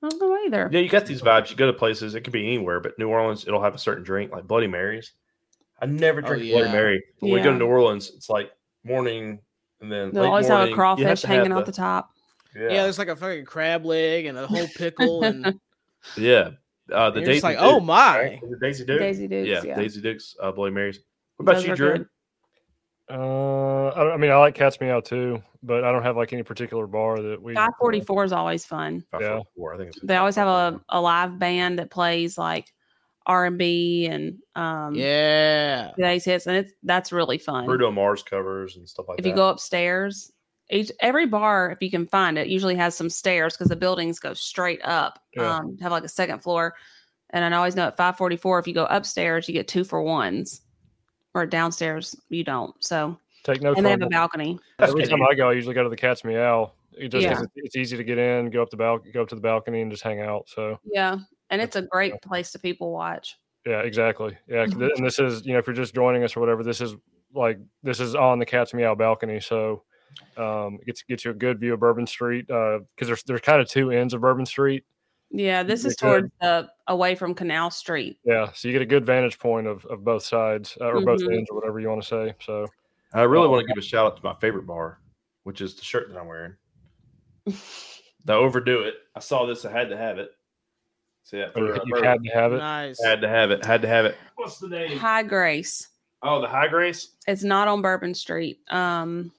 Speaker 6: don't know either.
Speaker 4: Yeah, you got these vibes. You go to places, it could be anywhere, but New Orleans, it'll have a certain drink, like Bloody Marys. I never
Speaker 5: Oh,
Speaker 4: drink a Bloody
Speaker 5: yeah.
Speaker 4: Mary. But When we go
Speaker 6: Yeah.
Speaker 4: to New Orleans, it's like morning and then
Speaker 6: They'll
Speaker 4: late
Speaker 6: always have
Speaker 4: morning.
Speaker 6: a
Speaker 4: You have
Speaker 6: crawfish
Speaker 4: to have
Speaker 6: hanging off the top.
Speaker 4: Yeah.
Speaker 5: Yeah.
Speaker 4: Yeah.
Speaker 5: there's like a fucking crab leg and a whole pickle, and, and
Speaker 4: Uh, the
Speaker 5: you're just
Speaker 4: Daisy
Speaker 5: like, oh
Speaker 4: Dukes,
Speaker 5: my.
Speaker 4: right? Is it Daisy Duke.
Speaker 6: Daisy Dukes.
Speaker 4: yeah,
Speaker 6: Yeah.
Speaker 4: Daisy Dukes, uh, Bloody Marys. What about
Speaker 6: Those
Speaker 4: you,
Speaker 6: are
Speaker 4: Drew?
Speaker 6: good.
Speaker 3: Uh, I, don't, I mean, I like Cats Meow too, but I don't have like any particular bar that we.
Speaker 6: Guy forty four is always fun.
Speaker 4: Five
Speaker 3: Yeah.
Speaker 4: forty four, I think it's
Speaker 6: They always have a, a live band that plays like R and B and um
Speaker 5: Yeah.
Speaker 6: today's hits, and it's that's really fun.
Speaker 4: Bruno Mars covers and stuff like
Speaker 6: if
Speaker 4: that.
Speaker 6: you go upstairs, each every bar, if you can find it, usually has some stairs because the buildings go straight up.
Speaker 3: Yeah.
Speaker 6: Um, have like a second floor, and I always know at five forty four, if you go upstairs, you get two for ones, or downstairs you don't. So
Speaker 3: Take no
Speaker 6: and they have a
Speaker 3: trouble.
Speaker 6: balcony.
Speaker 3: Every time I go, I usually go to the Cat's Meow. It just 'cause
Speaker 6: Yeah.
Speaker 3: it's, it's easy to get in, go up the bal- go up to the balcony, and just hang out. So
Speaker 6: Yeah, and it's a great
Speaker 3: yeah.
Speaker 6: place to people watch.
Speaker 3: yeah, exactly. Yeah, 'cause
Speaker 6: Mhm.
Speaker 3: th- and this is you know if you're just joining us or whatever, this is like this is on the Cat's Meow balcony, so um, it gets gets you a good view of Bourbon Street because there's there's kind of two ends of Bourbon Street.
Speaker 6: Yeah, this is
Speaker 3: They could.
Speaker 6: towards the away from Canal Street.
Speaker 3: Yeah, so you get a good vantage point of, of both sides uh, or both
Speaker 6: Mhm.
Speaker 3: ends or whatever you want to say. So
Speaker 4: I really want to give a shout out to my favorite bar, which is the shirt that I'm wearing. the overdo it. I saw this. I had to have it. See that?
Speaker 3: you,
Speaker 4: for, uh,
Speaker 3: Oh, you
Speaker 4: bourbon.
Speaker 3: had to have it.
Speaker 5: Nice.
Speaker 4: had to have it. Had to have it. What's the name?
Speaker 6: High Grace.
Speaker 4: Oh, the High Grace.
Speaker 6: It's not on Bourbon Street. Um,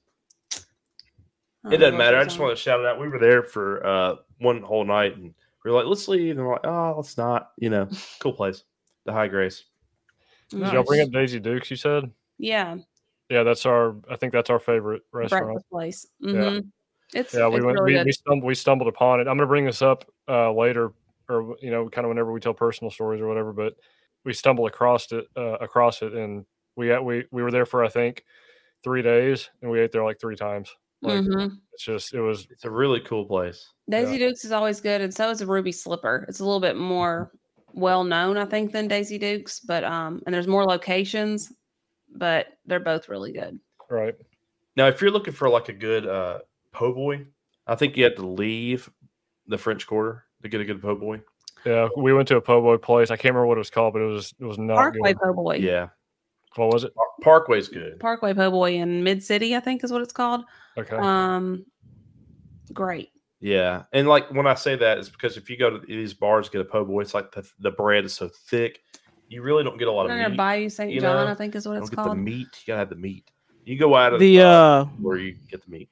Speaker 3: Oh,
Speaker 6: I
Speaker 4: It
Speaker 6: don't know
Speaker 4: doesn't
Speaker 6: if
Speaker 4: matter. I
Speaker 6: it's
Speaker 4: just
Speaker 6: on-
Speaker 4: want to shout it out. We were there for uh, one whole night, and we were like, "Let's leave," and we're like, "Oh, let's not." You know, cool place. The High Grace.
Speaker 3: Did y'all bring
Speaker 5: Nice.
Speaker 3: up Daisy Dukes? You said.
Speaker 6: Yeah,
Speaker 3: Yeah, that's our. I think that's our favorite restaurant.
Speaker 6: breakfast place. hmm It's
Speaker 3: Yeah, we
Speaker 6: it's
Speaker 3: went.
Speaker 6: really
Speaker 3: we,
Speaker 6: good.
Speaker 3: we, stumbled, we stumbled upon it. I'm going to bring this up uh, later, or you know, kind of whenever we tell personal stories or whatever. But we stumbled across it, uh, across it, and we had- we we were there for I think three days, and we ate there like three times. Like
Speaker 6: Mhm.
Speaker 3: it's just it was
Speaker 4: It's a really cool place.
Speaker 6: Daisy Dukes is always good, and so is a Ruby Slipper. It's a little bit more well known, I think, than Daisy Dukes, but um, and there's more locations, but they're both really good.
Speaker 3: right.
Speaker 4: Now, if you're looking for like a good uh, po' boy, I think you have to leave the French Quarter to get a good po' boy.
Speaker 3: Yeah, we went to a po' boy place. I can't remember what it was called, but it was it was not
Speaker 6: Parkway
Speaker 3: good.
Speaker 6: Po' Boy.
Speaker 4: Yeah,
Speaker 3: What was it?
Speaker 4: Par- Parkway's good.
Speaker 6: Parkway Po' Boy in Mid City, I think, is what it's called.
Speaker 3: Okay.
Speaker 6: Um, great.
Speaker 4: Yeah, and like when I say that, it's because if you go to these bars get a po' boy, it's like the, the bread is so thick, you really don't get a lot
Speaker 6: We're
Speaker 4: of
Speaker 6: gonna
Speaker 4: meat.
Speaker 6: Bayou St.
Speaker 4: you
Speaker 6: John,
Speaker 4: know,
Speaker 6: I think, is what
Speaker 4: you
Speaker 6: it's
Speaker 4: don't get the
Speaker 6: called.
Speaker 4: meat. You gotta have the meat. You go out of
Speaker 5: The uh
Speaker 4: where you get the meat.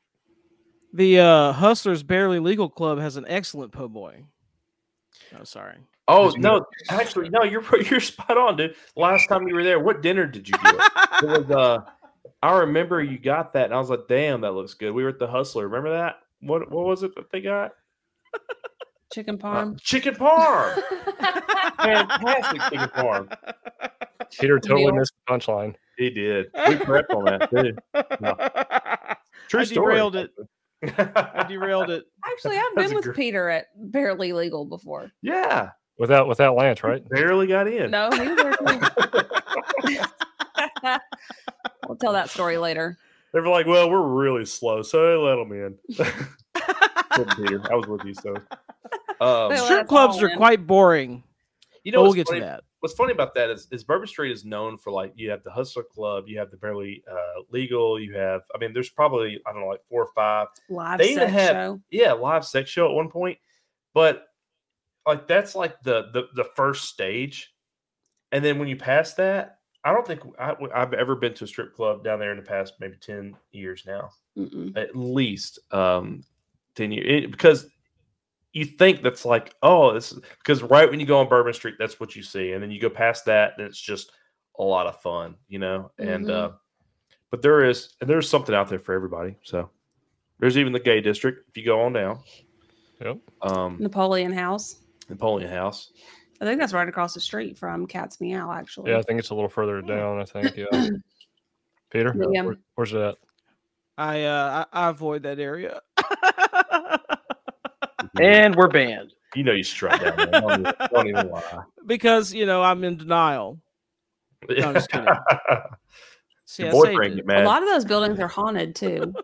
Speaker 5: the uh Hustlers Barely Legal Club has an excellent po' boy. Oh, sorry.
Speaker 4: Oh
Speaker 3: Did you-
Speaker 4: no, actually, no, you're you're spot on, dude. Last time you were there, what dinner did you get? it was uh, I remember you got that, and I was like, damn, that looks good. We were at the Hustler. Remember that? What what was it that they got?
Speaker 6: Chicken
Speaker 4: Uh,
Speaker 6: parm.
Speaker 4: chicken parm. Fantastic chicken parm.
Speaker 3: Peter totally
Speaker 6: Deal.
Speaker 3: missed the punchline.
Speaker 4: He did. We prepped on that too. No. True
Speaker 5: I
Speaker 4: story.
Speaker 5: derailed it. I derailed it.
Speaker 6: Actually, I've
Speaker 4: That's
Speaker 6: been
Speaker 4: a
Speaker 6: with
Speaker 4: gr-
Speaker 6: Peter at Barely Legal before.
Speaker 4: yeah,
Speaker 3: Without without Lance, right?
Speaker 4: barely got in.
Speaker 6: No, he was there too. we'll tell that story later.
Speaker 4: They were like, "Well, we're really slow, so they let them in." Good Peter, I was with you, so.
Speaker 6: Well,
Speaker 4: Um,
Speaker 5: Strip
Speaker 6: that's
Speaker 5: clubs
Speaker 6: all
Speaker 5: are
Speaker 6: in.
Speaker 5: quite boring.
Speaker 4: you
Speaker 5: but
Speaker 4: know,
Speaker 5: we'll
Speaker 4: what's
Speaker 5: get
Speaker 4: funny,
Speaker 5: to that.
Speaker 4: what's funny about that is, is Bourbon Street is known for like you have the Hustler Club, you have the Barely uh, Legal, you have I mean, there's probably I don't know like four or five
Speaker 6: Live
Speaker 4: They even
Speaker 6: sex
Speaker 4: had-
Speaker 6: show.
Speaker 4: yeah, live sex show at one point, but like that's like the the, the first stage, and then when you pass that, I don't think I, have ever been to a strip club down there in the past maybe ten years now,
Speaker 6: Mm-mm.
Speaker 4: at least um ten years it, because you think that's like oh this is because right when you go on Bourbon Street that's what you see, and then you go past that and it's just a lot of fun, you know, and uh,
Speaker 5: Mm-hmm.
Speaker 6: Mhm.
Speaker 4: but there is and there's something out there for everybody, so. There's even the gay district if you go on down
Speaker 5: Mm.
Speaker 4: um
Speaker 6: Napoleon House.
Speaker 4: Napoleon House.
Speaker 6: I think that's right across the street from Cat's Meow, actually.
Speaker 3: Yeah, I think it's a little further down. I think. Yeah. Peter,
Speaker 6: Yeah.
Speaker 3: where- where's that?
Speaker 5: I uh I, I avoid that area. Eh.
Speaker 7: And we're banned.
Speaker 4: You know you struck down. there. Don't even- don't even lie.
Speaker 5: because you know I'm in denial. I'm just kidding. See,
Speaker 4: Your
Speaker 5: I saved
Speaker 4: boyfriend
Speaker 5: it.
Speaker 4: get
Speaker 6: A
Speaker 4: mad.
Speaker 6: lot of those buildings are haunted too.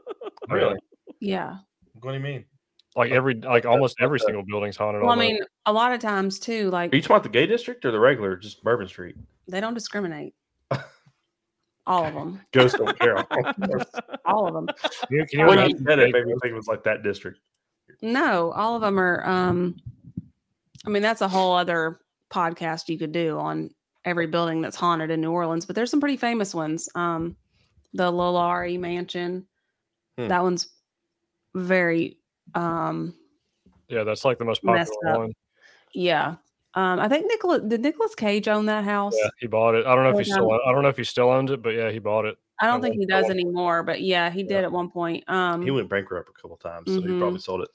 Speaker 4: Really?
Speaker 6: Yeah.
Speaker 4: What do you mean?
Speaker 3: Like every, like almost every
Speaker 4: okay.
Speaker 3: single building's haunted.
Speaker 6: Well, I
Speaker 3: almost.
Speaker 6: mean, a lot of times too, like
Speaker 4: Are you talking about the gay district or the regular, just Bourbon Street?
Speaker 6: they don't discriminate. All of them.
Speaker 4: Ghost don't care.
Speaker 6: All of them.
Speaker 3: Can you- can you
Speaker 4: when you
Speaker 3: imagine
Speaker 4: said
Speaker 3: gay
Speaker 4: it, maybe you think it was like that district.
Speaker 6: No, all of them are. Um, I mean, that's a whole other podcast you could do on every building that's haunted in New Orleans, but there's some pretty famous ones. Um, the Lolari Mansion,
Speaker 4: Hmm.
Speaker 6: that one's very, um,
Speaker 3: Yeah, that's like the most
Speaker 6: Messed
Speaker 3: popular
Speaker 6: up.
Speaker 3: one.
Speaker 6: yeah. Um, I think Nicholas did Nicholas Cage own that house.
Speaker 3: Yeah, he bought it. I don't know if
Speaker 6: Well
Speaker 3: he still. I don't know if he still owns it, but yeah, he bought it.
Speaker 6: I
Speaker 3: I
Speaker 6: don't think
Speaker 3: won't-
Speaker 6: he
Speaker 3: I
Speaker 6: does
Speaker 3: won't-
Speaker 6: anymore, but yeah, he did at one point. Um,
Speaker 4: He went bankrupt a couple times, so he
Speaker 6: Mhm.
Speaker 4: probably sold it.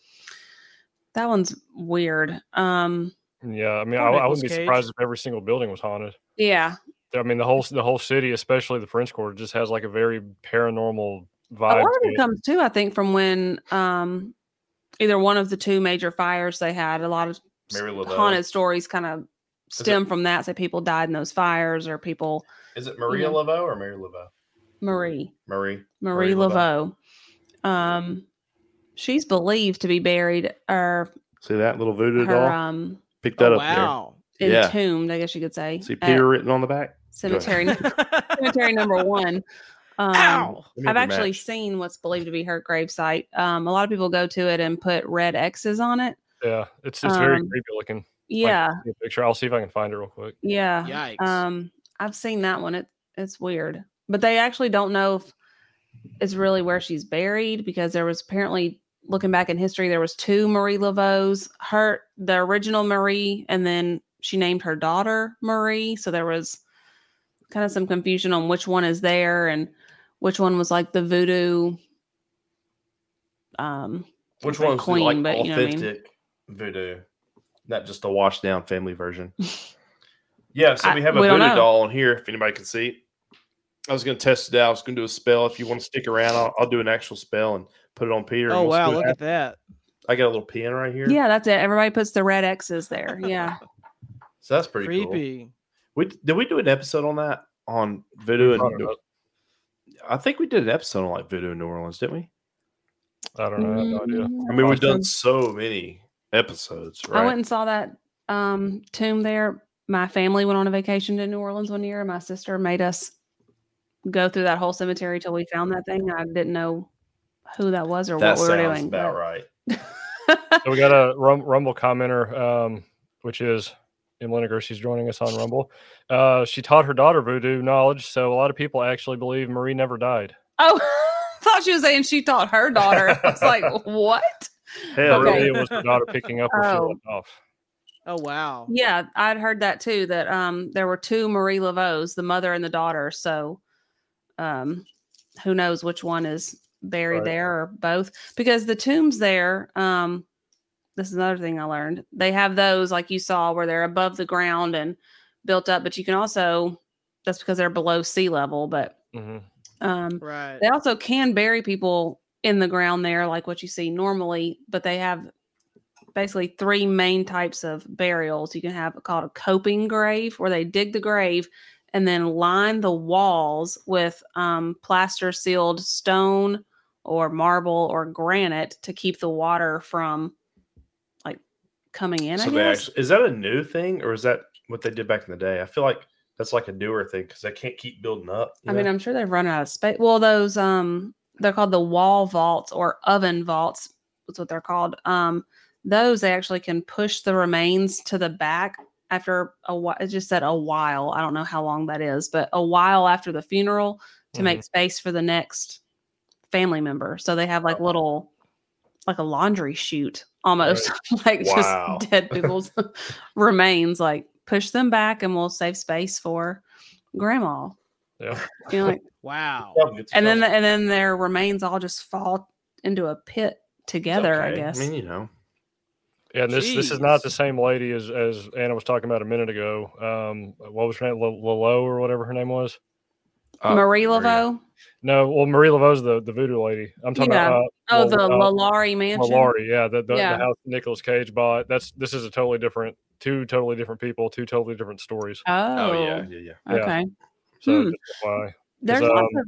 Speaker 6: that one's weird. Um,
Speaker 3: Yeah, I mean,
Speaker 5: Oh,
Speaker 3: I, I
Speaker 5: Nicolas
Speaker 3: wouldn't be
Speaker 5: Cage.
Speaker 3: surprised if every single building was haunted.
Speaker 6: yeah,
Speaker 3: I mean, the whole the whole city, especially the French Quarter, just has like a very paranormal
Speaker 6: A
Speaker 3: vibe.
Speaker 6: lot of
Speaker 3: to
Speaker 6: it
Speaker 3: it.
Speaker 6: comes too, I think, from when um, either one of the two major fires they had. A lot of s-
Speaker 4: Mary Lovell.
Speaker 6: haunted stories kind of
Speaker 4: it-
Speaker 6: stem from that. Say people died in those fires, or people
Speaker 4: Is it Maria
Speaker 6: Mhm.
Speaker 4: Laveau or Mary Laveau?
Speaker 6: Marie
Speaker 4: Marie. Marie
Speaker 6: Marie, Laveau. Um, she's believed to be buried or
Speaker 4: See that little voodoo
Speaker 6: her um,
Speaker 4: Pick
Speaker 5: Oh, wow.
Speaker 4: Yeah.
Speaker 6: entombed, I guess you could say. at
Speaker 4: written on the back.
Speaker 6: cemetery cemetery number one.
Speaker 5: Oh,
Speaker 6: Um,
Speaker 5: Ow.
Speaker 6: I've actually seen what's believed to be her gravesite. Um, a lot of people go to it and put red X's on it.
Speaker 3: Yeah, it's it's very
Speaker 6: Um,
Speaker 3: creepy looking. Like,
Speaker 6: Yeah,
Speaker 3: give me a picture. I'll see if I can find it real quick.
Speaker 6: yeah.
Speaker 5: Yikes.
Speaker 6: Um, I've seen that one. It it's weird, but they actually don't know if it's really where she's buried because there was apparently looking back in history there was two Marie Laveau's. Her the original Marie, and then she named her daughter Marie. So there was kind of some confusion on which one is there and which one was like the voodoo. Um,
Speaker 4: Which
Speaker 6: like
Speaker 4: one's the,
Speaker 6: queen,
Speaker 4: like
Speaker 6: but you know what I mean.
Speaker 4: authentic voodoo, not just the washed down family version? yeah, so
Speaker 6: I-
Speaker 4: we have a
Speaker 6: we don't
Speaker 4: voodoo
Speaker 6: know.
Speaker 4: doll on here. If anybody can see, it. I was going to test it out. I was going to do a spell. If you want to stick around, I'll, I'll do an actual spell and put it on Peter. and
Speaker 5: oh
Speaker 4: we'll see
Speaker 5: wow,
Speaker 4: what
Speaker 5: look
Speaker 4: happens.
Speaker 5: at that.
Speaker 4: I got a little pin right here.
Speaker 6: yeah, that's it. Everybody puts the red X's there. Yeah.
Speaker 4: so that's pretty cool.
Speaker 5: Creepy.
Speaker 4: We did we do an episode on that on voodoo
Speaker 3: Probably
Speaker 4: and
Speaker 3: not.
Speaker 4: I think we did an episode on like voodoo in New Orleans, didn't we?
Speaker 3: I don't know. I have no
Speaker 6: Mm-hmm.
Speaker 3: idea.
Speaker 4: I mean, we've
Speaker 6: Awesome.
Speaker 4: done so many episodes,
Speaker 6: I
Speaker 4: right?
Speaker 6: went and saw that um, tomb there. My family went on a vacation to New Orleans one year, and my sister made us go through that whole cemetery till we found that thing. I didn't know who that was or
Speaker 4: that
Speaker 6: what we were
Speaker 4: sounds
Speaker 6: doing.
Speaker 4: about right.
Speaker 3: So we got a rum, Rumble commenter, um, which is Emily She's joining us on Rumble. Uh, she taught her daughter voodoo knowledge, so a lot of people actually believe Marie never died.
Speaker 6: oh, I thought she was saying she taught her daughter. I was like, what?
Speaker 4: Hell,
Speaker 3: But
Speaker 6: Okay.
Speaker 3: really, it was her daughter picking up where
Speaker 6: Oh.
Speaker 3: she left off.
Speaker 5: Oh wow.
Speaker 6: Yeah, I'd heard that too. That um, there were two Marie Laveau's, the mother and the daughter. So, um, who knows which one is buried
Speaker 3: Right.
Speaker 6: there or both? Because the tombs there, um, this is another thing I learned. They have those like you saw where they're above the ground and built up, but you can also that's because they're below sea level. But
Speaker 3: hmm
Speaker 6: um,
Speaker 5: Right.
Speaker 6: they also can bury people in the ground there, like what you see normally, but they have basically three main types of burials. You can have called a coping grave, where they dig the grave and then line the walls with um, plaster sealed stone or marble or granite to keep the water from like coming in. I
Speaker 4: So they
Speaker 6: guess.
Speaker 4: actually, is that a new thing or is that what they did back in the day? I feel like that's like a newer thing because they can't keep building up. you
Speaker 6: I mean,
Speaker 4: know?
Speaker 6: I'm sure they've run out of space. Well, those um, they're called the wall vaults or oven vaults. That's what they're called. Um, those they actually can push the remains to the back after a while. It just said a while. I don't know how long that is, but a while after the funeral to make space for the next family member. So they have like little, like a laundry chute almost, like
Speaker 4: Wow.
Speaker 6: just dead people's remains. Like push them back, and we'll save space for grandma.
Speaker 3: Mm-hmm. Yeah.
Speaker 6: You know, like
Speaker 5: Wow.
Speaker 4: Yeah, good
Speaker 6: and then
Speaker 4: stuff.
Speaker 6: and then their remains all just fall into a pit
Speaker 4: It's
Speaker 6: together i
Speaker 4: okay.
Speaker 6: guess
Speaker 4: I mean, you know,
Speaker 3: Yeah, and this this is not the
Speaker 5: Jeez.
Speaker 3: same lady as as Anna was talking about a minute ago. Um, what was her name? L- Lalo or whatever her name was.
Speaker 4: Uh, Maria.
Speaker 6: marie laveau
Speaker 3: No, well, Marie Laveau's the the voodoo lady. I'm talking
Speaker 6: Yeah.
Speaker 3: about uh,
Speaker 6: oh the
Speaker 3: Lal- uh,
Speaker 6: lalari mansion
Speaker 3: Malari. Yeah, the, the,
Speaker 6: Yeah.
Speaker 3: the house Nicholas Cage bought. That's this is a totally different, two totally different people, two totally different stories.
Speaker 6: oh,
Speaker 4: Oh, yeah, yeah, yeah.
Speaker 3: yeah.
Speaker 6: okay
Speaker 3: So
Speaker 6: Hmm.
Speaker 3: why
Speaker 6: there's
Speaker 3: um,
Speaker 6: lots of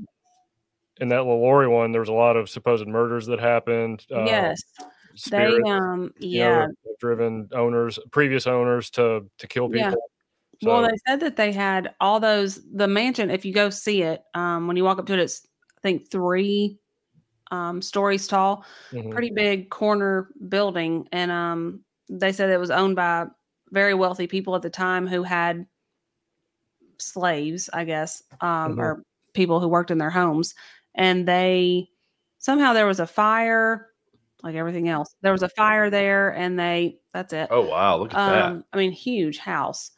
Speaker 3: in that Lalori one, there was a lot of supposed murders that happened. Uh,
Speaker 6: yes they
Speaker 3: spirits,
Speaker 6: um
Speaker 3: you know,
Speaker 6: yeah
Speaker 3: that driven owners, previous owners to to kill people.
Speaker 6: Yeah.
Speaker 3: So,
Speaker 6: well, they said that they had all those the mansion. If you go see it, um, when you walk up to it, it's I think three um, stories tall,
Speaker 4: Mm.
Speaker 3: mhm.
Speaker 6: pretty big corner building, and um, they said it was owned by very wealthy people at the time who had slaves, I guess, um,
Speaker 4: Mm-hmm.
Speaker 3: Mhm.
Speaker 6: or people who worked in their homes, and they somehow there was a fire, like everything else. There was a fire there, and they that's it
Speaker 4: Oh wow, look at that.
Speaker 6: um, I mean, huge house.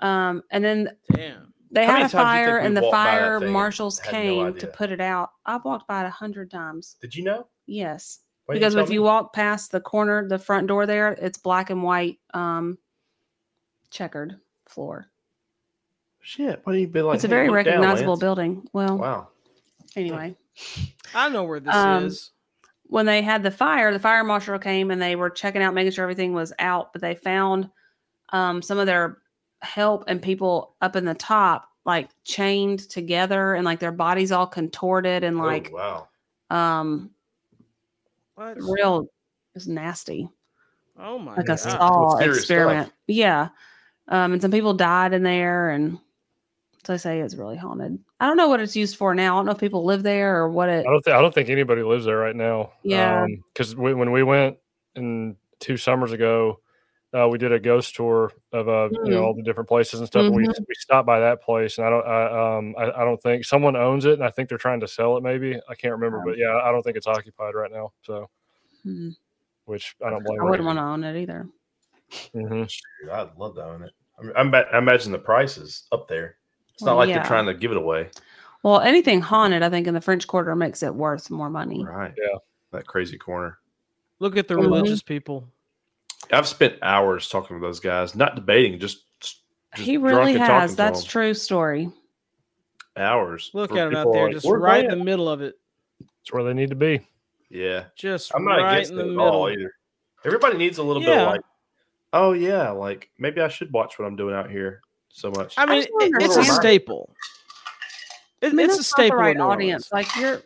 Speaker 6: Um, and then
Speaker 5: Damn.
Speaker 6: they
Speaker 4: How
Speaker 6: had
Speaker 4: many
Speaker 6: a
Speaker 4: times do you
Speaker 6: fire,
Speaker 4: think we
Speaker 6: and the
Speaker 4: walked by that
Speaker 6: fire
Speaker 4: thing and
Speaker 6: marshals
Speaker 4: had no
Speaker 6: came to
Speaker 4: idea?
Speaker 6: put it out. I've walked by it a hundred times.
Speaker 4: Did you know?
Speaker 6: Yes,
Speaker 4: Why didn't
Speaker 6: because
Speaker 4: tell
Speaker 6: if
Speaker 4: me?
Speaker 6: you walk past the corner, the front door there, it's black and white, um, checkered floor.
Speaker 4: shit, why do you be like?
Speaker 6: it's a
Speaker 4: "Hey,
Speaker 6: very
Speaker 4: Oh, look down,
Speaker 6: recognizable
Speaker 4: Lance."
Speaker 6: building. Well,
Speaker 4: Wow.
Speaker 6: anyway,
Speaker 5: I know where this
Speaker 6: Um,
Speaker 5: is.
Speaker 6: when they had the fire, the fire marshal came and they were checking out, making sure everything was out. But they found um, some of their help and people up in the top, like chained together and like their bodies all contorted and
Speaker 4: Oh,
Speaker 6: like
Speaker 4: wow.
Speaker 6: um,
Speaker 5: What?
Speaker 6: real, it's nasty,
Speaker 5: Oh my
Speaker 6: like a
Speaker 5: god.
Speaker 6: saw
Speaker 4: serious
Speaker 6: experiment.
Speaker 4: stuff.
Speaker 6: Yeah, um, and some people died in there, and so they say it's really haunted. I don't know what it's used for now. I don't know if people live there or what it.
Speaker 3: I don't think I don't think anybody lives there right now.
Speaker 6: Yeah.
Speaker 3: because we, when we went in two summers ago, uh, we did a ghost tour of uh, you
Speaker 6: Hmm.
Speaker 3: know all the different places and stuff. and We
Speaker 6: Mm-hmm.
Speaker 3: we stopped by that place, and I don't I, um I, I don't think someone owns it, and I think they're trying to sell it. Maybe I can't remember, but yeah, I don't think it's occupied right now. So
Speaker 6: Hmm.
Speaker 3: which I don't blame.
Speaker 6: I wouldn't want to own it either.
Speaker 3: hmm
Speaker 4: Dude, I'd love to own it. I, mean, I'm ba- I imagine the price is up there. It's not
Speaker 6: Well,
Speaker 4: like
Speaker 6: yeah.
Speaker 4: they're trying to give it away,
Speaker 6: Well, anything haunted, I think, in the French Quarter makes it worth more money.
Speaker 4: right?
Speaker 3: Yeah.
Speaker 4: That crazy corner.
Speaker 5: Look at the
Speaker 6: Mhm.
Speaker 5: religious people.
Speaker 4: I've spent hours talking to those guys, not debating, just, just
Speaker 6: He
Speaker 4: drunk
Speaker 6: really
Speaker 4: and talking
Speaker 6: has.
Speaker 4: to
Speaker 6: That's
Speaker 4: them.
Speaker 6: true story.
Speaker 4: Hours.
Speaker 5: Look
Speaker 4: for
Speaker 5: at them out
Speaker 4: people
Speaker 5: there,
Speaker 4: like,
Speaker 5: just
Speaker 4: "We're
Speaker 5: right in
Speaker 4: going."
Speaker 5: the middle of it.
Speaker 3: It's where they need to be.
Speaker 4: Yeah,
Speaker 5: Just
Speaker 4: I'm not
Speaker 5: right
Speaker 4: against
Speaker 5: in
Speaker 4: it
Speaker 5: the
Speaker 4: at
Speaker 5: middle.
Speaker 4: all either. Everybody needs a little bit
Speaker 5: Yeah.
Speaker 4: of like, oh yeah, like maybe I should watch what I'm doing out here so much.
Speaker 5: I mean,
Speaker 6: just
Speaker 5: it-
Speaker 6: wonder
Speaker 5: it's a
Speaker 4: why-
Speaker 5: staple. It-
Speaker 6: I mean,
Speaker 5: it's a
Speaker 6: that's not the
Speaker 5: staple
Speaker 6: right
Speaker 5: in New Orleans.
Speaker 6: audience. Like you're.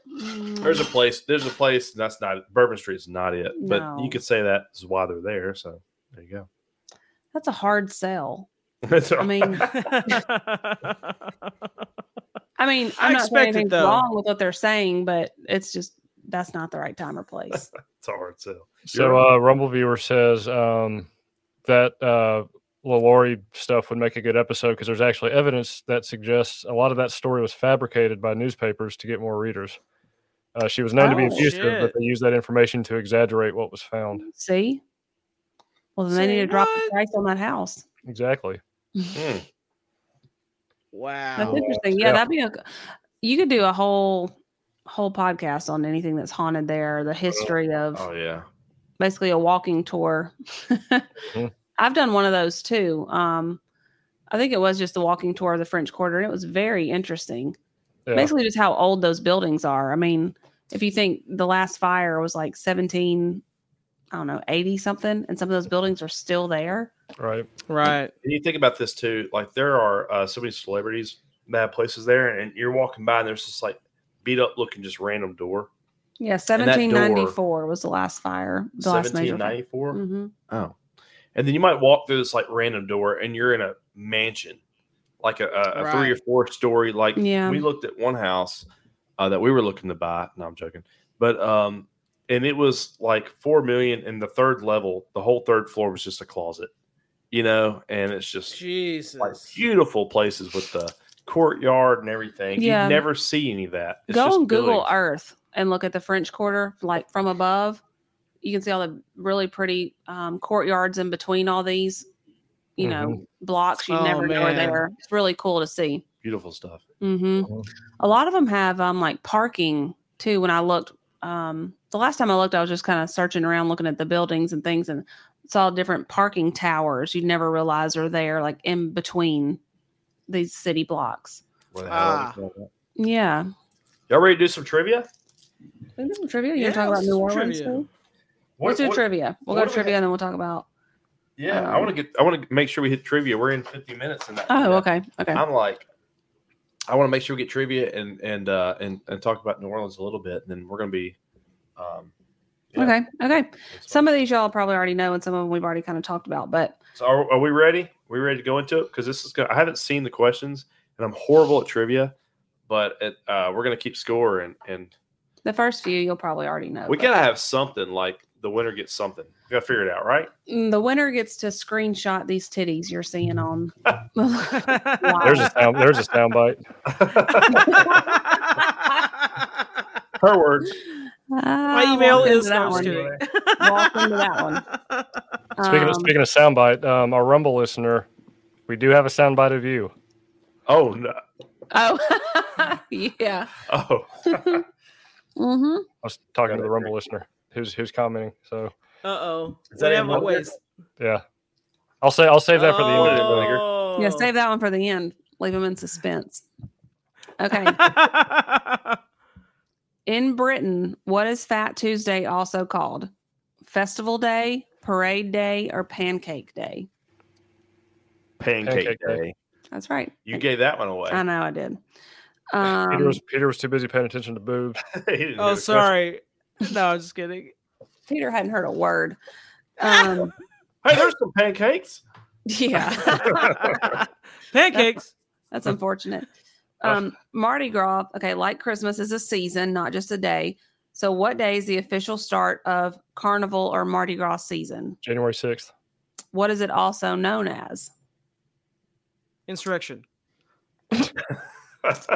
Speaker 4: There's a
Speaker 6: mm,
Speaker 4: place. There's a place, and that's not Bourbon Street's not it. But
Speaker 6: No.
Speaker 4: you could say that is why they're there. So there you go.
Speaker 6: that's a hard sell.
Speaker 4: That's all
Speaker 6: I mean, I mean,
Speaker 5: I
Speaker 6: I'm not
Speaker 5: expect
Speaker 6: saying
Speaker 5: it,
Speaker 6: anything's
Speaker 5: though.
Speaker 6: wrong with what they're saying, but it's just that's not the right time or place.
Speaker 4: it's a hard sell.
Speaker 3: So uh, Rumble Viewer says um, that uh, Lalori stuff would make a good episode because there's actually evidence that suggests a lot of that story was fabricated by newspapers to get more readers. Uh, she was known to be
Speaker 6: Oh,
Speaker 3: abusive, but
Speaker 5: shit.
Speaker 3: they used that information to exaggerate what was found.
Speaker 6: See. Well, then they need
Speaker 5: See,
Speaker 6: to drop the
Speaker 5: what?
Speaker 6: price on that house.
Speaker 3: Exactly.
Speaker 4: Hmm.
Speaker 6: That's
Speaker 5: wow.
Speaker 6: interesting. Yeah,
Speaker 3: yeah.
Speaker 6: that'd be a. You could do a whole whole podcast on anything that's haunted there, the history of
Speaker 4: Oh yeah. Mm-hmm.
Speaker 6: basically a walking tour. I've done one of those too. Um, I think it was just the walking tour of the French Quarter, and it was very interesting.
Speaker 3: Yeah.
Speaker 6: Basically, just how old those buildings are. I mean, if you think the last fire was like 17, I don't know, 80 something, and some of those buildings are still there.
Speaker 3: Right.
Speaker 5: Right.
Speaker 4: And you think about this too, like there are uh, so many celebrities that have places there, and you're walking by and there's this like beat up looking just random door.
Speaker 6: Yeah,
Speaker 4: that door-
Speaker 6: 1794 was the last fire, the last major.
Speaker 4: Seventeen
Speaker 6: fire.
Speaker 4: ninety four.
Speaker 6: Mhm.
Speaker 4: Oh. And then you might walk through this like random door and you're in a mansion, like a, a, a three or
Speaker 5: Right.
Speaker 4: four story. Like
Speaker 6: Yeah.
Speaker 4: we looked at one house uh, that we were looking to buy. No, I'm joking. But, um, and it was like four million and the third level, the whole third floor was just a closet, you know, and it's just
Speaker 5: Jesus.
Speaker 4: like beautiful places with the courtyard and everything.
Speaker 6: Yeah.
Speaker 4: You never see any of that. It's
Speaker 6: Go
Speaker 4: just
Speaker 6: on Google
Speaker 4: buildings.
Speaker 6: Earth and look at the French Quarter, like from above. You can see all the really pretty um, courtyards in between all these, you
Speaker 4: Mm-hmm.
Speaker 6: know, blocks. You
Speaker 5: Oh,
Speaker 6: never know are
Speaker 5: man.
Speaker 6: there. It's really cool to see.
Speaker 4: beautiful stuff.
Speaker 6: hmm
Speaker 4: Uh-huh.
Speaker 3: Mhm.
Speaker 6: A lot of them have um like parking too. When I looked, um, the last time I looked, I was just kind of searching around, looking at the buildings and things, and saw different parking towers you'd never realize are there, like in between these city blocks.
Speaker 4: What the hell are we
Speaker 5: Ah.
Speaker 4: talking about?
Speaker 6: Yeah.
Speaker 4: Y'all ready to do some trivia?
Speaker 6: Isn't there some trivia? You're
Speaker 5: Yeah,
Speaker 6: talking about
Speaker 5: let's
Speaker 6: New
Speaker 5: do
Speaker 6: Orleans.
Speaker 5: trivia.
Speaker 6: too?
Speaker 4: What-
Speaker 6: let's do
Speaker 4: what-
Speaker 6: trivia. We'll
Speaker 4: what
Speaker 6: go
Speaker 4: do
Speaker 6: to
Speaker 4: we
Speaker 6: trivia
Speaker 4: have?
Speaker 6: and then we'll talk about.
Speaker 4: Yeah, I
Speaker 6: Um,
Speaker 4: want to get. I want to make sure we hit trivia. We're in 50 minutes, and that,
Speaker 6: Oh, okay, okay.
Speaker 4: I'm like, I want to make sure we get trivia and and uh, and and talk about New Orleans a little bit, and then we're gonna be. Um, yeah,
Speaker 6: Okay, okay.
Speaker 4: that's
Speaker 6: Some
Speaker 4: fine.
Speaker 6: of these y'all probably already know, and some of them we've already kind of talked about. But
Speaker 4: So are, are we ready? We ready to go into it? Because this is. Gonna, I haven't seen the questions, and I'm horrible at trivia, but it, uh, we're gonna keep score, and and
Speaker 6: the first few you'll probably already know.
Speaker 4: we
Speaker 6: but-
Speaker 4: gotta have something like the winner gets something. We gotta figure it out, right?
Speaker 6: Mm, The winner gets to screenshot these titties you're seeing on.
Speaker 3: There's a sound. There's a sound bite.
Speaker 4: Her words.
Speaker 5: My email is
Speaker 6: Oh, that
Speaker 5: no,
Speaker 6: one.
Speaker 5: I'm just kidding.
Speaker 6: Walk into that one.
Speaker 3: Speaking
Speaker 6: Um,
Speaker 3: of speaking of sound bite, um, our Rumble listener, we do have a sound bite of you.
Speaker 4: Oh no.
Speaker 6: oh, yeah.
Speaker 4: Oh.
Speaker 6: hmm
Speaker 3: I was talking to
Speaker 4: Got
Speaker 3: the
Speaker 4: it.
Speaker 3: Rumble listener who's who's commenting. So
Speaker 5: Uh oh.
Speaker 4: Is that
Speaker 5: we
Speaker 4: in
Speaker 5: have
Speaker 4: Mobile?
Speaker 5: always.
Speaker 3: yeah, I'll say I'll save that for the end.
Speaker 4: Oh.
Speaker 6: Yeah, save that one for the end. Leave them in suspense.
Speaker 5: Oh,
Speaker 6: Okay.
Speaker 5: that.
Speaker 6: in Britain, what is Fat Tuesday also called? Festival Day, Parade Day, or Pancake Day?
Speaker 4: Pancake,
Speaker 3: Pancake
Speaker 4: day.
Speaker 3: Day.
Speaker 6: That's right.
Speaker 4: You gave that one away.
Speaker 6: I know I did.
Speaker 3: Peter
Speaker 6: Um,
Speaker 3: was Peter was too busy paying attention to boobs.
Speaker 4: He didn't
Speaker 5: oh,
Speaker 4: do it.
Speaker 5: sorry. No, I'm just kidding.
Speaker 6: Peter hadn't heard a word. Um,
Speaker 4: Hey, there's some pancakes.
Speaker 6: yeah.
Speaker 5: Pancakes.
Speaker 6: That's unfortunate.
Speaker 4: Ugh.
Speaker 6: Um, Mardi Gras, okay, like Christmas is a season, not just a day. So, what day is the official start of Carnival or Mardi Gras season?
Speaker 3: January sixth.
Speaker 6: What is it also known as?
Speaker 5: Insurrection.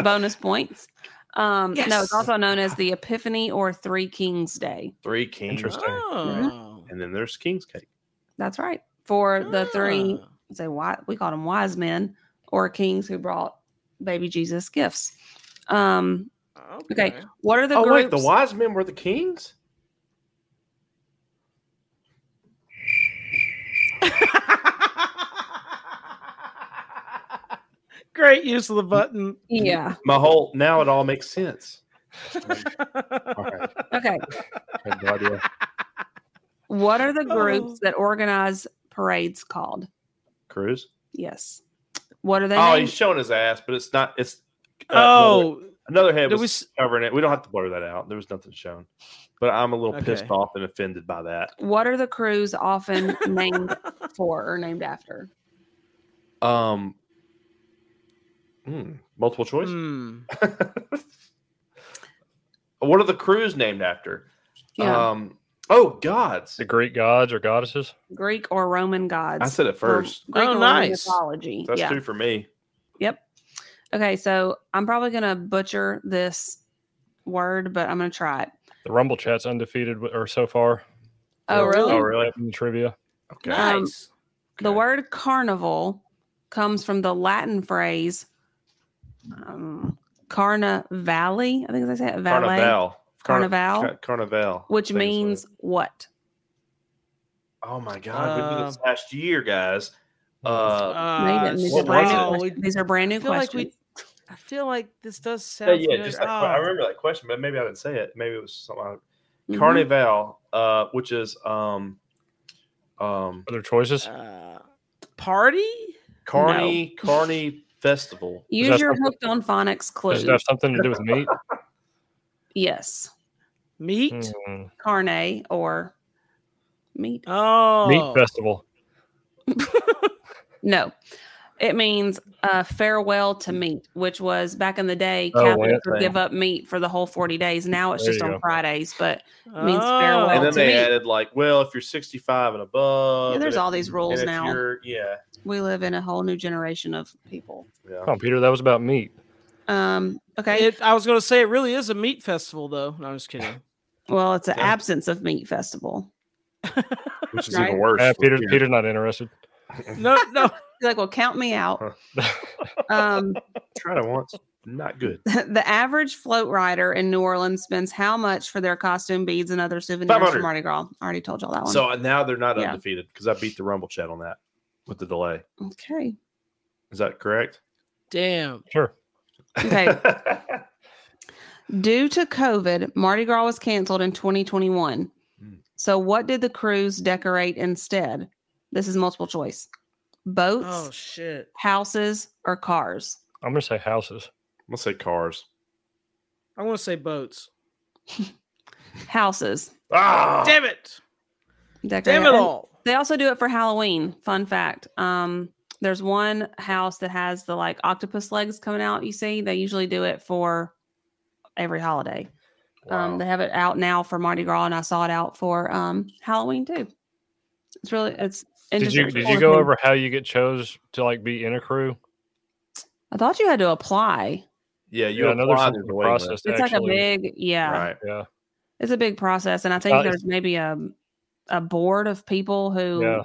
Speaker 6: Bonus points. Um, No,
Speaker 5: Yes.
Speaker 6: it's also known as the Epiphany or Three Kings Day.
Speaker 4: Three kings.
Speaker 3: Interesting.
Speaker 5: Oh.
Speaker 4: And then there's king's cake.
Speaker 6: That's right. For the three,
Speaker 5: Ah.
Speaker 6: say, why we call them wise men or kings who brought baby Jesus gifts. Um,
Speaker 5: Okay.
Speaker 6: okay. What are the
Speaker 4: oh,
Speaker 6: groups?
Speaker 4: wait. The wise men were the kings?
Speaker 5: Great use of the button.
Speaker 6: yeah.
Speaker 4: My whole. Now it all makes sense. Uh,
Speaker 6: Okay.
Speaker 4: I had no idea.
Speaker 6: What are the groups
Speaker 5: Oh.
Speaker 6: that organize parades called?
Speaker 4: Cruz.
Speaker 6: Yes. What are they?
Speaker 4: Oh,
Speaker 6: named?
Speaker 4: he's showing his ass, but it's not. It's. uh,
Speaker 5: oh,
Speaker 4: Another, another head
Speaker 5: there
Speaker 4: was,
Speaker 5: was-
Speaker 4: covering it. We don't have to blur that out. There was nothing shown. But I'm a little pissed
Speaker 5: Okay.
Speaker 4: off and offended by that.
Speaker 6: what are the crews often named for or named after?
Speaker 4: Um. hmm, multiple choice.
Speaker 5: hmm.
Speaker 4: What are the crews named after?
Speaker 6: Yeah.
Speaker 4: Um. Oh, gods.
Speaker 3: The Greek gods or goddesses.
Speaker 6: Greek or Roman gods.
Speaker 4: I said it
Speaker 6: or
Speaker 4: first.
Speaker 6: Greek
Speaker 5: Oh,
Speaker 6: or Roman
Speaker 5: nice.
Speaker 6: mythology.
Speaker 4: That's
Speaker 6: yeah.
Speaker 4: two for me.
Speaker 6: Yep. Okay, so I'm probably gonna butcher this word, but I'm gonna try it.
Speaker 3: The Rumble chat's undefeated w- or so far.
Speaker 6: Oh, really?
Speaker 4: Oh, really?
Speaker 3: In the trivia.
Speaker 6: Um,
Speaker 4: Okay.
Speaker 5: Nice.
Speaker 6: The
Speaker 4: Okay.
Speaker 6: word carnival comes from the Latin phrase um, carna valley. I think they say it, valet,
Speaker 4: Carnival. Carni-
Speaker 6: Carnival?
Speaker 4: Ca- Carnival. I
Speaker 6: which
Speaker 4: think it's
Speaker 6: means what? uh,
Speaker 4: what it- oh my god, we did this last year, guys.
Speaker 6: Hmm.
Speaker 4: Uh,
Speaker 5: Uh,
Speaker 6: these,
Speaker 4: what was it?
Speaker 5: so
Speaker 6: are brand new
Speaker 5: we-
Speaker 6: questions. These are brand new
Speaker 5: feel like
Speaker 6: questions.
Speaker 5: we- I feel like this does
Speaker 6: Oh,
Speaker 4: Uh, yeah,
Speaker 5: sound. Oh,
Speaker 4: yeah, just that, que- I
Speaker 5: familiar.
Speaker 4: remember that question, but maybe I didn't say it. Maybe it was something. I,
Speaker 6: Mhm.
Speaker 4: Carnival, uh, which is um, um,
Speaker 3: Other choices?
Speaker 5: Oh. Uh, party.
Speaker 4: Carney Carney Festival.
Speaker 6: Use
Speaker 3: that's
Speaker 6: your
Speaker 3: something-
Speaker 6: hooked on phonics clue.
Speaker 3: Does it have something to do with meat?
Speaker 6: Yes,
Speaker 5: Meat.
Speaker 3: Hmm.
Speaker 6: carne or meat.
Speaker 5: Oh.
Speaker 3: Meat festival.
Speaker 6: No, it means uh, farewell
Speaker 5: Hmm.
Speaker 6: to meat, which was back in the day.
Speaker 3: Oh,
Speaker 6: Catholics
Speaker 4: yeah.
Speaker 6: would give up meat for the whole forty days. Now it's
Speaker 3: There
Speaker 6: just
Speaker 3: you
Speaker 6: on
Speaker 3: go.
Speaker 6: Fridays, but
Speaker 5: oh.
Speaker 6: means
Speaker 4: And
Speaker 6: farewell. Well,
Speaker 4: then
Speaker 6: to
Speaker 4: they
Speaker 6: me-
Speaker 4: added like, well, if you're 65 and above,
Speaker 6: yeah, there's
Speaker 4: and
Speaker 6: all these
Speaker 4: if-
Speaker 6: rules
Speaker 4: and if
Speaker 6: now.
Speaker 4: you're- yeah,
Speaker 6: We live in a whole new generation of people.
Speaker 4: yeah.
Speaker 3: Come on, Peter. That was about meat.
Speaker 6: Um, okay,
Speaker 5: It, I was gonna say it really is a meat festival, though. No, I'm just kidding.
Speaker 6: well, it's an
Speaker 4: Okay.
Speaker 6: absence of meat festival.
Speaker 4: which is
Speaker 6: Right.
Speaker 4: even worse.
Speaker 3: Eh,
Speaker 4: with
Speaker 3: Peter, Peter's not interested.
Speaker 5: No, no.
Speaker 6: You're like, well, count me out. Um,
Speaker 4: tried it once, not good.
Speaker 6: the average float rider in New Orleans spends how much for their costume beads and other souvenirs for
Speaker 4: 500.
Speaker 6: Mardi Gras? I already told y'all that one.
Speaker 4: So uh, now they're not
Speaker 6: Yeah.
Speaker 4: undefeated because I beat the Rumble chat on that with the delay.
Speaker 6: okay,
Speaker 4: Is that correct?
Speaker 5: Damn.
Speaker 3: Sure.
Speaker 6: okay. Due to COVID, Mardi Gras was canceled in 2021.
Speaker 5: Hmm.
Speaker 4: Mm.
Speaker 6: So, what did the crews decorate instead? This is multiple choice boats,
Speaker 5: Oh shit.
Speaker 6: houses, or cars?
Speaker 3: I'm gonna say houses.
Speaker 4: Let's say cars.
Speaker 5: I'm gonna say boats.
Speaker 6: Houses.
Speaker 4: Ah,
Speaker 5: Damn it.
Speaker 6: Decorate.
Speaker 5: Damn it all.
Speaker 6: They also do it for Halloween. Fun fact. Um, there's one house that has the like octopus legs coming out. You see, they usually do it for every holiday. Um, they have it out now for Mardi Gras, and I saw it out for um, Halloween too. It's really it's.
Speaker 3: Did
Speaker 6: interesting.
Speaker 3: you
Speaker 6: It's
Speaker 3: did
Speaker 6: cool
Speaker 3: you
Speaker 6: to
Speaker 3: go
Speaker 6: me.
Speaker 3: over how you get chose to like be in a crew?
Speaker 6: I thought you had to apply.
Speaker 4: yeah, you
Speaker 3: Yeah, I know there's
Speaker 4: applied
Speaker 3: some
Speaker 4: to the waiting list.
Speaker 3: process. to
Speaker 6: It's like a
Speaker 3: actually-
Speaker 6: big, yeah,
Speaker 4: right?
Speaker 3: Yeah,
Speaker 6: it's a big process, and I think
Speaker 3: Uh, it's-
Speaker 6: there's maybe a a board of people who,
Speaker 3: yeah.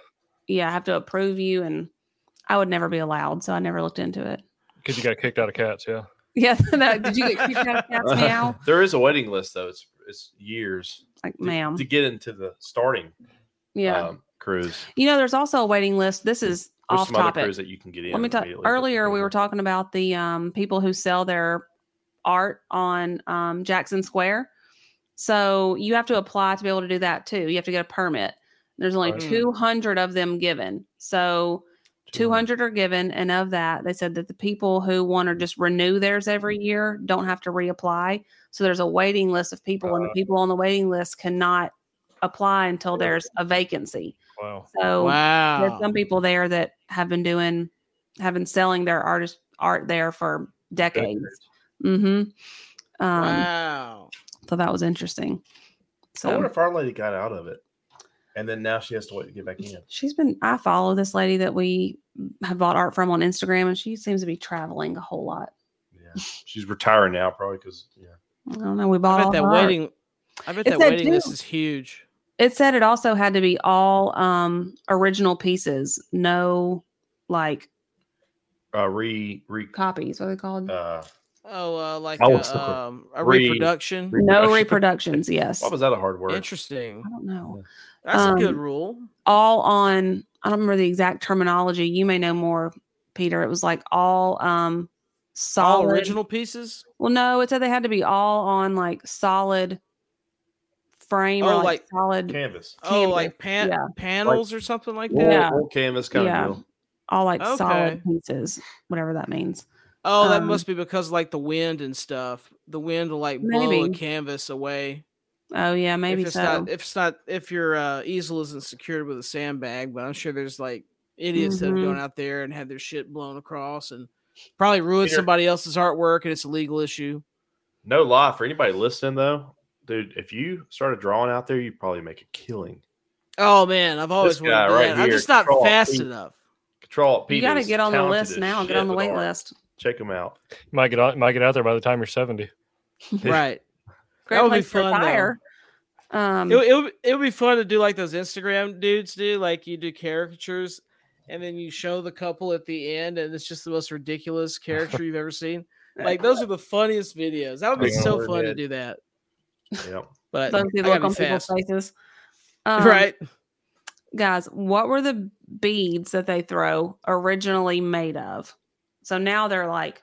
Speaker 6: yeah. have to approve you, and I would never be allowed, so I never looked into it.
Speaker 3: Because you got kicked out of cats. Yeah.
Speaker 6: Yeah, no, did you get kicked out of cats meow?
Speaker 4: there is a waiting list though. It's it's years,
Speaker 6: Like,
Speaker 4: to-
Speaker 6: ma'am,
Speaker 4: to get into the starting
Speaker 6: yeah.
Speaker 4: um, cruise.
Speaker 6: you know, there's also a waiting list. This is
Speaker 4: There's
Speaker 6: off
Speaker 4: some other
Speaker 6: topic.
Speaker 4: crews that you can get in.
Speaker 6: Let me talk.
Speaker 4: immediately, but-
Speaker 6: Earlier, we were talking about the um, people who sell their art on um, Jackson Square. So you have to apply to be able to do that too. You have to get a permit. There's only
Speaker 4: Oh,
Speaker 3: Right.
Speaker 6: 200 of them given. So
Speaker 4: Mm.
Speaker 6: 200 are given, and of that, they said that the people who want to just renew theirs every year don't have to reapply. So there's a waiting list of people, and the
Speaker 3: Uh,
Speaker 6: people on the waiting list cannot apply until there's a vacancy.
Speaker 3: Wow.
Speaker 6: So Oh, there's
Speaker 5: wow.
Speaker 6: some people there that have been doing have been selling their artist art there for decades hmm um
Speaker 5: wow.
Speaker 6: so that was interesting
Speaker 4: I wonder
Speaker 6: so
Speaker 4: if Our Lady got out of it, and then now she has to wait to get back in.
Speaker 6: she's been i follow this lady that we have bought art from on instagram and she seems to be traveling a whole lot
Speaker 4: Yeah, she's retiring now probably because yeah.
Speaker 6: i don't know we bought
Speaker 5: I
Speaker 6: all
Speaker 5: bet that
Speaker 6: her art.
Speaker 5: waiting. I bet
Speaker 6: It
Speaker 5: that
Speaker 6: said
Speaker 5: waiting list
Speaker 6: do.
Speaker 5: is huge.
Speaker 6: it said it also had to be all um original pieces no like
Speaker 4: Uh, re re
Speaker 6: copies what are they called
Speaker 4: uh,
Speaker 5: Oh, uh, like
Speaker 4: Oh,
Speaker 5: a,
Speaker 4: it's the-
Speaker 5: um, a
Speaker 4: re-
Speaker 5: reproduction.
Speaker 4: re-
Speaker 6: no
Speaker 4: reproduction.
Speaker 6: reproductions yes
Speaker 4: what
Speaker 6: i
Speaker 4: was that a hard word?
Speaker 5: Interesting.
Speaker 6: don't know
Speaker 5: That's a good
Speaker 6: Um,
Speaker 5: rule.
Speaker 6: all on I don't remember the exact terminology. You may know more, Peter. It was like all um solid
Speaker 5: All original pieces.
Speaker 6: Well, no, it said they had to be all on like solid frame or
Speaker 5: Oh,
Speaker 6: like,
Speaker 5: like-
Speaker 6: solid
Speaker 4: Canvas.
Speaker 5: Oh,
Speaker 6: canvas,
Speaker 5: like pan-
Speaker 6: yeah.
Speaker 5: panels or something like
Speaker 4: Wool-
Speaker 5: that.
Speaker 6: Yeah.
Speaker 4: wool canvas kind
Speaker 6: Yeah.
Speaker 4: of deal.
Speaker 6: all like
Speaker 5: Okay.
Speaker 6: solid pieces, whatever that means.
Speaker 5: Oh, that
Speaker 6: Um,
Speaker 5: must be because like the wind and stuff. The wind will like blow a
Speaker 6: Maybe.
Speaker 5: canvas away.
Speaker 6: Oh yeah, maybe
Speaker 5: if it's
Speaker 6: so.
Speaker 5: not if it's not if your uh, easel isn't secured with a sandbag, but I'm sure there's like idiots that
Speaker 6: Mhm.
Speaker 5: have gone out there and had their shit blown across and probably ruined
Speaker 4: Peter-
Speaker 5: somebody else's artwork and it's a legal issue.
Speaker 4: No lie for anybody listening though, dude. If you started drawing out there, you'd probably make a killing.
Speaker 5: Oh man, I've always wanted
Speaker 4: guy
Speaker 5: to do
Speaker 4: right
Speaker 5: that. I'm
Speaker 4: here,
Speaker 5: just not
Speaker 4: Carl
Speaker 5: fast
Speaker 4: Pete.
Speaker 5: enough.
Speaker 4: Control P.
Speaker 6: you got to get on the list now. Get on the wait list.
Speaker 4: Check him out.
Speaker 3: You might get out, might get out there by the time you're 70.
Speaker 5: Right.
Speaker 6: Great
Speaker 5: That would be
Speaker 6: place to
Speaker 5: fun, though.
Speaker 6: retire. Um,
Speaker 5: It, would- it, would, it would be fun to do like those Instagram dudes do, like you do caricatures and then you show the couple at the end and it's just the most ridiculous caricature you've ever seen. Like those are the funniest videos. That would be
Speaker 4: Yeah.
Speaker 5: so
Speaker 4: We're
Speaker 5: fun to
Speaker 4: dead.
Speaker 5: do that.
Speaker 4: Yeah.
Speaker 5: But
Speaker 6: those
Speaker 5: I
Speaker 6: people
Speaker 5: gotta
Speaker 6: look
Speaker 5: be
Speaker 6: on people's
Speaker 5: fast.
Speaker 6: faces. Um,
Speaker 5: right.
Speaker 6: guys, what were the beads that they throw originally made of. So now they're like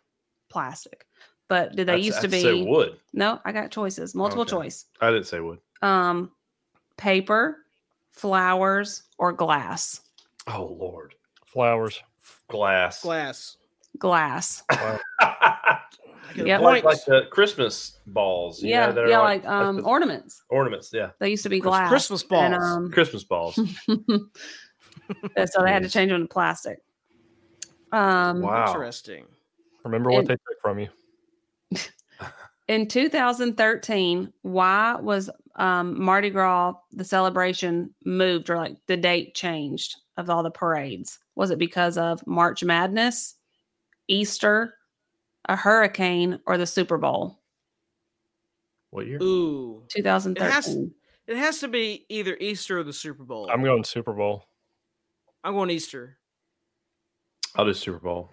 Speaker 6: plastic. But did they
Speaker 4: I'd-
Speaker 6: used to
Speaker 4: I'd
Speaker 6: be?
Speaker 4: say wood.
Speaker 6: No, I got choices, multiple
Speaker 4: Okay.
Speaker 6: choice.
Speaker 4: I didn't say wood.
Speaker 6: Um, paper, flowers, or glass.
Speaker 4: Oh Lord,
Speaker 3: Flowers.
Speaker 4: glass.
Speaker 5: glass.
Speaker 6: Glass.
Speaker 5: I get a
Speaker 6: Yep.
Speaker 4: like,
Speaker 5: point.
Speaker 4: like the Christmas balls. you know,
Speaker 6: Yeah,
Speaker 4: they're
Speaker 6: yeah, like,
Speaker 4: the
Speaker 6: um ornaments.
Speaker 4: ornaments. Yeah,
Speaker 6: They used to be glass.
Speaker 5: Christmas
Speaker 6: and,
Speaker 5: balls.
Speaker 6: um,
Speaker 4: Christmas balls.
Speaker 6: and so they had to change them to plastic. Um,
Speaker 4: wow.
Speaker 5: Interesting.
Speaker 3: Remember what
Speaker 6: And-
Speaker 3: they took from you.
Speaker 6: in 2013, why was um, Mardi Gras the celebration moved or like the date changed of all the parades? Was it because of March Madness, Easter, a hurricane, or the Super Bowl?
Speaker 4: What year?
Speaker 5: Ooh,
Speaker 6: 2013.
Speaker 5: it has to be either Easter or the Super Bowl.
Speaker 3: I'm going Super Bowl.
Speaker 5: I'm going Easter.
Speaker 4: I'll do Super Bowl.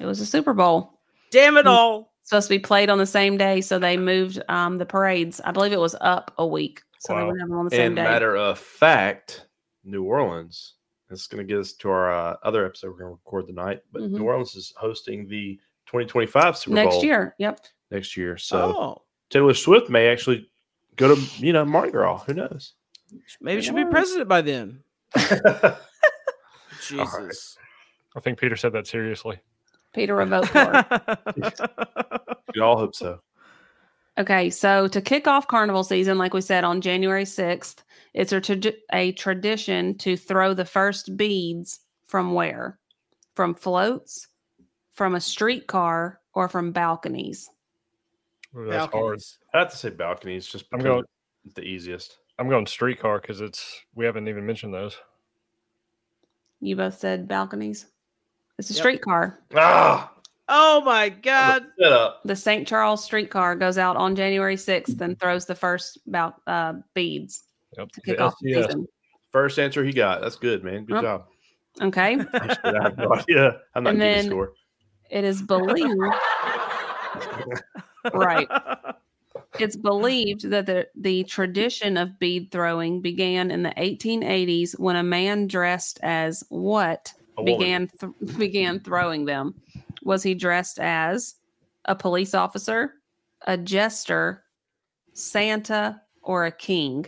Speaker 6: It was a Super Bowl.
Speaker 5: Damn it
Speaker 6: Mm.
Speaker 5: all!
Speaker 6: supposed to be played on the same day, so they moved um, the parades. I believe it was up a week, so they
Speaker 3: Wow.
Speaker 6: wouldn't have them on the same
Speaker 4: And
Speaker 6: day.
Speaker 4: matter of fact, New Orleans. This is going to get us to our uh, other episode we're going to record tonight. But
Speaker 6: Mhm.
Speaker 4: New Orleans is hosting the 2025 Super
Speaker 6: Next
Speaker 4: Bowl
Speaker 6: year, yep.
Speaker 4: next year. So
Speaker 5: oh,
Speaker 4: Taylor Swift may actually go to you know Mardi Gras. Who knows?
Speaker 5: maybe she'll be president by then. Jesus.
Speaker 3: I think Peter said that seriously.
Speaker 6: Peter will vote for. it.
Speaker 4: we all hope so.
Speaker 6: Okay, so to kick off carnival season, like we said on January 6th, it's a, trad- a tradition to throw the first beads from where? From floats, from a streetcar, or from balconies.
Speaker 3: Ooh, that's hard.
Speaker 5: Balconies.
Speaker 4: I have to say balconies just
Speaker 3: I'm
Speaker 4: because
Speaker 3: going-
Speaker 4: it's the easiest.
Speaker 3: I'm going streetcar because it's we haven't even mentioned those.
Speaker 6: You both said balconies. It's a
Speaker 5: Yep.
Speaker 6: streetcar.
Speaker 4: Ah,
Speaker 5: Oh my
Speaker 4: that
Speaker 5: God!
Speaker 4: was a setup.
Speaker 6: The St. Charles streetcar goes out on January 6th and throws the first bal- uh, beads
Speaker 3: Yep.
Speaker 6: to
Speaker 3: The
Speaker 6: kick off the
Speaker 3: SES.
Speaker 6: season.
Speaker 4: First answer he got. That's good, man. Good
Speaker 6: Huh?
Speaker 4: job.
Speaker 6: Okay.
Speaker 4: Actually, I have no idea. I'm not keeping
Speaker 6: And then-
Speaker 4: score.
Speaker 6: It is believed. right. It's believed that the, the tradition of bead throwing began in the 1880s when a man dressed as what
Speaker 4: A woman.
Speaker 6: began th- began throwing them. Was he dressed as a police officer, a jester, Santa, or a king?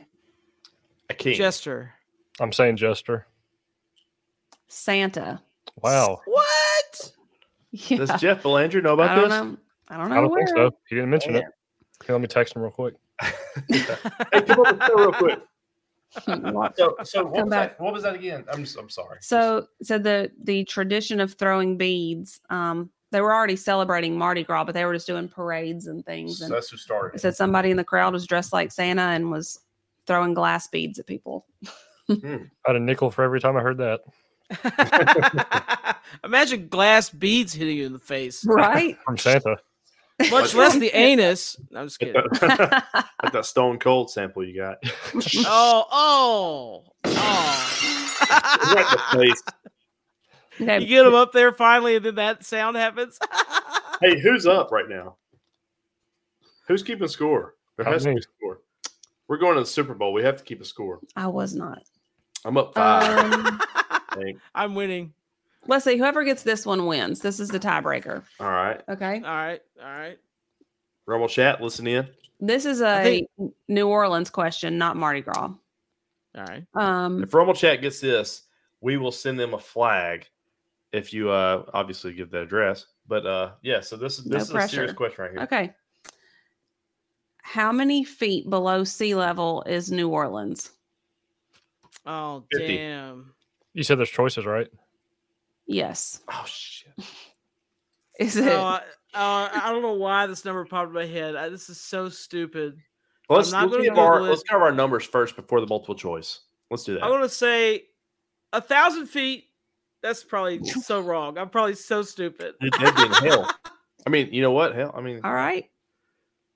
Speaker 4: a king.
Speaker 5: Jester.
Speaker 3: I'm saying Jester.
Speaker 6: Santa.
Speaker 3: Wow.
Speaker 5: What?
Speaker 6: Yeah.
Speaker 4: Does Jeff Belanger know about
Speaker 6: I don't
Speaker 4: this?
Speaker 6: know. I don't know.
Speaker 3: I don't think
Speaker 6: where.
Speaker 3: so. He didn't mention it. Here, let me text him real quick.
Speaker 4: Hey, come over here real quick.
Speaker 6: What-
Speaker 4: So, so what,
Speaker 6: Come
Speaker 4: was
Speaker 6: back.
Speaker 4: that, what was that again? I'm just, I'm sorry.
Speaker 6: So, so the the tradition of throwing beads. Um, they were already celebrating Mardi Gras, but they were just doing parades and things.
Speaker 4: So
Speaker 6: And
Speaker 4: that's who started.
Speaker 6: it
Speaker 4: it.
Speaker 6: said somebody in the crowd was dressed like Santa and was throwing glass beads at people.
Speaker 3: I had a nickel for every time I heard that.
Speaker 5: Imagine glass beads hitting you in the face,
Speaker 6: Right?
Speaker 3: From Santa.
Speaker 5: much less the anus. I'm just kidding.
Speaker 4: Like that Stone Cold sample you got.
Speaker 5: Oh, oh, oh.
Speaker 4: Right in the face.
Speaker 5: you
Speaker 6: okay.
Speaker 5: get them up there finally, and then that sound happens.
Speaker 4: Hey, who's up right now? Who's keeping score? There
Speaker 3: Not
Speaker 4: has to
Speaker 3: me.
Speaker 4: be a score. We're going to the Super Bowl. We have to keep a score.
Speaker 6: I was not.
Speaker 4: I'm up five.
Speaker 6: Um,
Speaker 4: I think.
Speaker 5: I'm winning.
Speaker 6: let's see. Whoever gets this one wins. This is the tiebreaker.
Speaker 4: All right.
Speaker 6: Okay.
Speaker 5: All right, all right.
Speaker 4: Rumble chat, listen in.
Speaker 6: This is
Speaker 5: I
Speaker 6: a
Speaker 5: think-
Speaker 6: New Orleans question, not Mardi Gras.
Speaker 5: All right.
Speaker 6: Um,
Speaker 4: If Rumble Chat gets this, we will send them a flag. If you uh obviously give the address, but uh yeah, so this is
Speaker 6: No
Speaker 4: this is a serious
Speaker 6: pressure.
Speaker 4: question right here.
Speaker 6: Okay. How many feet below sea level is New Orleans?
Speaker 5: Oh
Speaker 4: 50.
Speaker 5: damn.
Speaker 3: You said there's choices, right?
Speaker 6: Yes.
Speaker 4: Oh shit!
Speaker 6: Is
Speaker 5: Oh,
Speaker 6: it?
Speaker 5: I, uh, I don't know why this number popped in my head. I, this is so stupid.
Speaker 4: Well, let's
Speaker 5: not
Speaker 4: let's
Speaker 5: gonna
Speaker 4: give our
Speaker 5: Google it.
Speaker 4: let's cover our numbers first before the multiple choice. Let's do that.
Speaker 5: I want to say a thousand feet. That's probably so wrong. I'm probably so stupid.
Speaker 4: Dude, that'd be in hell. I mean, you know what? Hell, I mean,
Speaker 6: All right.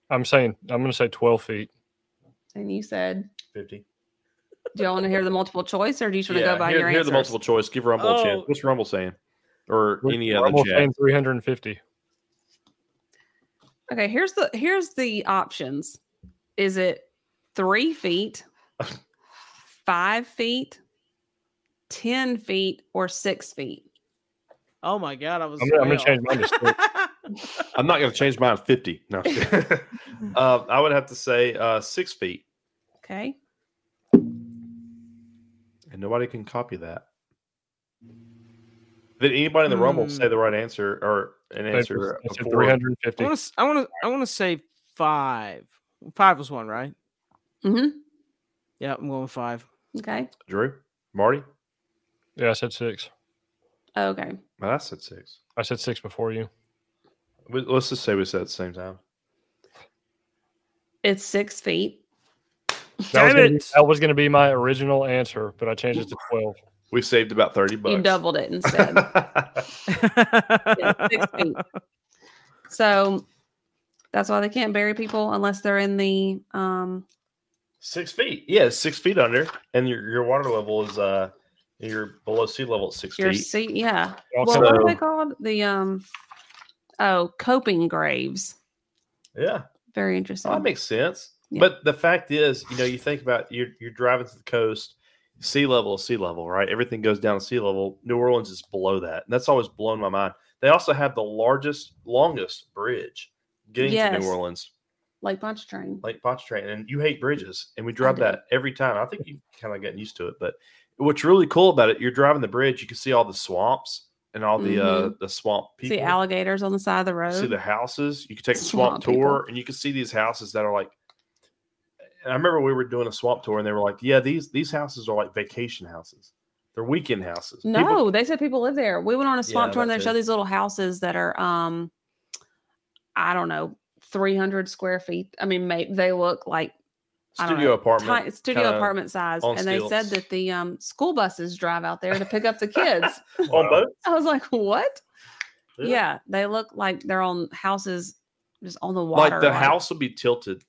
Speaker 3: I'm saying I'm gonna say twelve feet.
Speaker 6: And you said,
Speaker 4: fifty.
Speaker 6: do y'all want to hear the multiple choice or do you just want to
Speaker 4: Yeah,
Speaker 6: go by
Speaker 4: here,
Speaker 6: your
Speaker 4: here
Speaker 6: answers?
Speaker 4: the multiple choice. Give Rumble a chance.
Speaker 5: Oh.
Speaker 4: What's Rumble saying? Or any
Speaker 3: We're
Speaker 4: other
Speaker 3: almost
Speaker 4: chat?
Speaker 3: saying 350.
Speaker 6: Okay, here's the here's the options. Is it three feet, five feet, 10 feet or six feet.
Speaker 5: Oh my god, I was.
Speaker 3: I'm, gonna- I'm
Speaker 5: way
Speaker 3: gonna
Speaker 5: off.
Speaker 3: change mine to six.
Speaker 4: I'm not going to change mine. Fifty. No, uh, I would have to say uh, six feet,
Speaker 6: Okay.
Speaker 4: and nobody can copy that. Did anybody in the rumble
Speaker 5: Hmm.
Speaker 4: say the right answer or an
Speaker 3: I said
Speaker 4: answer? uh, before-
Speaker 3: 350.
Speaker 5: I want to. I want to. I want to say five. Five was one, right?
Speaker 6: hmm
Speaker 5: Yeah, I'm going five.
Speaker 6: Okay.
Speaker 4: Drew, Marty.
Speaker 3: Yeah, I said six.
Speaker 6: Okay.
Speaker 4: Well, I said six.
Speaker 3: I said six before you.
Speaker 4: We, let's just say we said it at the same time.
Speaker 6: It's six feet.
Speaker 3: That was
Speaker 5: Damn
Speaker 3: gonna be-
Speaker 5: it.
Speaker 3: that was going to be my original answer, but I changed it to 12.
Speaker 4: We saved about thirty bucks.
Speaker 6: You doubled it instead. Yeah, six feet. So that's why they can't bury people unless they're in the um
Speaker 4: Six feet. Yeah, it's six feet under, and your, your water level is uh you're below sea level at six
Speaker 6: your
Speaker 4: feet.
Speaker 6: seat. Yeah. Well,
Speaker 3: Also,
Speaker 6: what are they
Speaker 4: So-
Speaker 6: called? The um oh coping graves.
Speaker 4: Yeah,
Speaker 6: Very interesting.
Speaker 4: well, that makes sense.
Speaker 6: Yeah.
Speaker 4: But the fact is, you know, you think about you're you're driving to the coast, sea level, is sea level, right? Everything goes down to sea level. New Orleans is below that, and that's always blown my mind. They also have the largest, longest bridge getting to
Speaker 6: Yes.
Speaker 4: New Orleans,
Speaker 6: like Pontchartrain.
Speaker 4: Lake Pontchartrain, and you hate bridges, and we drive
Speaker 6: do.
Speaker 4: that every time. I think you kind of gotten used to it, but what's really cool about it, you're driving the bridge, you can see all the swamps and all the uh the swamp people.
Speaker 6: Mm-hmm. See alligators on the side of the road.
Speaker 4: You see the houses. You can take a swamp,
Speaker 6: Swamp
Speaker 4: tour,
Speaker 6: people.
Speaker 4: and you can see these houses that are like. And I remember we were doing a swamp tour, and they were like, "Yeah, these these houses are like vacation houses. They're weekend houses." People-
Speaker 6: no, they said people live there. We went on a swamp
Speaker 4: Yeah,
Speaker 6: tour and
Speaker 4: that
Speaker 6: they show
Speaker 4: too.
Speaker 6: these little houses that are um I don't know, 300 square feet. I mean, may, they look like I don't
Speaker 4: studio
Speaker 6: know,
Speaker 4: apartment.
Speaker 6: ti- studio
Speaker 4: kinda
Speaker 6: apartment size,
Speaker 4: on
Speaker 6: and they said
Speaker 4: stilts.
Speaker 6: that the um, school buses drive out there to pick up the kids.
Speaker 4: on both.
Speaker 6: I was like, what?
Speaker 4: Yeah.
Speaker 6: Yeah. they look like they're on houses just on the water.
Speaker 4: Like the house will be tilted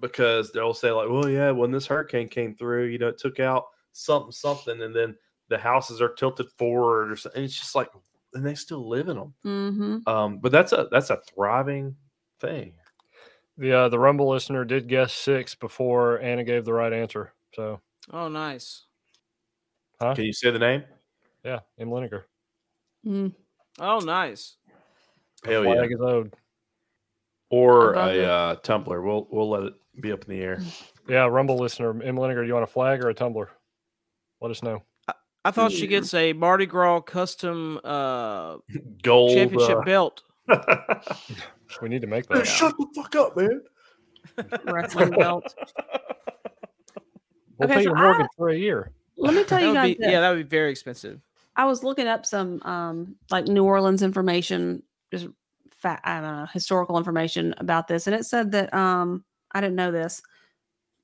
Speaker 4: because they'll say like, "Well, yeah, when this hurricane came through, you know, it took out something, something," and then the houses are tilted forward, or something. And it's just like, and they still live in them.
Speaker 6: Mm-hmm.
Speaker 4: Um, but that's a that's a thriving thing.
Speaker 3: the, uh, the Rumble listener did guess six before Anna gave the right answer. So,
Speaker 5: Oh, nice.
Speaker 4: Can you say the name?
Speaker 3: yeah, M. Lineker.
Speaker 6: mm-hmm.
Speaker 5: Oh, nice. Oh,
Speaker 4: Hell yeah.
Speaker 3: Flag is owed.
Speaker 4: or
Speaker 6: Above
Speaker 4: a
Speaker 6: it.
Speaker 4: uh, tumbler. We'll we'll let it be up in the
Speaker 6: Mm.
Speaker 4: air.
Speaker 3: Yeah, Rumble listener, M. Lineker, you want a flag or a tumbler? Let us know.
Speaker 5: I thought she gets a Mardi Gras custom uh,
Speaker 4: Gold.
Speaker 5: championship belt.
Speaker 4: uh,
Speaker 3: We need to make that.
Speaker 4: Shut the fuck up, man.
Speaker 6: Wrestling belt.
Speaker 3: We'll
Speaker 6: Okay,
Speaker 3: pay
Speaker 6: so
Speaker 3: your mortgage
Speaker 6: I-
Speaker 3: for a year.
Speaker 6: Let me tell
Speaker 5: That
Speaker 6: you
Speaker 5: would
Speaker 6: guys.
Speaker 5: be,
Speaker 6: this.
Speaker 5: yeah, that would be very expensive.
Speaker 6: I was looking up some um like New Orleans information, just fa- I don't know, historical information about this, and it said that um I didn't know this.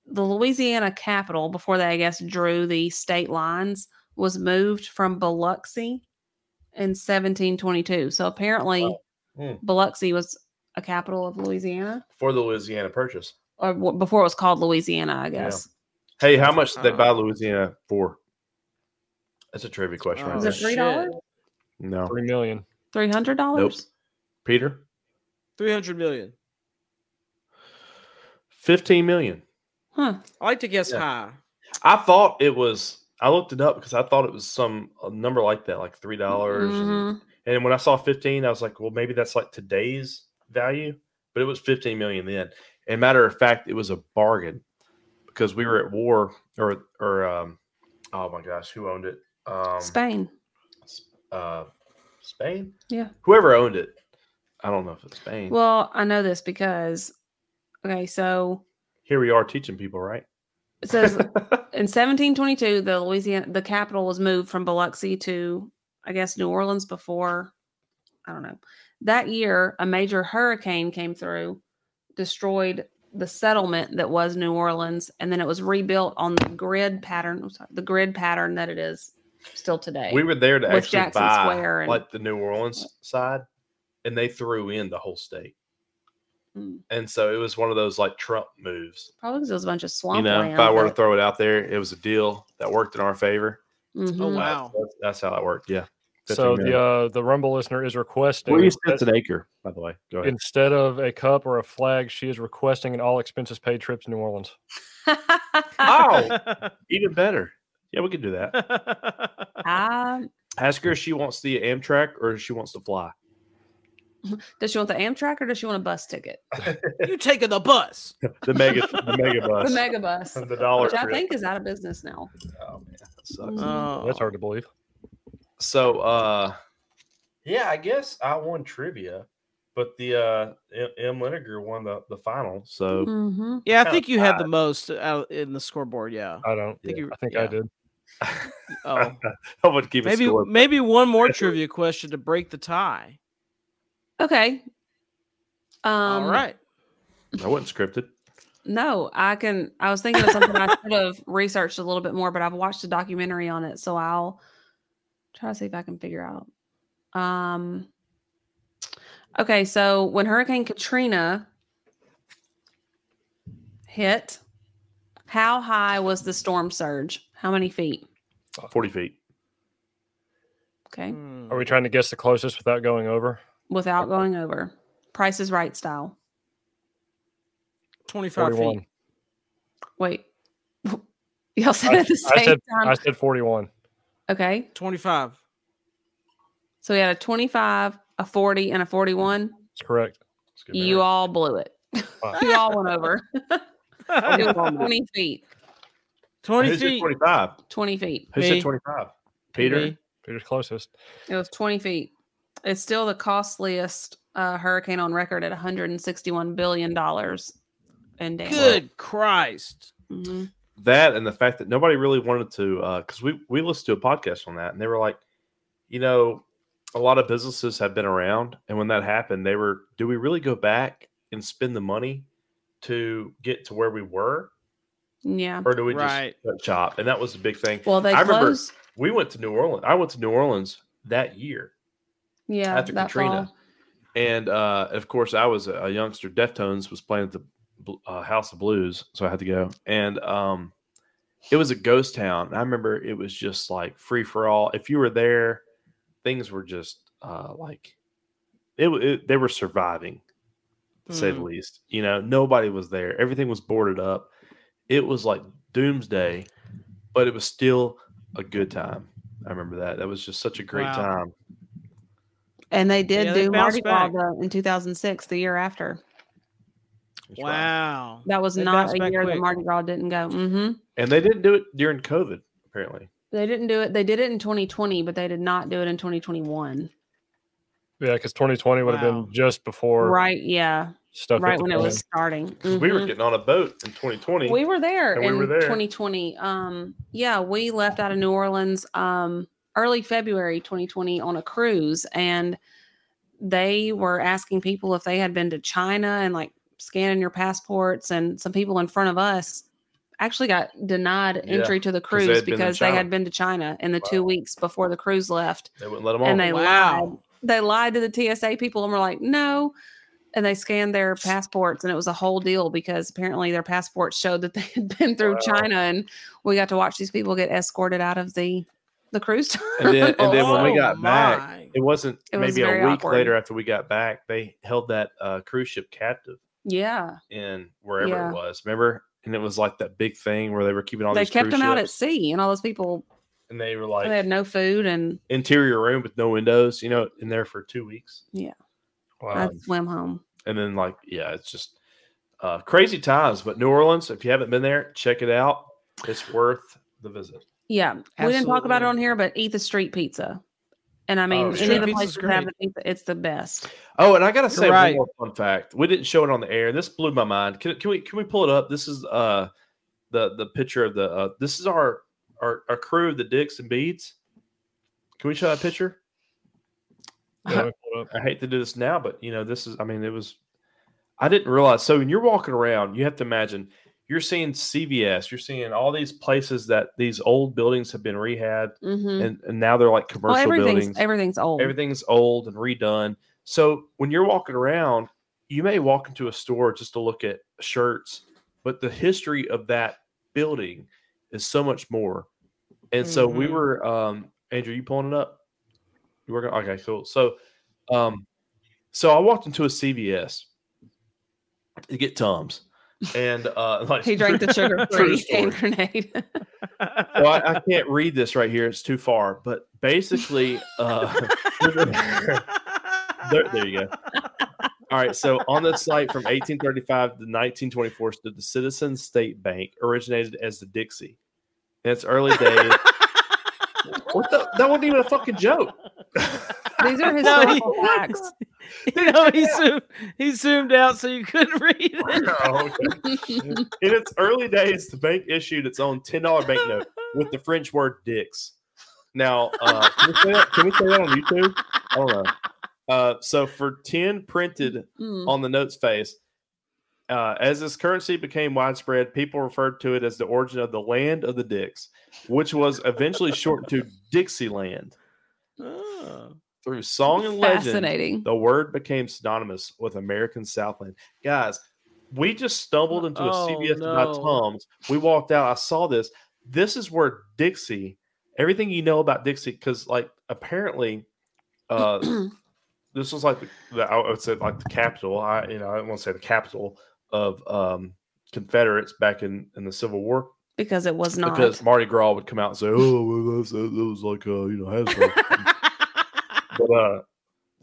Speaker 6: The Louisiana capital, before they I guess drew the state lines, was moved from Biloxi in 1722. So apparently,
Speaker 4: Wow. Hmm.
Speaker 6: Biloxi was a capital of Louisiana,
Speaker 4: For the Louisiana purchase.
Speaker 6: or w- before it was called Louisiana, I guess.
Speaker 4: Hey, how much did
Speaker 6: Uh-huh.
Speaker 4: they buy
Speaker 5: Uh.
Speaker 4: Louisiana for? That's a trivia question,
Speaker 5: Oh,
Speaker 4: right
Speaker 6: Uh, Is it
Speaker 4: there.
Speaker 6: three dollars,
Speaker 4: No,
Speaker 3: Three million.
Speaker 6: three hundred dollars?
Speaker 4: Peter,
Speaker 5: 300 million.
Speaker 4: fifteen million.
Speaker 6: Huh?
Speaker 5: I like to guess
Speaker 4: Yeah.
Speaker 5: high.
Speaker 4: I thought it was. I looked it up because I thought it was some a number like that, like three dollars.
Speaker 6: Mhm.
Speaker 4: And when I saw 15, I was like, well, maybe that's like today's value, but it was 15 million then. And matter of fact, it was a bargain because we were at war or, or, um, oh my gosh, who owned it? Um,
Speaker 6: Spain.
Speaker 4: Uh, Spain?
Speaker 6: Yeah.
Speaker 4: Whoever owned it. I don't know if it's Spain.
Speaker 6: Well, I know this because okay, so
Speaker 4: Here we are teaching people, right?
Speaker 6: it says in 1722 the Louisiana the capital was moved from Biloxi to I guess New Orleans before I don't know. That year a major hurricane came through, destroyed the settlement that was New Orleans and then it was rebuilt on the grid pattern, I'm sorry, the grid pattern that it is still today.
Speaker 4: we were there to
Speaker 6: With
Speaker 4: actually
Speaker 6: Jackson
Speaker 4: buy
Speaker 6: Square and-
Speaker 4: like the New Orleans side, and they threw in the whole state.
Speaker 6: Mm.
Speaker 4: And so it was one of those like Trump moves.
Speaker 6: Probably because it was a bunch of
Speaker 4: you
Speaker 6: swamp
Speaker 4: know,
Speaker 6: land.
Speaker 4: if I were to
Speaker 6: but-
Speaker 4: throw it out there, it was a deal that worked in our favor.
Speaker 5: Oh,
Speaker 6: Mhm.
Speaker 5: wow.
Speaker 4: That's, that's how that worked. Yeah.
Speaker 3: So the uh, the Rumble listener is requesting
Speaker 4: forty
Speaker 3: that
Speaker 4: cents an acre, by the way. Go ahead.
Speaker 3: instead of a cup or a flag, she is
Speaker 6: Mm-hmm.
Speaker 3: requesting an all expenses paid trip to New Orleans.
Speaker 4: Oh, even better. Yeah, we could do that.
Speaker 6: I,
Speaker 4: Ask her if she wants the Amtrak or if she wants to fly.
Speaker 6: does she want the Amtrak or does she want a bus ticket?
Speaker 5: you taking the bus?
Speaker 4: The mega, the mega bus,
Speaker 6: The mega bus,
Speaker 4: the dollar
Speaker 6: which I
Speaker 4: trip.
Speaker 6: think is out of business now.
Speaker 4: Oh man, that sucks.
Speaker 5: Oh,
Speaker 3: That's hard to believe.
Speaker 4: So uh yeah, I guess I won trivia, but the uh M, M. Lineker won the, the final. So
Speaker 6: Mhm.
Speaker 5: Yeah, I
Speaker 4: kinda
Speaker 5: think you had the most out in the scoreboard. Yeah.
Speaker 3: I don't.
Speaker 5: Think you-
Speaker 3: I think
Speaker 5: yeah.
Speaker 3: I did.
Speaker 6: Mm-hmm.
Speaker 5: Oh,
Speaker 4: I would keep
Speaker 5: maybe
Speaker 4: a score.
Speaker 5: maybe one more trivia question to break the tie.
Speaker 6: Okay. Um,
Speaker 5: All right.
Speaker 4: I wasn't scripted.
Speaker 6: No, I can. I was thinking of something I should have researched a little bit more, but I've watched a documentary on it, so I'll try to see if I can figure out. Um. Okay, so when Hurricane Katrina hit, how high was the storm surge? How many feet?
Speaker 4: Forty feet.
Speaker 6: Okay,
Speaker 5: Hmm.
Speaker 3: Are we trying to guess the closest without going over?
Speaker 6: without going over. Price is Right style.
Speaker 5: 25
Speaker 3: Forty-one.
Speaker 5: feet.
Speaker 6: Wait, y'all said it at the same
Speaker 3: I said.
Speaker 6: time.
Speaker 3: I said forty-one.
Speaker 6: okay,
Speaker 5: 25.
Speaker 6: so we had a twenty-five, a forty, and a forty-one.
Speaker 3: That's correct.
Speaker 4: Let's get
Speaker 6: You
Speaker 4: married.
Speaker 6: all blew it.
Speaker 3: Wow.
Speaker 6: you all went over. It was 20 feet.
Speaker 5: 20
Speaker 4: Who said
Speaker 5: feet.
Speaker 4: 25?
Speaker 6: 20 feet.
Speaker 4: Who
Speaker 5: Me.
Speaker 4: said 25? Peter?
Speaker 5: Me.
Speaker 3: Peter's closest.
Speaker 6: It was 20 feet. It's still the costliest uh, hurricane on record at $161 billion in damage.
Speaker 5: Good Christ.
Speaker 6: Mhm.
Speaker 4: That and the fact that nobody really wanted to, because we, we listened to a podcast on that and they were like, you know, a lot of businesses have been around. And when that happened, they were, do we really go back and spend the money to get to where we were?
Speaker 6: Yeah.
Speaker 4: Or do we
Speaker 5: Right.
Speaker 4: just cut shop? And that was a big thing.
Speaker 6: Well, they
Speaker 4: I remember-
Speaker 6: closed.
Speaker 4: We went to New Orleans. I went to New Orleans that year.
Speaker 6: Yeah.
Speaker 4: after
Speaker 6: that
Speaker 4: Katrina.
Speaker 6: fall.
Speaker 4: And uh, of course, I was a, a youngster. Deftones was playing at the Bl- uh, House of Blues, so I had to go. And um, it was a ghost town. And I remember it was just like free for all. If you were there, things were just uh, like it, wa- it. They were surviving, to say the
Speaker 6: Hmm.
Speaker 5: Mm.
Speaker 4: least. You know, nobody was there. Everything was boarded up. It was like doomsday, but it was still a good time. I remember that. That was just such a great
Speaker 5: Wow.
Speaker 4: time.
Speaker 6: And they did
Speaker 5: Yeah, they
Speaker 6: do Mardi
Speaker 5: bounced
Speaker 6: Gras
Speaker 5: back.
Speaker 6: though, in 2006, the year after.
Speaker 4: That's right.
Speaker 5: Wow.
Speaker 6: That was
Speaker 5: They
Speaker 6: not
Speaker 5: bounced
Speaker 6: a
Speaker 5: back
Speaker 6: year that
Speaker 5: quick.
Speaker 6: Mardi Gras didn't go. hmm
Speaker 4: And they didn't do it during COVID, apparently.
Speaker 6: They didn't do it. They did it in 2020, but they did not do it in 2021.
Speaker 3: Yeah, because 2020 would have
Speaker 5: Wow.
Speaker 3: been just before
Speaker 6: right. Yeah.
Speaker 3: stuff. hit
Speaker 6: Right
Speaker 3: the
Speaker 6: when it
Speaker 3: fan.
Speaker 6: was starting.
Speaker 4: 'Cause We were
Speaker 6: Mhm.
Speaker 4: getting on a boat in 2020.
Speaker 6: we were there
Speaker 4: And
Speaker 6: in
Speaker 4: we were there.
Speaker 6: 2020 um yeah we left out of new orleans um early february 2020 on a cruise and they were asking people if they had been to china and like scanning your passports and some people in front of us actually got denied
Speaker 4: Yeah,
Speaker 6: entry to the
Speaker 4: 'cause they
Speaker 6: cruise
Speaker 4: had been to
Speaker 6: because they
Speaker 4: China.
Speaker 6: had been to china in the two weeks before the cruise left
Speaker 4: they wouldn't let them on.
Speaker 6: and they lied
Speaker 5: wow.
Speaker 6: they lied to the TSA people and were like, no. And they scanned their passports, and it was a whole deal because apparently their passports showed that they had been through
Speaker 3: Wow.
Speaker 6: China, and we got to watch these people get escorted out of the the cruise terminal.
Speaker 4: And then- and then when we
Speaker 5: Oh
Speaker 4: got back,
Speaker 5: my.
Speaker 4: it wasn't
Speaker 6: It was
Speaker 4: maybe
Speaker 6: very
Speaker 4: a week
Speaker 6: awkward.
Speaker 4: later after we got back. They held that uh, cruise ship captive
Speaker 6: yeah,
Speaker 4: in wherever
Speaker 6: Yeah.
Speaker 4: it was. Remember? And it was like that big thing where they were keeping all
Speaker 6: they
Speaker 4: these
Speaker 6: kept
Speaker 4: cruise
Speaker 6: them out at
Speaker 4: ships,
Speaker 6: sea, and all those people
Speaker 4: and they were
Speaker 6: and
Speaker 4: like
Speaker 6: they had no food, and
Speaker 4: interior room with no windows, you know, in there for two weeks.
Speaker 3: Wow.
Speaker 6: I'd
Speaker 4: um,
Speaker 6: swim home.
Speaker 4: And then like, yeah, it's just uh, crazy times. But New Orleans, if you haven't been there, check it out. It's worth the visit.
Speaker 6: Yeah, we didn't talk about it
Speaker 5: Absolutely.
Speaker 6: on here, but eat the street pizza. And I mean,
Speaker 4: yeah.
Speaker 6: any
Speaker 4: Street
Speaker 6: of the
Speaker 5: pizza's
Speaker 6: places that have the pizza, it's the best.
Speaker 4: Oh, and I gotta say
Speaker 5: right.
Speaker 4: one more fun fact. We didn't show it on the air. This blew my mind. Can, can we can we pull it up? This is uh the the picture of the uh, this is our, our our crew of the dicks and beads. Can we show that picture?
Speaker 3: Yeah, we pulled up.
Speaker 4: I hate to do this now, but you know this is. I mean, it was. I didn't realize. So when you're walking around, you have to imagine you're seeing CVS, you're seeing all these places that these old buildings have been rehabbed,
Speaker 6: Mm-hmm.
Speaker 4: and, and now they're like
Speaker 6: Well,
Speaker 4: commercial
Speaker 6: everything's
Speaker 4: buildings.
Speaker 6: everything's old.
Speaker 4: Everything's old and redone. So when you're walking around, you may walk into a store just to look at shirts, but the history of that building is so much more. And so we
Speaker 5: Mhm.
Speaker 6: Mm-hmm.
Speaker 4: were, um, Andrew, you pulling it up? You working? Okay, cool. So, um, so I walked into a CVS to get Tums, and uh, like,
Speaker 6: He drank the
Speaker 4: True
Speaker 6: sugar free
Speaker 4: story.
Speaker 6: hand grenade.
Speaker 4: well, I, I can't read this right here; it's too far. But basically, uh, there, there you go. All right. So on this site from 1835 to 1924 stood the Citizen State Bank, originated as the Dixie. In its early days, what the, that wasn't even a fucking joke.
Speaker 6: These are historical
Speaker 5: he-
Speaker 6: facts.
Speaker 5: you know, he, zoomed, he zoomed out so you couldn't read it.
Speaker 4: Oh, okay. In its early days, the bank issued its own ten dollar banknote with the French word "dicks." Now, uh, can, we say that, can we say that on YouTube? I don't know. Uh, so, for ten printed
Speaker 6: Mm.
Speaker 4: on the note's face. Uh, as this currency became widespread, people referred to it as the origin of the land of the Dicks, which was eventually shortened to Dixieland.
Speaker 5: Oh.
Speaker 4: Through song and legend,
Speaker 6: Fascinating.
Speaker 4: the word became synonymous with American Southland. Guys, we just stumbled into a
Speaker 5: Oh,
Speaker 4: CVS by
Speaker 5: no.
Speaker 4: Tums. We walked out. I saw this. This is where Dixie, everything you know about Dixie, because like apparently, uh, this was like the, the I would say like the capital. I you know I don't want to say the capital of um Confederates back in in the Civil War
Speaker 6: because it was not.
Speaker 4: because Mardi Gras would come out and say, "Oh, well, that's, that was like uh, you know Hasbro." but uh,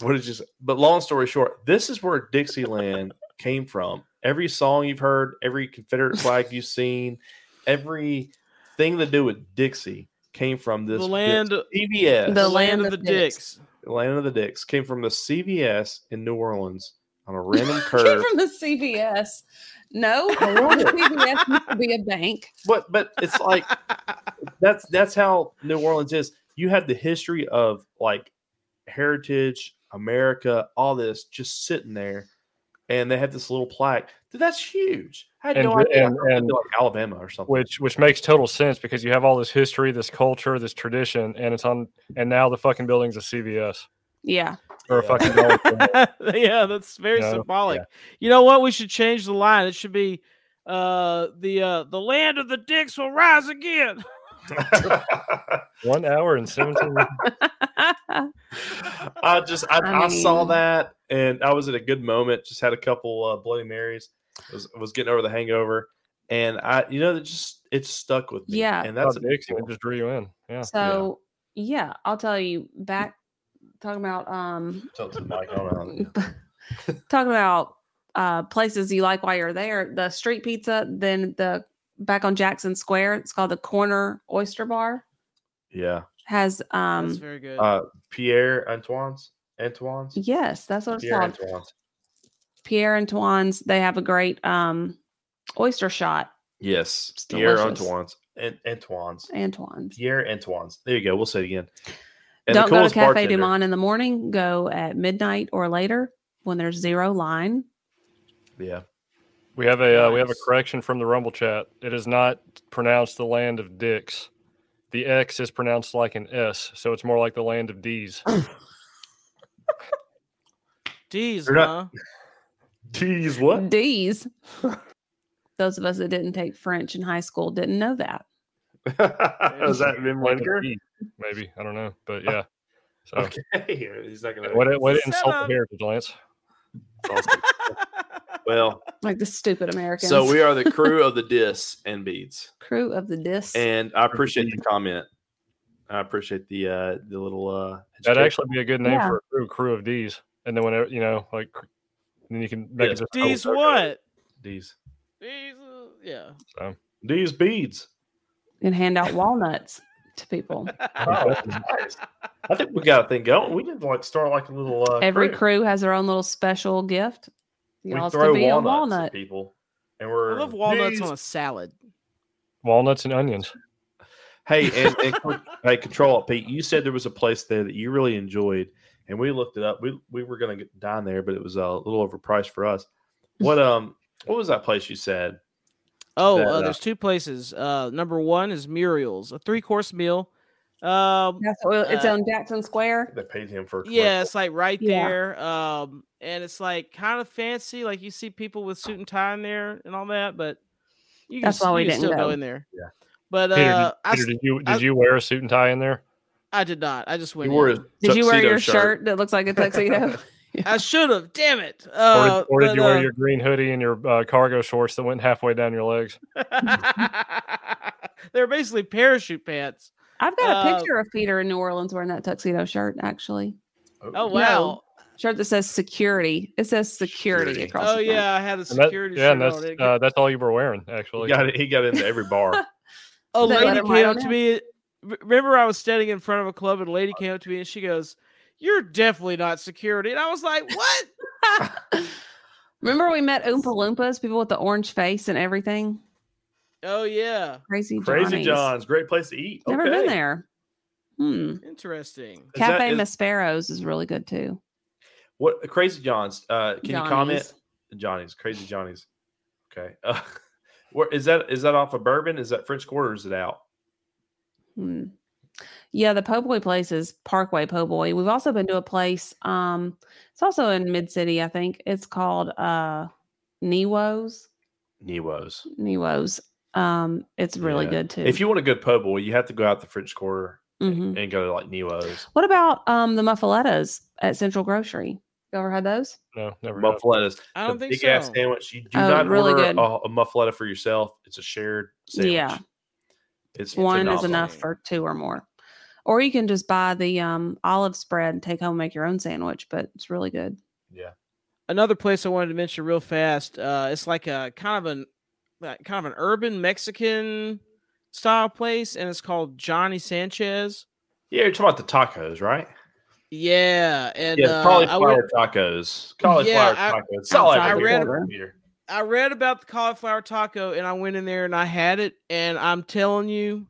Speaker 4: what did you say? But long story short, this is where Dixieland came from. Every song you've heard, every Confederate flag you've seen, every thing to do with Dixie came from
Speaker 5: the
Speaker 4: this
Speaker 5: land,
Speaker 4: Dix- CVS.
Speaker 5: the
Speaker 6: The
Speaker 5: land
Speaker 6: land
Speaker 5: of the
Speaker 6: of dicks.
Speaker 5: dicks.
Speaker 4: The land of the Dicks came from the CVS in New Orleans on a random
Speaker 6: Came
Speaker 4: curve.
Speaker 6: from the CVS. No,
Speaker 4: I love
Speaker 6: the
Speaker 4: it.
Speaker 6: CVS used to be a bank.
Speaker 4: but but it's like that's that's how New Orleans is. You have the history of like heritage, America, all this just sitting there, and they have this little plaque. Dude, that's huge. I had
Speaker 3: And-
Speaker 4: no idea.
Speaker 3: and-
Speaker 4: I thought it'd
Speaker 3: and-
Speaker 4: be like Alabama or something.
Speaker 3: which which makes total sense because you have all this history, this culture, this tradition, and it's on. And now the fucking building's a CVS
Speaker 6: Yeah.
Speaker 3: or a
Speaker 4: Yeah.
Speaker 3: fucking Dollar General.
Speaker 5: yeah, that's very
Speaker 3: No,
Speaker 5: symbolic. You know what? We should change the line. It should be uh the uh the land of the dicks will rise again.
Speaker 3: one hour and seventeen. minutes.
Speaker 4: I just I, I,
Speaker 6: I
Speaker 4: saw
Speaker 6: mean-
Speaker 4: that, and I was at a good moment. Just had a couple uh, Bloody Marys. Was was getting over the hangover, and I you know it just it stuck with me.
Speaker 6: Yeah.
Speaker 4: and
Speaker 3: That's
Speaker 4: that's
Speaker 3: a Dixie. It just drew you in. Yeah.
Speaker 6: so yeah. I'll tell you back talking about um
Speaker 4: Tilt the mic on.
Speaker 6: talking about uh places you like while you're there, the street pizza, then the back on Jackson Square, it's called the Corner Oyster Bar.
Speaker 4: Yeah.
Speaker 6: Has um
Speaker 5: that's very good.
Speaker 4: uh, Pierre Antoine's Antoine's
Speaker 6: yes, that's what it's
Speaker 4: Pierre
Speaker 6: called.
Speaker 4: Antoine's.
Speaker 6: Pierre Antoine's, they have a great um oyster shot.
Speaker 4: Yes,
Speaker 6: It's
Speaker 4: Pierre
Speaker 6: delicious.
Speaker 4: Antoine's An- Antoine's
Speaker 6: Antoine's.
Speaker 4: Pierre Antoine's. There you go. We'll say it again.
Speaker 6: Don't go to Cafe
Speaker 4: bartender-
Speaker 6: Du Monde in the morning. Go at midnight or later when there's zero line.
Speaker 4: Yeah,
Speaker 3: We have a uh, we have a
Speaker 5: Nice.
Speaker 3: correction from the Rumble chat. It is not pronounced the land of dicks. The X is pronounced like an S, so it's more like the land of D's.
Speaker 5: D's,
Speaker 4: they're
Speaker 5: huh?
Speaker 4: not- geez, what?
Speaker 6: D's. Those of us that didn't take French in high school didn't know that.
Speaker 5: Oh,
Speaker 4: Is that Vim
Speaker 3: Like a
Speaker 4: Lenker?
Speaker 3: D, Maybe I don't know, but yeah. So
Speaker 4: Okay, he's not gonna.
Speaker 3: what it what it insult the
Speaker 5: Seven.
Speaker 3: heritage, Lance?
Speaker 4: Oh, Well,
Speaker 6: Like the stupid Americans.
Speaker 4: so we are the crew of the dis and beads,
Speaker 6: crew of the dis.
Speaker 4: and I appreciate the comment. I appreciate the uh the little uh.
Speaker 3: That'd
Speaker 4: education.
Speaker 3: actually be a good name
Speaker 6: Yeah.
Speaker 3: for a crew, crew of D's. And then whenever you know, like, cr- then you can make
Speaker 4: Yeah.
Speaker 3: it just
Speaker 5: D's
Speaker 4: okay.
Speaker 5: what?
Speaker 4: these
Speaker 5: D's, uh, yeah.
Speaker 4: these beads.
Speaker 6: and hand out walnuts to people.
Speaker 4: Oh, nice. I think we got a thing going. We did like start like a little uh,
Speaker 6: Every
Speaker 4: crew.
Speaker 6: crew has their own little special gift.
Speaker 4: We
Speaker 6: Y'all's
Speaker 4: throw
Speaker 6: could be a
Speaker 4: walnuts
Speaker 6: walnut.
Speaker 4: at people, and
Speaker 5: I
Speaker 4: we're
Speaker 5: love walnuts
Speaker 4: Jeez.
Speaker 5: on a salad.
Speaker 3: walnuts and onions.
Speaker 4: Hey, and, and con- hey, control it, Pete. You said there was a place there that you really enjoyed, and we looked it up. We we were gonna get down there, but it was uh, a little overpriced for us. What um, what was that place you said?
Speaker 5: Oh,
Speaker 4: that,
Speaker 5: uh,
Speaker 4: uh,
Speaker 5: there's two places. Uh, number one is Muriel's, a three course meal. Um,
Speaker 6: That's what, it's
Speaker 5: Uh,
Speaker 6: on Jackson Square.
Speaker 4: They paid him for a
Speaker 5: yeah, it's like right
Speaker 6: Yeah.
Speaker 5: there. Um, and it's like kind of fancy. Like you see people with suit and tie in there and all that, but you can,
Speaker 6: That's
Speaker 5: s-
Speaker 6: why we
Speaker 5: you can
Speaker 6: didn't
Speaker 5: still go.
Speaker 6: go.
Speaker 5: in there.
Speaker 4: Yeah.
Speaker 5: But
Speaker 3: Peter, did-
Speaker 5: uh, I,
Speaker 3: Peter,
Speaker 5: s-
Speaker 3: did you did
Speaker 5: I-
Speaker 3: you wear a suit and tie in there?
Speaker 5: I did not. I just
Speaker 4: commercial. He
Speaker 5: went.
Speaker 4: wore
Speaker 5: in.
Speaker 4: his
Speaker 6: Did you wear
Speaker 4: tuxedo
Speaker 6: your shirt that looks like a tuxedo?
Speaker 5: I should have. Damn it.
Speaker 3: Or
Speaker 5: Uh,
Speaker 3: did, or did
Speaker 5: but,
Speaker 3: you wear
Speaker 5: uh,
Speaker 3: your green hoodie and your uh, cargo shorts that went halfway down your legs?
Speaker 5: They're basically parachute pants.
Speaker 6: I've got a
Speaker 5: Uh,
Speaker 6: picture of Peter in New Orleans wearing that tuxedo shirt, actually.
Speaker 5: Oh
Speaker 6: No.
Speaker 5: wow.
Speaker 6: Shirt that says security. It says security,
Speaker 4: Security.
Speaker 6: across
Speaker 5: oh
Speaker 6: the front.
Speaker 5: yeah, I had a
Speaker 3: And that-
Speaker 5: security
Speaker 3: yeah, and
Speaker 5: shirt oh,
Speaker 3: that's
Speaker 5: on. It-
Speaker 3: uh, that's all you were wearing actually.
Speaker 4: He got it. He got into every bar.
Speaker 5: a
Speaker 6: They let
Speaker 5: lady
Speaker 6: him ride
Speaker 5: came
Speaker 6: on
Speaker 5: up to me. re- Remember, I was standing in front of a club, and a lady came up to me, and she goes, "You're definitely not security." And I was like, "What?"
Speaker 6: Remember we met Oompa Loompas, people with the orange face and everything?
Speaker 5: oh yeah,
Speaker 6: Crazy Johnny's.
Speaker 4: Crazy John's, great place to eat.
Speaker 6: Never
Speaker 4: Okay.
Speaker 6: been there. Hmm.
Speaker 5: interesting.
Speaker 4: Is that-
Speaker 6: Cafe
Speaker 4: is-
Speaker 6: Maspero's is really good too.
Speaker 4: What Crazy John's? Uh, can you comment?
Speaker 6: Johnny's.
Speaker 4: Johnny's, Crazy Johnny's. Okay. Uh, where is that? Is that off of bourbon? Is that French Quarter? or Is it out?
Speaker 6: Hmm. Yeah, the po' boy place is Parkway po' boy. We've also been to a place. Um, it's also in Mid City, I think. It's called uh, Niwo's.
Speaker 4: Newos.
Speaker 6: Niwo's. Um, it's really
Speaker 4: Yeah.
Speaker 6: good too.
Speaker 4: If you want a good po' boy, you have to go out the French Quarter
Speaker 6: Mhm.
Speaker 4: and go to like Newos.
Speaker 6: What about um the muffalettas at Central Grocery? You ever had those?
Speaker 3: No, never. have.
Speaker 4: Muffletas.
Speaker 5: I don't
Speaker 4: the
Speaker 5: think
Speaker 4: big ass
Speaker 5: so.
Speaker 4: sandwich. You do
Speaker 6: Oh,
Speaker 4: not
Speaker 6: really
Speaker 4: order
Speaker 6: good.
Speaker 4: a, a muffaletta for yourself. It's a shared sandwich.
Speaker 6: Yeah.
Speaker 4: It's
Speaker 6: One is
Speaker 4: phenomenal.
Speaker 6: enough for two or more. Or you can just buy the um olive spread and take home and make your own sandwich, but it's really good.
Speaker 5: Another place I wanted to mention real fast. Uh, it's like a kind of an like, kind of an urban Mexican style place, and it's called Johnny Sanchez.
Speaker 4: Yeah, you're talking about the tacos, right?
Speaker 5: Yeah, and
Speaker 4: yeah,
Speaker 5: uh, I
Speaker 4: cauliflower
Speaker 5: went-
Speaker 4: tacos. Cauliflower
Speaker 5: I-
Speaker 4: tacos. It's all
Speaker 6: outside
Speaker 4: I
Speaker 5: the
Speaker 4: read.
Speaker 6: quarter.
Speaker 5: I read about the cauliflower taco and I went in there and I had it and I'm telling you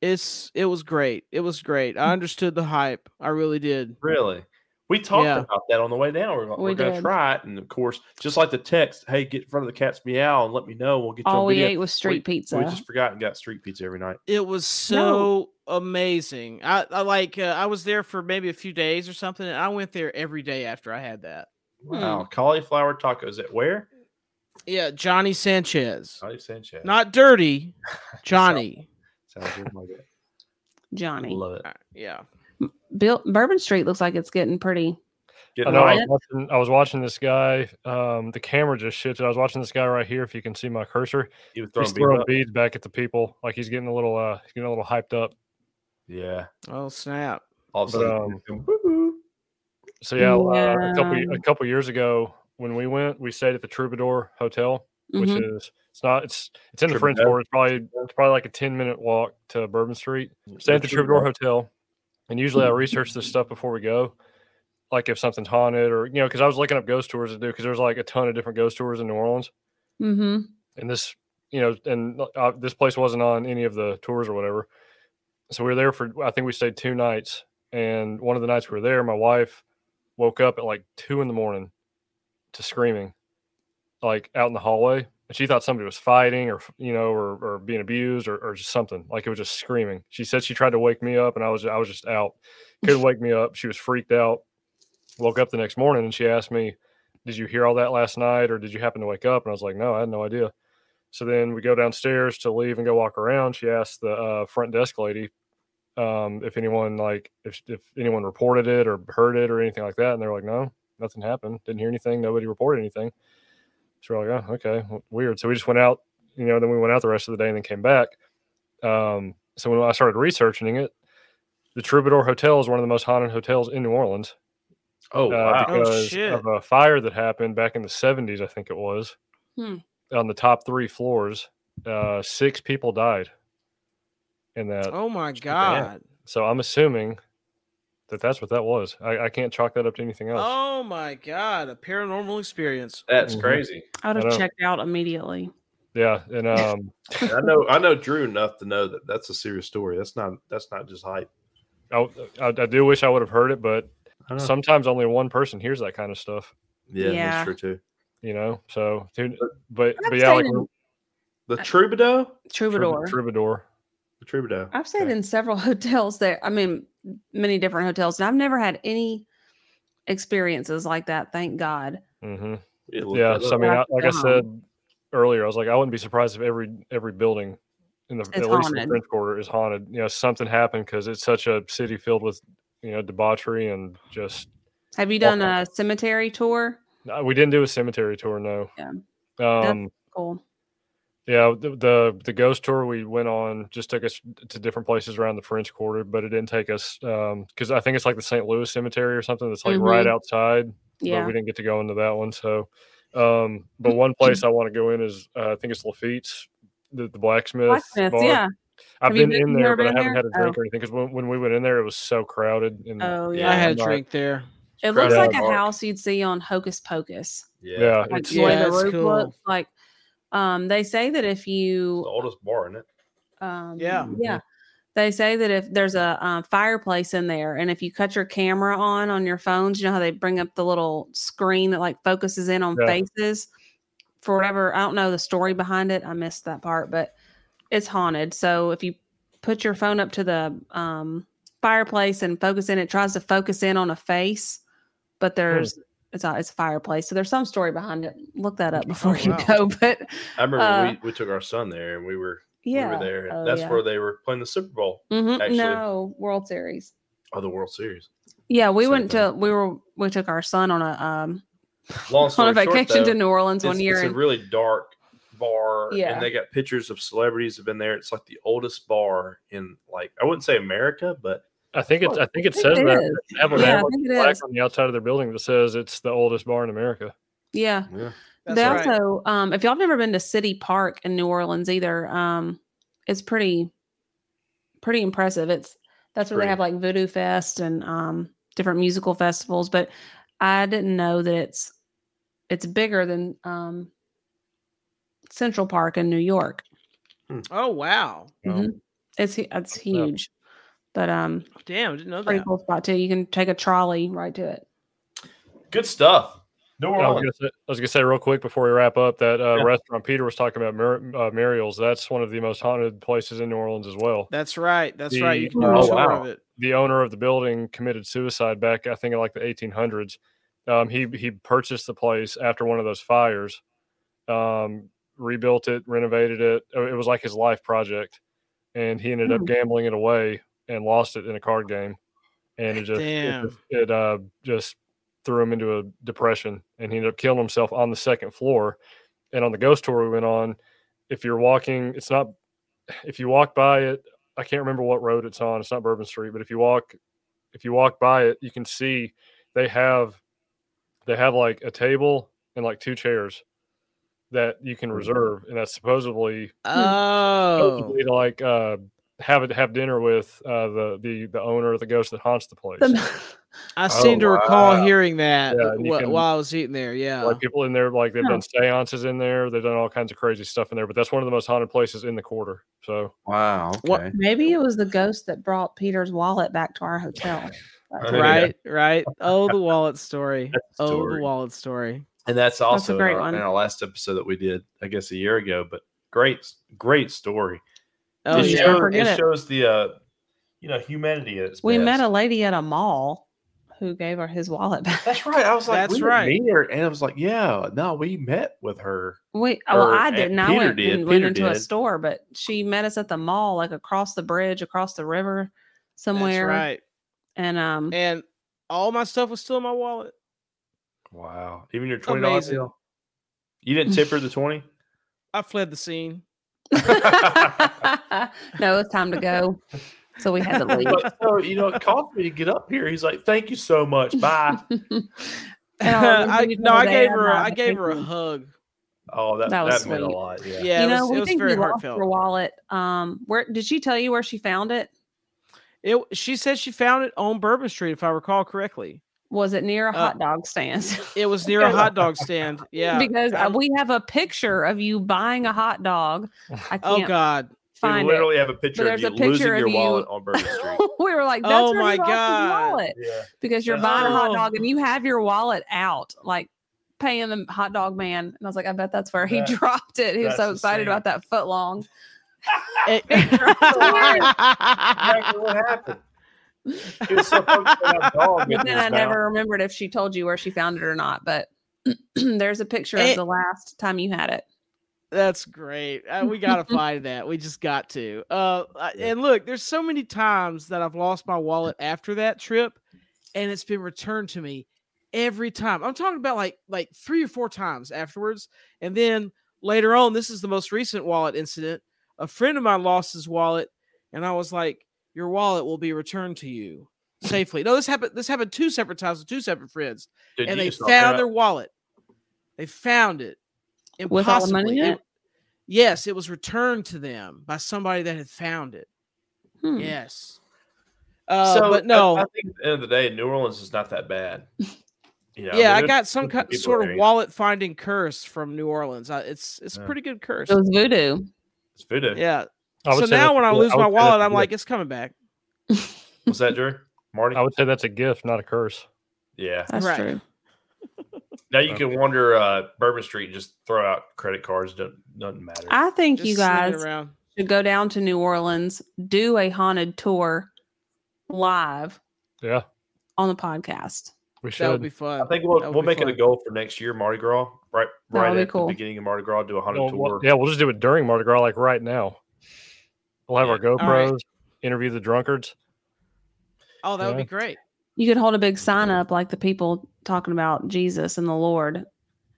Speaker 5: it's it was great. It was great. I understood the hype. I really did.
Speaker 4: Really? We talked
Speaker 5: Yeah.
Speaker 4: about that on the way down. We're,
Speaker 6: We
Speaker 4: we're going to
Speaker 6: did.
Speaker 4: try it. And of course, just like the text, hey, get in front of the cat's meow and let me know. We'll get you
Speaker 6: All
Speaker 4: on
Speaker 6: we
Speaker 4: video.
Speaker 6: ate was street pizza.
Speaker 4: uh, We just forgot and got street pizza every night.
Speaker 5: It was so amazing. I, I like uh, I was there for maybe a few days or something and I went there every day after I had that.
Speaker 6: Hmm.
Speaker 4: Wow. Cauliflower tacos at where?
Speaker 5: Yeah, Johnny Sanchez.
Speaker 4: Johnny Sanchez.
Speaker 5: Not dirty, Johnny.
Speaker 4: Sounds good like it.
Speaker 6: Johnny.
Speaker 4: Love it.
Speaker 5: Uh, yeah.
Speaker 6: Bill Bourbon Street looks like it's getting pretty.
Speaker 4: Get
Speaker 3: I know. I
Speaker 4: right.
Speaker 3: was,
Speaker 6: uh,
Speaker 3: watching, I was watching this guy. Um, the camera just shifted. I was watching this guy right here. If you can see my cursor,
Speaker 4: He was throwing
Speaker 3: he's
Speaker 4: beer.
Speaker 3: throwing beads back at the people. Like he's getting a little, uh, he's getting a little hyped up.
Speaker 4: Yeah.
Speaker 5: Oh snap.
Speaker 4: All of a
Speaker 3: But, um,
Speaker 4: sudden,
Speaker 3: So yeah, uh, a couple
Speaker 6: Yeah.
Speaker 3: a couple years ago when we went, we stayed at the Troubadour Hotel, which
Speaker 6: Mhm.
Speaker 3: is it's not it's it's in the French
Speaker 4: Troubadour.
Speaker 3: Quarter. It's probably it's probably like a ten minute walk to Bourbon Street. Stay at the Troubadour Hotel, and usually I
Speaker 4: Mm-hmm.
Speaker 3: research this stuff before we go, like if something's haunted or you know, because I was looking up ghost tours to do because there's like a ton of different ghost tours in New Orleans,
Speaker 6: Mm-hmm.
Speaker 3: and this you know, and uh, this place wasn't on any of the tours or whatever. So we were there for I think we stayed two nights, and one of the nights we were there, my wife woke up at like two in the morning to screaming, like out in the hallway. And she thought somebody was fighting or, you know, or, or being abused or, or just something like it was just screaming. She said she tried to wake me up and I was, I was just out. Couldn't wake me up. She was freaked out. Woke up the next morning and she asked me, did you hear all that last night or did you happen to wake up? And I was like, no, I had no idea. So then we go downstairs to leave and go walk around. She asked the uh, front desk lady um, if anyone like if, if anyone reported it or heard it or anything like that. And they're like, no, nothing happened. Didn't hear anything. Nobody reported anything. So we're like, oh, okay, w- weird. So we just went out, you know, then we went out the rest of the day and then came back. Um, so when I started researching it, the Troubadour Hotel is one of the most haunted hotels in New Orleans
Speaker 4: Oh,
Speaker 3: uh,
Speaker 4: wow.
Speaker 5: Oh,
Speaker 3: because
Speaker 5: shit.
Speaker 3: of a fire that happened back in the 70s, I think it was,
Speaker 6: Hmm.
Speaker 3: on the top three floors. Uh, six people died in that.
Speaker 5: Oh my god.
Speaker 3: So I'm assuming that that's what that was. I, I can't chalk that up to anything else.
Speaker 5: Oh my god, a paranormal experience.
Speaker 4: That's
Speaker 3: Mhm.
Speaker 4: crazy.
Speaker 6: I would
Speaker 3: I
Speaker 6: have
Speaker 3: know.
Speaker 6: checked out immediately.
Speaker 3: Yeah, and um,
Speaker 4: I know I know Drew enough to know that that's a serious story. That's not that's not just hype.
Speaker 3: I, I, I do wish I would have heard it, but
Speaker 4: I know.
Speaker 3: sometimes only one person hears that kind of stuff.
Speaker 4: yeah,
Speaker 6: Yeah.
Speaker 4: that's true too.
Speaker 3: You know, so dude, but
Speaker 6: I've
Speaker 3: but yeah, like
Speaker 6: stayed in
Speaker 4: The
Speaker 6: I-
Speaker 4: troubadour,
Speaker 6: Troubadour.
Speaker 3: Troubadour. Troubadour.
Speaker 4: the troubadour.
Speaker 6: I've stayed
Speaker 3: Okay.
Speaker 6: in several hotels there. I mean, many different hotels, and I've never had any experiences like that. Thank God.
Speaker 3: hmm
Speaker 4: We looked
Speaker 3: Yeah,
Speaker 4: that
Speaker 3: so I
Speaker 4: up.
Speaker 3: mean,
Speaker 6: That's
Speaker 3: I, like I
Speaker 6: dumb.
Speaker 3: said earlier, I was like, I wouldn't be surprised if every every building in the
Speaker 6: It's
Speaker 3: at least in the
Speaker 6: haunted.
Speaker 3: French Quarter is haunted. You know, something happened because it's such a city filled with you know debauchery and just
Speaker 6: Have you
Speaker 3: Well-
Speaker 6: done a cemetery tour?
Speaker 3: Uh, we didn't do a cemetery tour, no.
Speaker 6: Yeah.
Speaker 3: Um,
Speaker 6: Cool.
Speaker 3: Yeah, the, the the ghost tour we went on just took us to different places around the French Quarter, but it didn't take us because I think it's like the St. Louis Cemetery or something that's like right
Speaker 6: Mm-hmm.
Speaker 3: outside. But
Speaker 6: Yeah. Mm,
Speaker 3: we didn't get to go into that one. So, um, but one place I want to go in is uh, I think it's Lafitte's, the, the blacksmith.
Speaker 6: Blacksmiths,
Speaker 3: bar.
Speaker 6: yeah.
Speaker 3: I've
Speaker 6: Have you
Speaker 3: been,
Speaker 6: been-
Speaker 3: in
Speaker 6: you
Speaker 3: there,
Speaker 6: ever
Speaker 3: but I
Speaker 6: been
Speaker 3: haven't
Speaker 6: there?
Speaker 3: had a drink or anything because when, when we went in there, it was so crowded. And
Speaker 6: Oh,
Speaker 5: Yeah,
Speaker 6: yeah.
Speaker 5: I had
Speaker 3: I'm
Speaker 5: a
Speaker 3: not-
Speaker 5: drink there.
Speaker 6: It looks
Speaker 3: Yeah.
Speaker 6: like a
Speaker 4: Mark.
Speaker 6: house you'd see on Hocus Pocus.
Speaker 4: Yeah.
Speaker 3: yeah,
Speaker 6: Like
Speaker 3: it's,
Speaker 6: the way
Speaker 5: Yeah,
Speaker 6: the
Speaker 5: it's
Speaker 6: roof
Speaker 5: cool.
Speaker 6: looks. Like um, they say that if
Speaker 4: It's the
Speaker 6: you
Speaker 4: oldest bar in it.
Speaker 6: um,
Speaker 5: Yeah.
Speaker 6: yeah they say that if there's a um, fireplace in there and if you cut your camera on on your phones, you know how they bring up the little screen that like focuses in on
Speaker 3: Yeah.
Speaker 6: faces for whatever. I don't know the story behind it. I missed that part, but it's haunted. So if you put your phone up to the um, fireplace and focus in, it tries to focus in on a face,
Speaker 4: Hmm.
Speaker 6: but there's it's a, it's a fireplace. So there's some story behind it. Look that up
Speaker 4: Oh,
Speaker 6: before you
Speaker 5: wow.
Speaker 6: go. But
Speaker 4: I remember
Speaker 6: Uh,
Speaker 4: we, we took our son there and we were
Speaker 6: yeah,
Speaker 4: we were there. and
Speaker 6: Oh,
Speaker 4: that's
Speaker 6: yeah.
Speaker 4: where they were playing the Super Bowl
Speaker 6: Mhm.
Speaker 4: actually.
Speaker 6: no World Series.
Speaker 4: or the World Series.
Speaker 6: Yeah, we
Speaker 4: Same
Speaker 6: went
Speaker 4: thing.
Speaker 6: to we were we took our son on a um
Speaker 4: Long story
Speaker 6: on a vacation
Speaker 4: short, though,
Speaker 6: to New Orleans
Speaker 4: it's,
Speaker 6: one year.
Speaker 4: it's a
Speaker 6: and
Speaker 4: really dark bar.
Speaker 6: Yeah.
Speaker 4: And they got pictures of celebrities have been there. It's like the oldest bar in like I wouldn't say America, but
Speaker 3: I think it's I think it
Speaker 6: I think
Speaker 3: says
Speaker 6: it
Speaker 3: that.
Speaker 6: is.
Speaker 3: They have a
Speaker 6: Yeah, I
Speaker 3: yeah,
Speaker 6: think it
Speaker 3: plaque
Speaker 6: is.
Speaker 3: on the outside of their building that says it's the oldest bar in America.
Speaker 6: yeah.
Speaker 4: yeah.
Speaker 5: That's
Speaker 6: they
Speaker 5: right.
Speaker 6: also um if y'all have never been to City Park in New Orleans either, um it's pretty pretty impressive. It's that's where
Speaker 4: Pretty.
Speaker 6: they have like Voodoo Fest and um different musical festivals, but I didn't know that it's it's bigger than um Central Park in New York.
Speaker 5: Oh wow!
Speaker 3: Wow.
Speaker 6: Mhm. It's hu- it's huge. But um
Speaker 5: Damn, I didn't know
Speaker 6: pretty
Speaker 5: that.
Speaker 6: cool spot too. You can take a trolley right to it.
Speaker 4: Good stuff. New
Speaker 3: I
Speaker 6: Oh.
Speaker 3: was,
Speaker 4: Orleans.
Speaker 3: gonna say, I was gonna say real quick before we wrap up that uh,
Speaker 4: Yeah.
Speaker 3: restaurant Peter was talking about, Mur- uh, Muriel's. That's one of the most haunted places in New Orleans as well.
Speaker 5: That's right. That's right. You
Speaker 3: The-
Speaker 5: can do a
Speaker 4: Oh,
Speaker 5: tour
Speaker 4: wow.
Speaker 5: of it.
Speaker 3: The owner of the building committed suicide back, I think, in like the 1800s. Um, he he purchased the place after one of those fires, um, rebuilt it, renovated it. Uh, It was like his life project, and he ended up
Speaker 6: Hmm.
Speaker 3: gambling it away and lost it in a card game, and it just it,
Speaker 5: Damn.
Speaker 3: just- it, uh, just threw him into a depression, and he ended up killing himself on the second floor. And on the ghost tour we went on, if you're walking, it's not if you walk by it, I can't remember what road it's on. It's not Bourbon Street, but if you walk if you walk by it, you can see they have they have like a table and like two chairs that you can reserve, and that's supposedly
Speaker 5: Mm-hmm.
Speaker 6: Hmm.
Speaker 5: Oh,
Speaker 3: supposedly to like uh have it have dinner with uh the the the owner of the ghost that haunts the place.
Speaker 5: I
Speaker 4: Oh,
Speaker 5: seem to recall
Speaker 4: wow.
Speaker 5: hearing that
Speaker 3: Yeah,
Speaker 5: wh-
Speaker 3: and you can-
Speaker 5: while I was eating there. Yeah.
Speaker 3: Like people in there, like they've done seances in there, they've done all kinds of crazy stuff in there. But that's one of the most haunted places in the quarter. So
Speaker 4: Wow.
Speaker 5: What-
Speaker 4: Okay.
Speaker 6: Maybe it was the ghost that brought Peter's wallet back to our hotel. That's
Speaker 4: Yeah.
Speaker 5: Right, right. Oh, the wallet story.
Speaker 4: That's a
Speaker 5: oh,
Speaker 4: story.
Speaker 5: the wallet story.
Speaker 4: And that's also in
Speaker 6: great
Speaker 4: our-
Speaker 6: one.
Speaker 4: in our last episode that we did, I guess a year ago, but great great story.
Speaker 5: Oh,
Speaker 4: it,
Speaker 6: yeah.
Speaker 4: shows,
Speaker 6: Forget
Speaker 4: it
Speaker 6: it.
Speaker 4: shows the uh, you know humanity at its
Speaker 6: We
Speaker 4: best.
Speaker 6: met a lady at a mall who gave her his wallet back.
Speaker 4: That's right. I was like,
Speaker 5: That's
Speaker 4: we didn't
Speaker 5: right.
Speaker 4: meet her, and I was like, yeah, no, we met with her.
Speaker 6: We oh, well,
Speaker 4: Or,
Speaker 6: I
Speaker 4: uh,
Speaker 6: didn't. I
Speaker 4: Peter
Speaker 6: went
Speaker 4: did,
Speaker 6: and went
Speaker 4: Peter
Speaker 6: into a
Speaker 4: did.
Speaker 6: store, but she met us at the mall, like across the bridge, across the river, somewhere.
Speaker 5: That's right.
Speaker 6: And um,
Speaker 5: And all my stuff was still in my wallet.
Speaker 4: Wow, even your twenty dollars.
Speaker 5: Amazing.
Speaker 4: You didn't tip her the twenty.
Speaker 5: I fled the scene.
Speaker 6: no, it's time to go. So we had to leave.
Speaker 4: But, so you know, it cost me to get up here. He's like, thank you so much. Bye.
Speaker 6: And I'll remember
Speaker 5: I,
Speaker 6: Oh, you
Speaker 5: no,
Speaker 6: till
Speaker 5: I
Speaker 6: the day
Speaker 5: gave
Speaker 6: of
Speaker 5: her. A,
Speaker 6: my
Speaker 5: I gave her a
Speaker 6: vacation.
Speaker 5: hug.
Speaker 4: Oh, that
Speaker 6: That
Speaker 4: that,
Speaker 6: was
Speaker 4: meant a
Speaker 6: sweet.
Speaker 4: lot. Yeah.
Speaker 5: Yeah,
Speaker 6: you know,
Speaker 5: it was,
Speaker 6: we
Speaker 5: it was
Speaker 6: think
Speaker 5: very
Speaker 6: we lost her
Speaker 5: heartfelt.
Speaker 6: wallet. Um, where did she tell you where she found it?
Speaker 5: It. She said she found it on Bourbon Street, if I recall correctly.
Speaker 6: Was it near a
Speaker 5: Uh,
Speaker 6: hot dog stand?
Speaker 5: It was near a hot dog stand. Yeah.
Speaker 6: because uh,
Speaker 5: I'm-
Speaker 6: we have a picture of you buying a hot dog. I can't
Speaker 5: Oh God.
Speaker 6: find
Speaker 4: we literally have a picture of
Speaker 6: there's
Speaker 4: you
Speaker 6: a picture
Speaker 4: losing
Speaker 6: of
Speaker 4: your
Speaker 6: you-
Speaker 4: wallet on Bourbon Street.
Speaker 6: it. we were like,
Speaker 5: Oh
Speaker 6: "That's where
Speaker 5: my
Speaker 6: he lost his
Speaker 5: God.
Speaker 6: wallet,"
Speaker 4: yeah.
Speaker 6: because you're buying a hot
Speaker 5: Oh.
Speaker 6: dog and you have your wallet out, like paying the hot dog man. And I was like, "I bet that's where he
Speaker 4: That-
Speaker 6: dropped it." He was
Speaker 4: that's
Speaker 6: so excited
Speaker 4: insane.
Speaker 6: about that foot long.
Speaker 5: It-
Speaker 4: Exactly what happened. He was so focused on that dog
Speaker 6: But
Speaker 4: in his
Speaker 6: then I
Speaker 4: mouth.
Speaker 6: never remembered if she told you where she found it or not. But there's a picture of
Speaker 5: It-
Speaker 6: the last time you had it.
Speaker 5: That's great. Uh, we gotta find that. We just got to. Uh, I-
Speaker 4: Yeah.
Speaker 5: and look, there's so many times that I've lost my wallet after that trip, and it's been returned to me every time. I'm talking about like like three or four times afterwards, and then later on, this is the most recent wallet incident. A friend of mine lost his wallet, and I was like, "Your wallet will be returned to you safely." No, this happened. This happened two separate times with two separate friends,
Speaker 4: Dude,
Speaker 5: and
Speaker 4: you
Speaker 5: they
Speaker 4: just knocked that
Speaker 5: found
Speaker 4: out.
Speaker 5: their wallet. They found it.
Speaker 6: With all the money
Speaker 5: Impossibly.
Speaker 6: in
Speaker 5: It- yes, it was returned to them by somebody that had found it.
Speaker 6: Hmm.
Speaker 5: Yes. Uh,
Speaker 4: So,
Speaker 5: but
Speaker 4: I-
Speaker 5: no,
Speaker 4: I, think at the end of the day, New Orleans is not that bad. You know,
Speaker 5: yeah, I
Speaker 4: mean,
Speaker 5: got some
Speaker 4: there's
Speaker 5: ki-
Speaker 4: people
Speaker 5: sort
Speaker 4: there.
Speaker 5: of wallet finding curse from New Orleans. I, it's it's a
Speaker 4: Yeah.
Speaker 5: pretty good curse.
Speaker 6: It was voodoo.
Speaker 4: It's voodoo.
Speaker 5: Yeah.
Speaker 3: I would
Speaker 5: So
Speaker 3: say that's
Speaker 5: now when
Speaker 3: a
Speaker 5: I
Speaker 3: gift.
Speaker 5: lose
Speaker 3: would
Speaker 5: my
Speaker 3: say that's
Speaker 5: wallet,
Speaker 3: a
Speaker 5: I'm
Speaker 3: gift.
Speaker 5: like, it's coming back.
Speaker 4: What's that, Drew? Marty?
Speaker 3: I would say that's a gift, not a curse.
Speaker 4: Yeah.
Speaker 6: That's
Speaker 5: Right.
Speaker 6: true.
Speaker 4: Now you can wander uh, Bourbon Street and just throw out credit cards. Doesn't, doesn't matter.
Speaker 6: I think
Speaker 5: Just
Speaker 6: you
Speaker 5: sling it
Speaker 6: guys
Speaker 5: around.
Speaker 6: should go down to New Orleans, do a haunted tour live
Speaker 3: Yeah,
Speaker 6: on the podcast.
Speaker 3: we
Speaker 5: That
Speaker 3: should.
Speaker 5: would be fun.
Speaker 4: I think we'll
Speaker 5: That would
Speaker 4: we'll
Speaker 5: be
Speaker 4: make it a
Speaker 5: fun.
Speaker 4: goal for next year, Mardi Gras. Right,
Speaker 6: That
Speaker 4: right
Speaker 6: would be
Speaker 4: at
Speaker 6: cool.
Speaker 4: the beginning of Mardi Gras, do a haunted
Speaker 3: Well,
Speaker 4: tour.
Speaker 3: well, yeah, we'll just do it during Mardi Gras, like right now. We'll have our
Speaker 4: Yeah.
Speaker 5: right.
Speaker 3: GoPros, interview the drunkards.
Speaker 5: Oh, that would
Speaker 3: Yeah.
Speaker 5: be great.
Speaker 6: You could hold a big sign up like the people talking about Jesus and the Lord.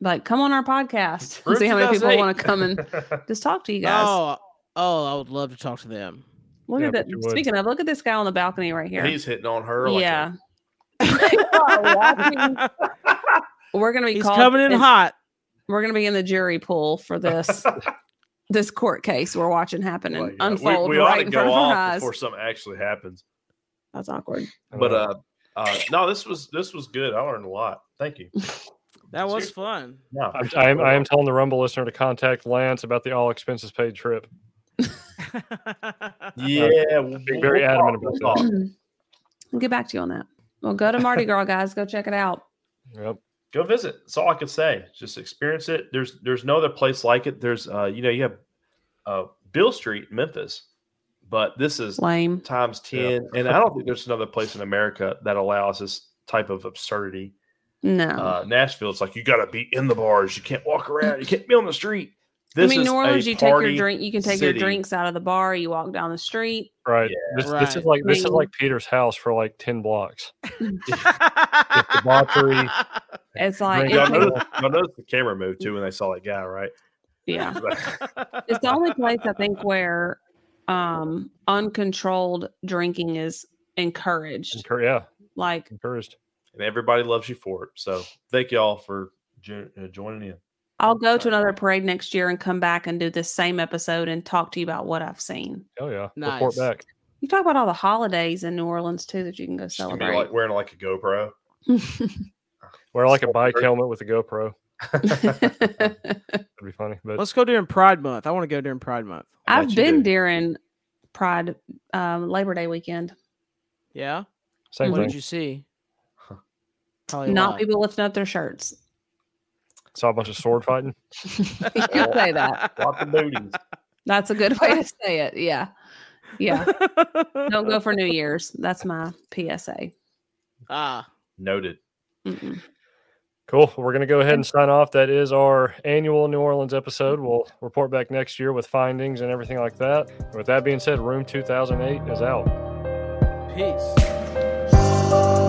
Speaker 6: Like, come on our podcast.
Speaker 4: Room
Speaker 6: See how many people
Speaker 4: 2008.
Speaker 6: want to come and just talk to you guys.
Speaker 5: Oh, oh, I would love to talk to them.
Speaker 6: look
Speaker 3: yeah,
Speaker 6: at
Speaker 3: but
Speaker 6: that.
Speaker 3: you would.
Speaker 6: Speaking of, look at this guy on the balcony right here.
Speaker 4: He's hitting on her. Like
Speaker 6: yeah. Oh,
Speaker 5: He's
Speaker 6: We're gonna be called
Speaker 5: coming in
Speaker 6: as-
Speaker 5: hot.
Speaker 6: We're gonna be in the jury pool for this this court case we're watching happen
Speaker 4: a-
Speaker 6: and
Speaker 4: like, uh,
Speaker 6: unfold
Speaker 4: we, we ought
Speaker 6: right
Speaker 4: to
Speaker 6: in
Speaker 4: go
Speaker 6: front of
Speaker 4: off
Speaker 6: our eyes.
Speaker 4: before something actually happens.
Speaker 6: That's awkward.
Speaker 4: But uh, uh, no, this was this was good. I learned a lot. Thank you.
Speaker 5: That was
Speaker 4: Seriously.
Speaker 5: fun.
Speaker 4: No,
Speaker 3: I'm, I am I am telling the Rumble listener to contact Lance about the all expenses paid trip.
Speaker 4: yeah, we'll
Speaker 3: Being very
Speaker 4: we'll
Speaker 3: adamant
Speaker 4: talk,
Speaker 3: about
Speaker 4: we'll talk.
Speaker 6: I'll get back to you on that. Well, go to Mardi Gras, guys. Go check it out.
Speaker 3: Yep.
Speaker 4: Go visit. That's all I could say. Just experience it. There's there's no other place like it. There's uh, you know, you have uh, Bill Street, Memphis, but this is
Speaker 6: Lame.
Speaker 4: times 10 and i don't think there's another place in america that allows this type of absurdity
Speaker 6: No.
Speaker 4: uh nashville it's like you gotta be in the bars you can't walk around you can't be on the street this
Speaker 6: I mean,
Speaker 4: is
Speaker 6: New Orleans,
Speaker 4: a
Speaker 6: you take your
Speaker 4: party
Speaker 6: drink, you can take
Speaker 4: city.
Speaker 6: your drinks out of the bar, you walk down the street.
Speaker 3: Right. This, this
Speaker 5: Right.
Speaker 3: is like this is
Speaker 6: Maybe.
Speaker 3: like Peter's house for like ten blocks. debauchery.
Speaker 5: Debauchery.
Speaker 6: It's like,
Speaker 3: Drink
Speaker 4: y'all
Speaker 6: it
Speaker 3: out of
Speaker 6: takes-
Speaker 4: noticed, y'all noticed the camera moved too when they saw that guy right
Speaker 6: yeah,
Speaker 4: But-
Speaker 6: it's the only place I think where um uncontrolled drinking is encouraged.
Speaker 3: Encour- yeah,
Speaker 6: Like,
Speaker 3: encouraged.
Speaker 4: and everybody loves you for it so thank y'all for jo- uh, joining in
Speaker 6: I'll go to another parade next year and come back and do this same episode and talk to you about what I've seen.
Speaker 3: Oh yeah.
Speaker 5: Nice.
Speaker 3: Report back.
Speaker 6: You talk about all the holidays in New Orleans too that you can go
Speaker 4: Just gonna be
Speaker 6: celebrate.
Speaker 4: like wearing like a gopro
Speaker 3: Wear like a
Speaker 4: Smoke
Speaker 3: bike
Speaker 4: break.
Speaker 3: helmet with a GoPro. That'd be funny. But
Speaker 5: Let's go during Pride Month. I want to go during Pride Month.
Speaker 4: bet
Speaker 6: I've
Speaker 4: you
Speaker 6: been
Speaker 4: do.
Speaker 6: during Pride um, Labor Day weekend.
Speaker 5: Yeah.
Speaker 3: same
Speaker 5: What
Speaker 3: thing.
Speaker 5: did you see?
Speaker 4: Huh.
Speaker 5: Probably a
Speaker 6: Not
Speaker 5: lot.
Speaker 6: people lifting up their shirts.
Speaker 3: Saw a bunch of sword fighting.
Speaker 6: you could say that.
Speaker 4: Lots of booties.
Speaker 6: That's a good way to say it. Yeah. Yeah. Don't go for New Year's. That's my PSA.
Speaker 5: ah,
Speaker 4: noted
Speaker 6: Mm-mm.
Speaker 3: Cool. We're going to go ahead and sign off. That is our annual New Orleans episode. We'll report back next year with findings and everything like that. With that being said, Room 2008 is out.
Speaker 5: peace.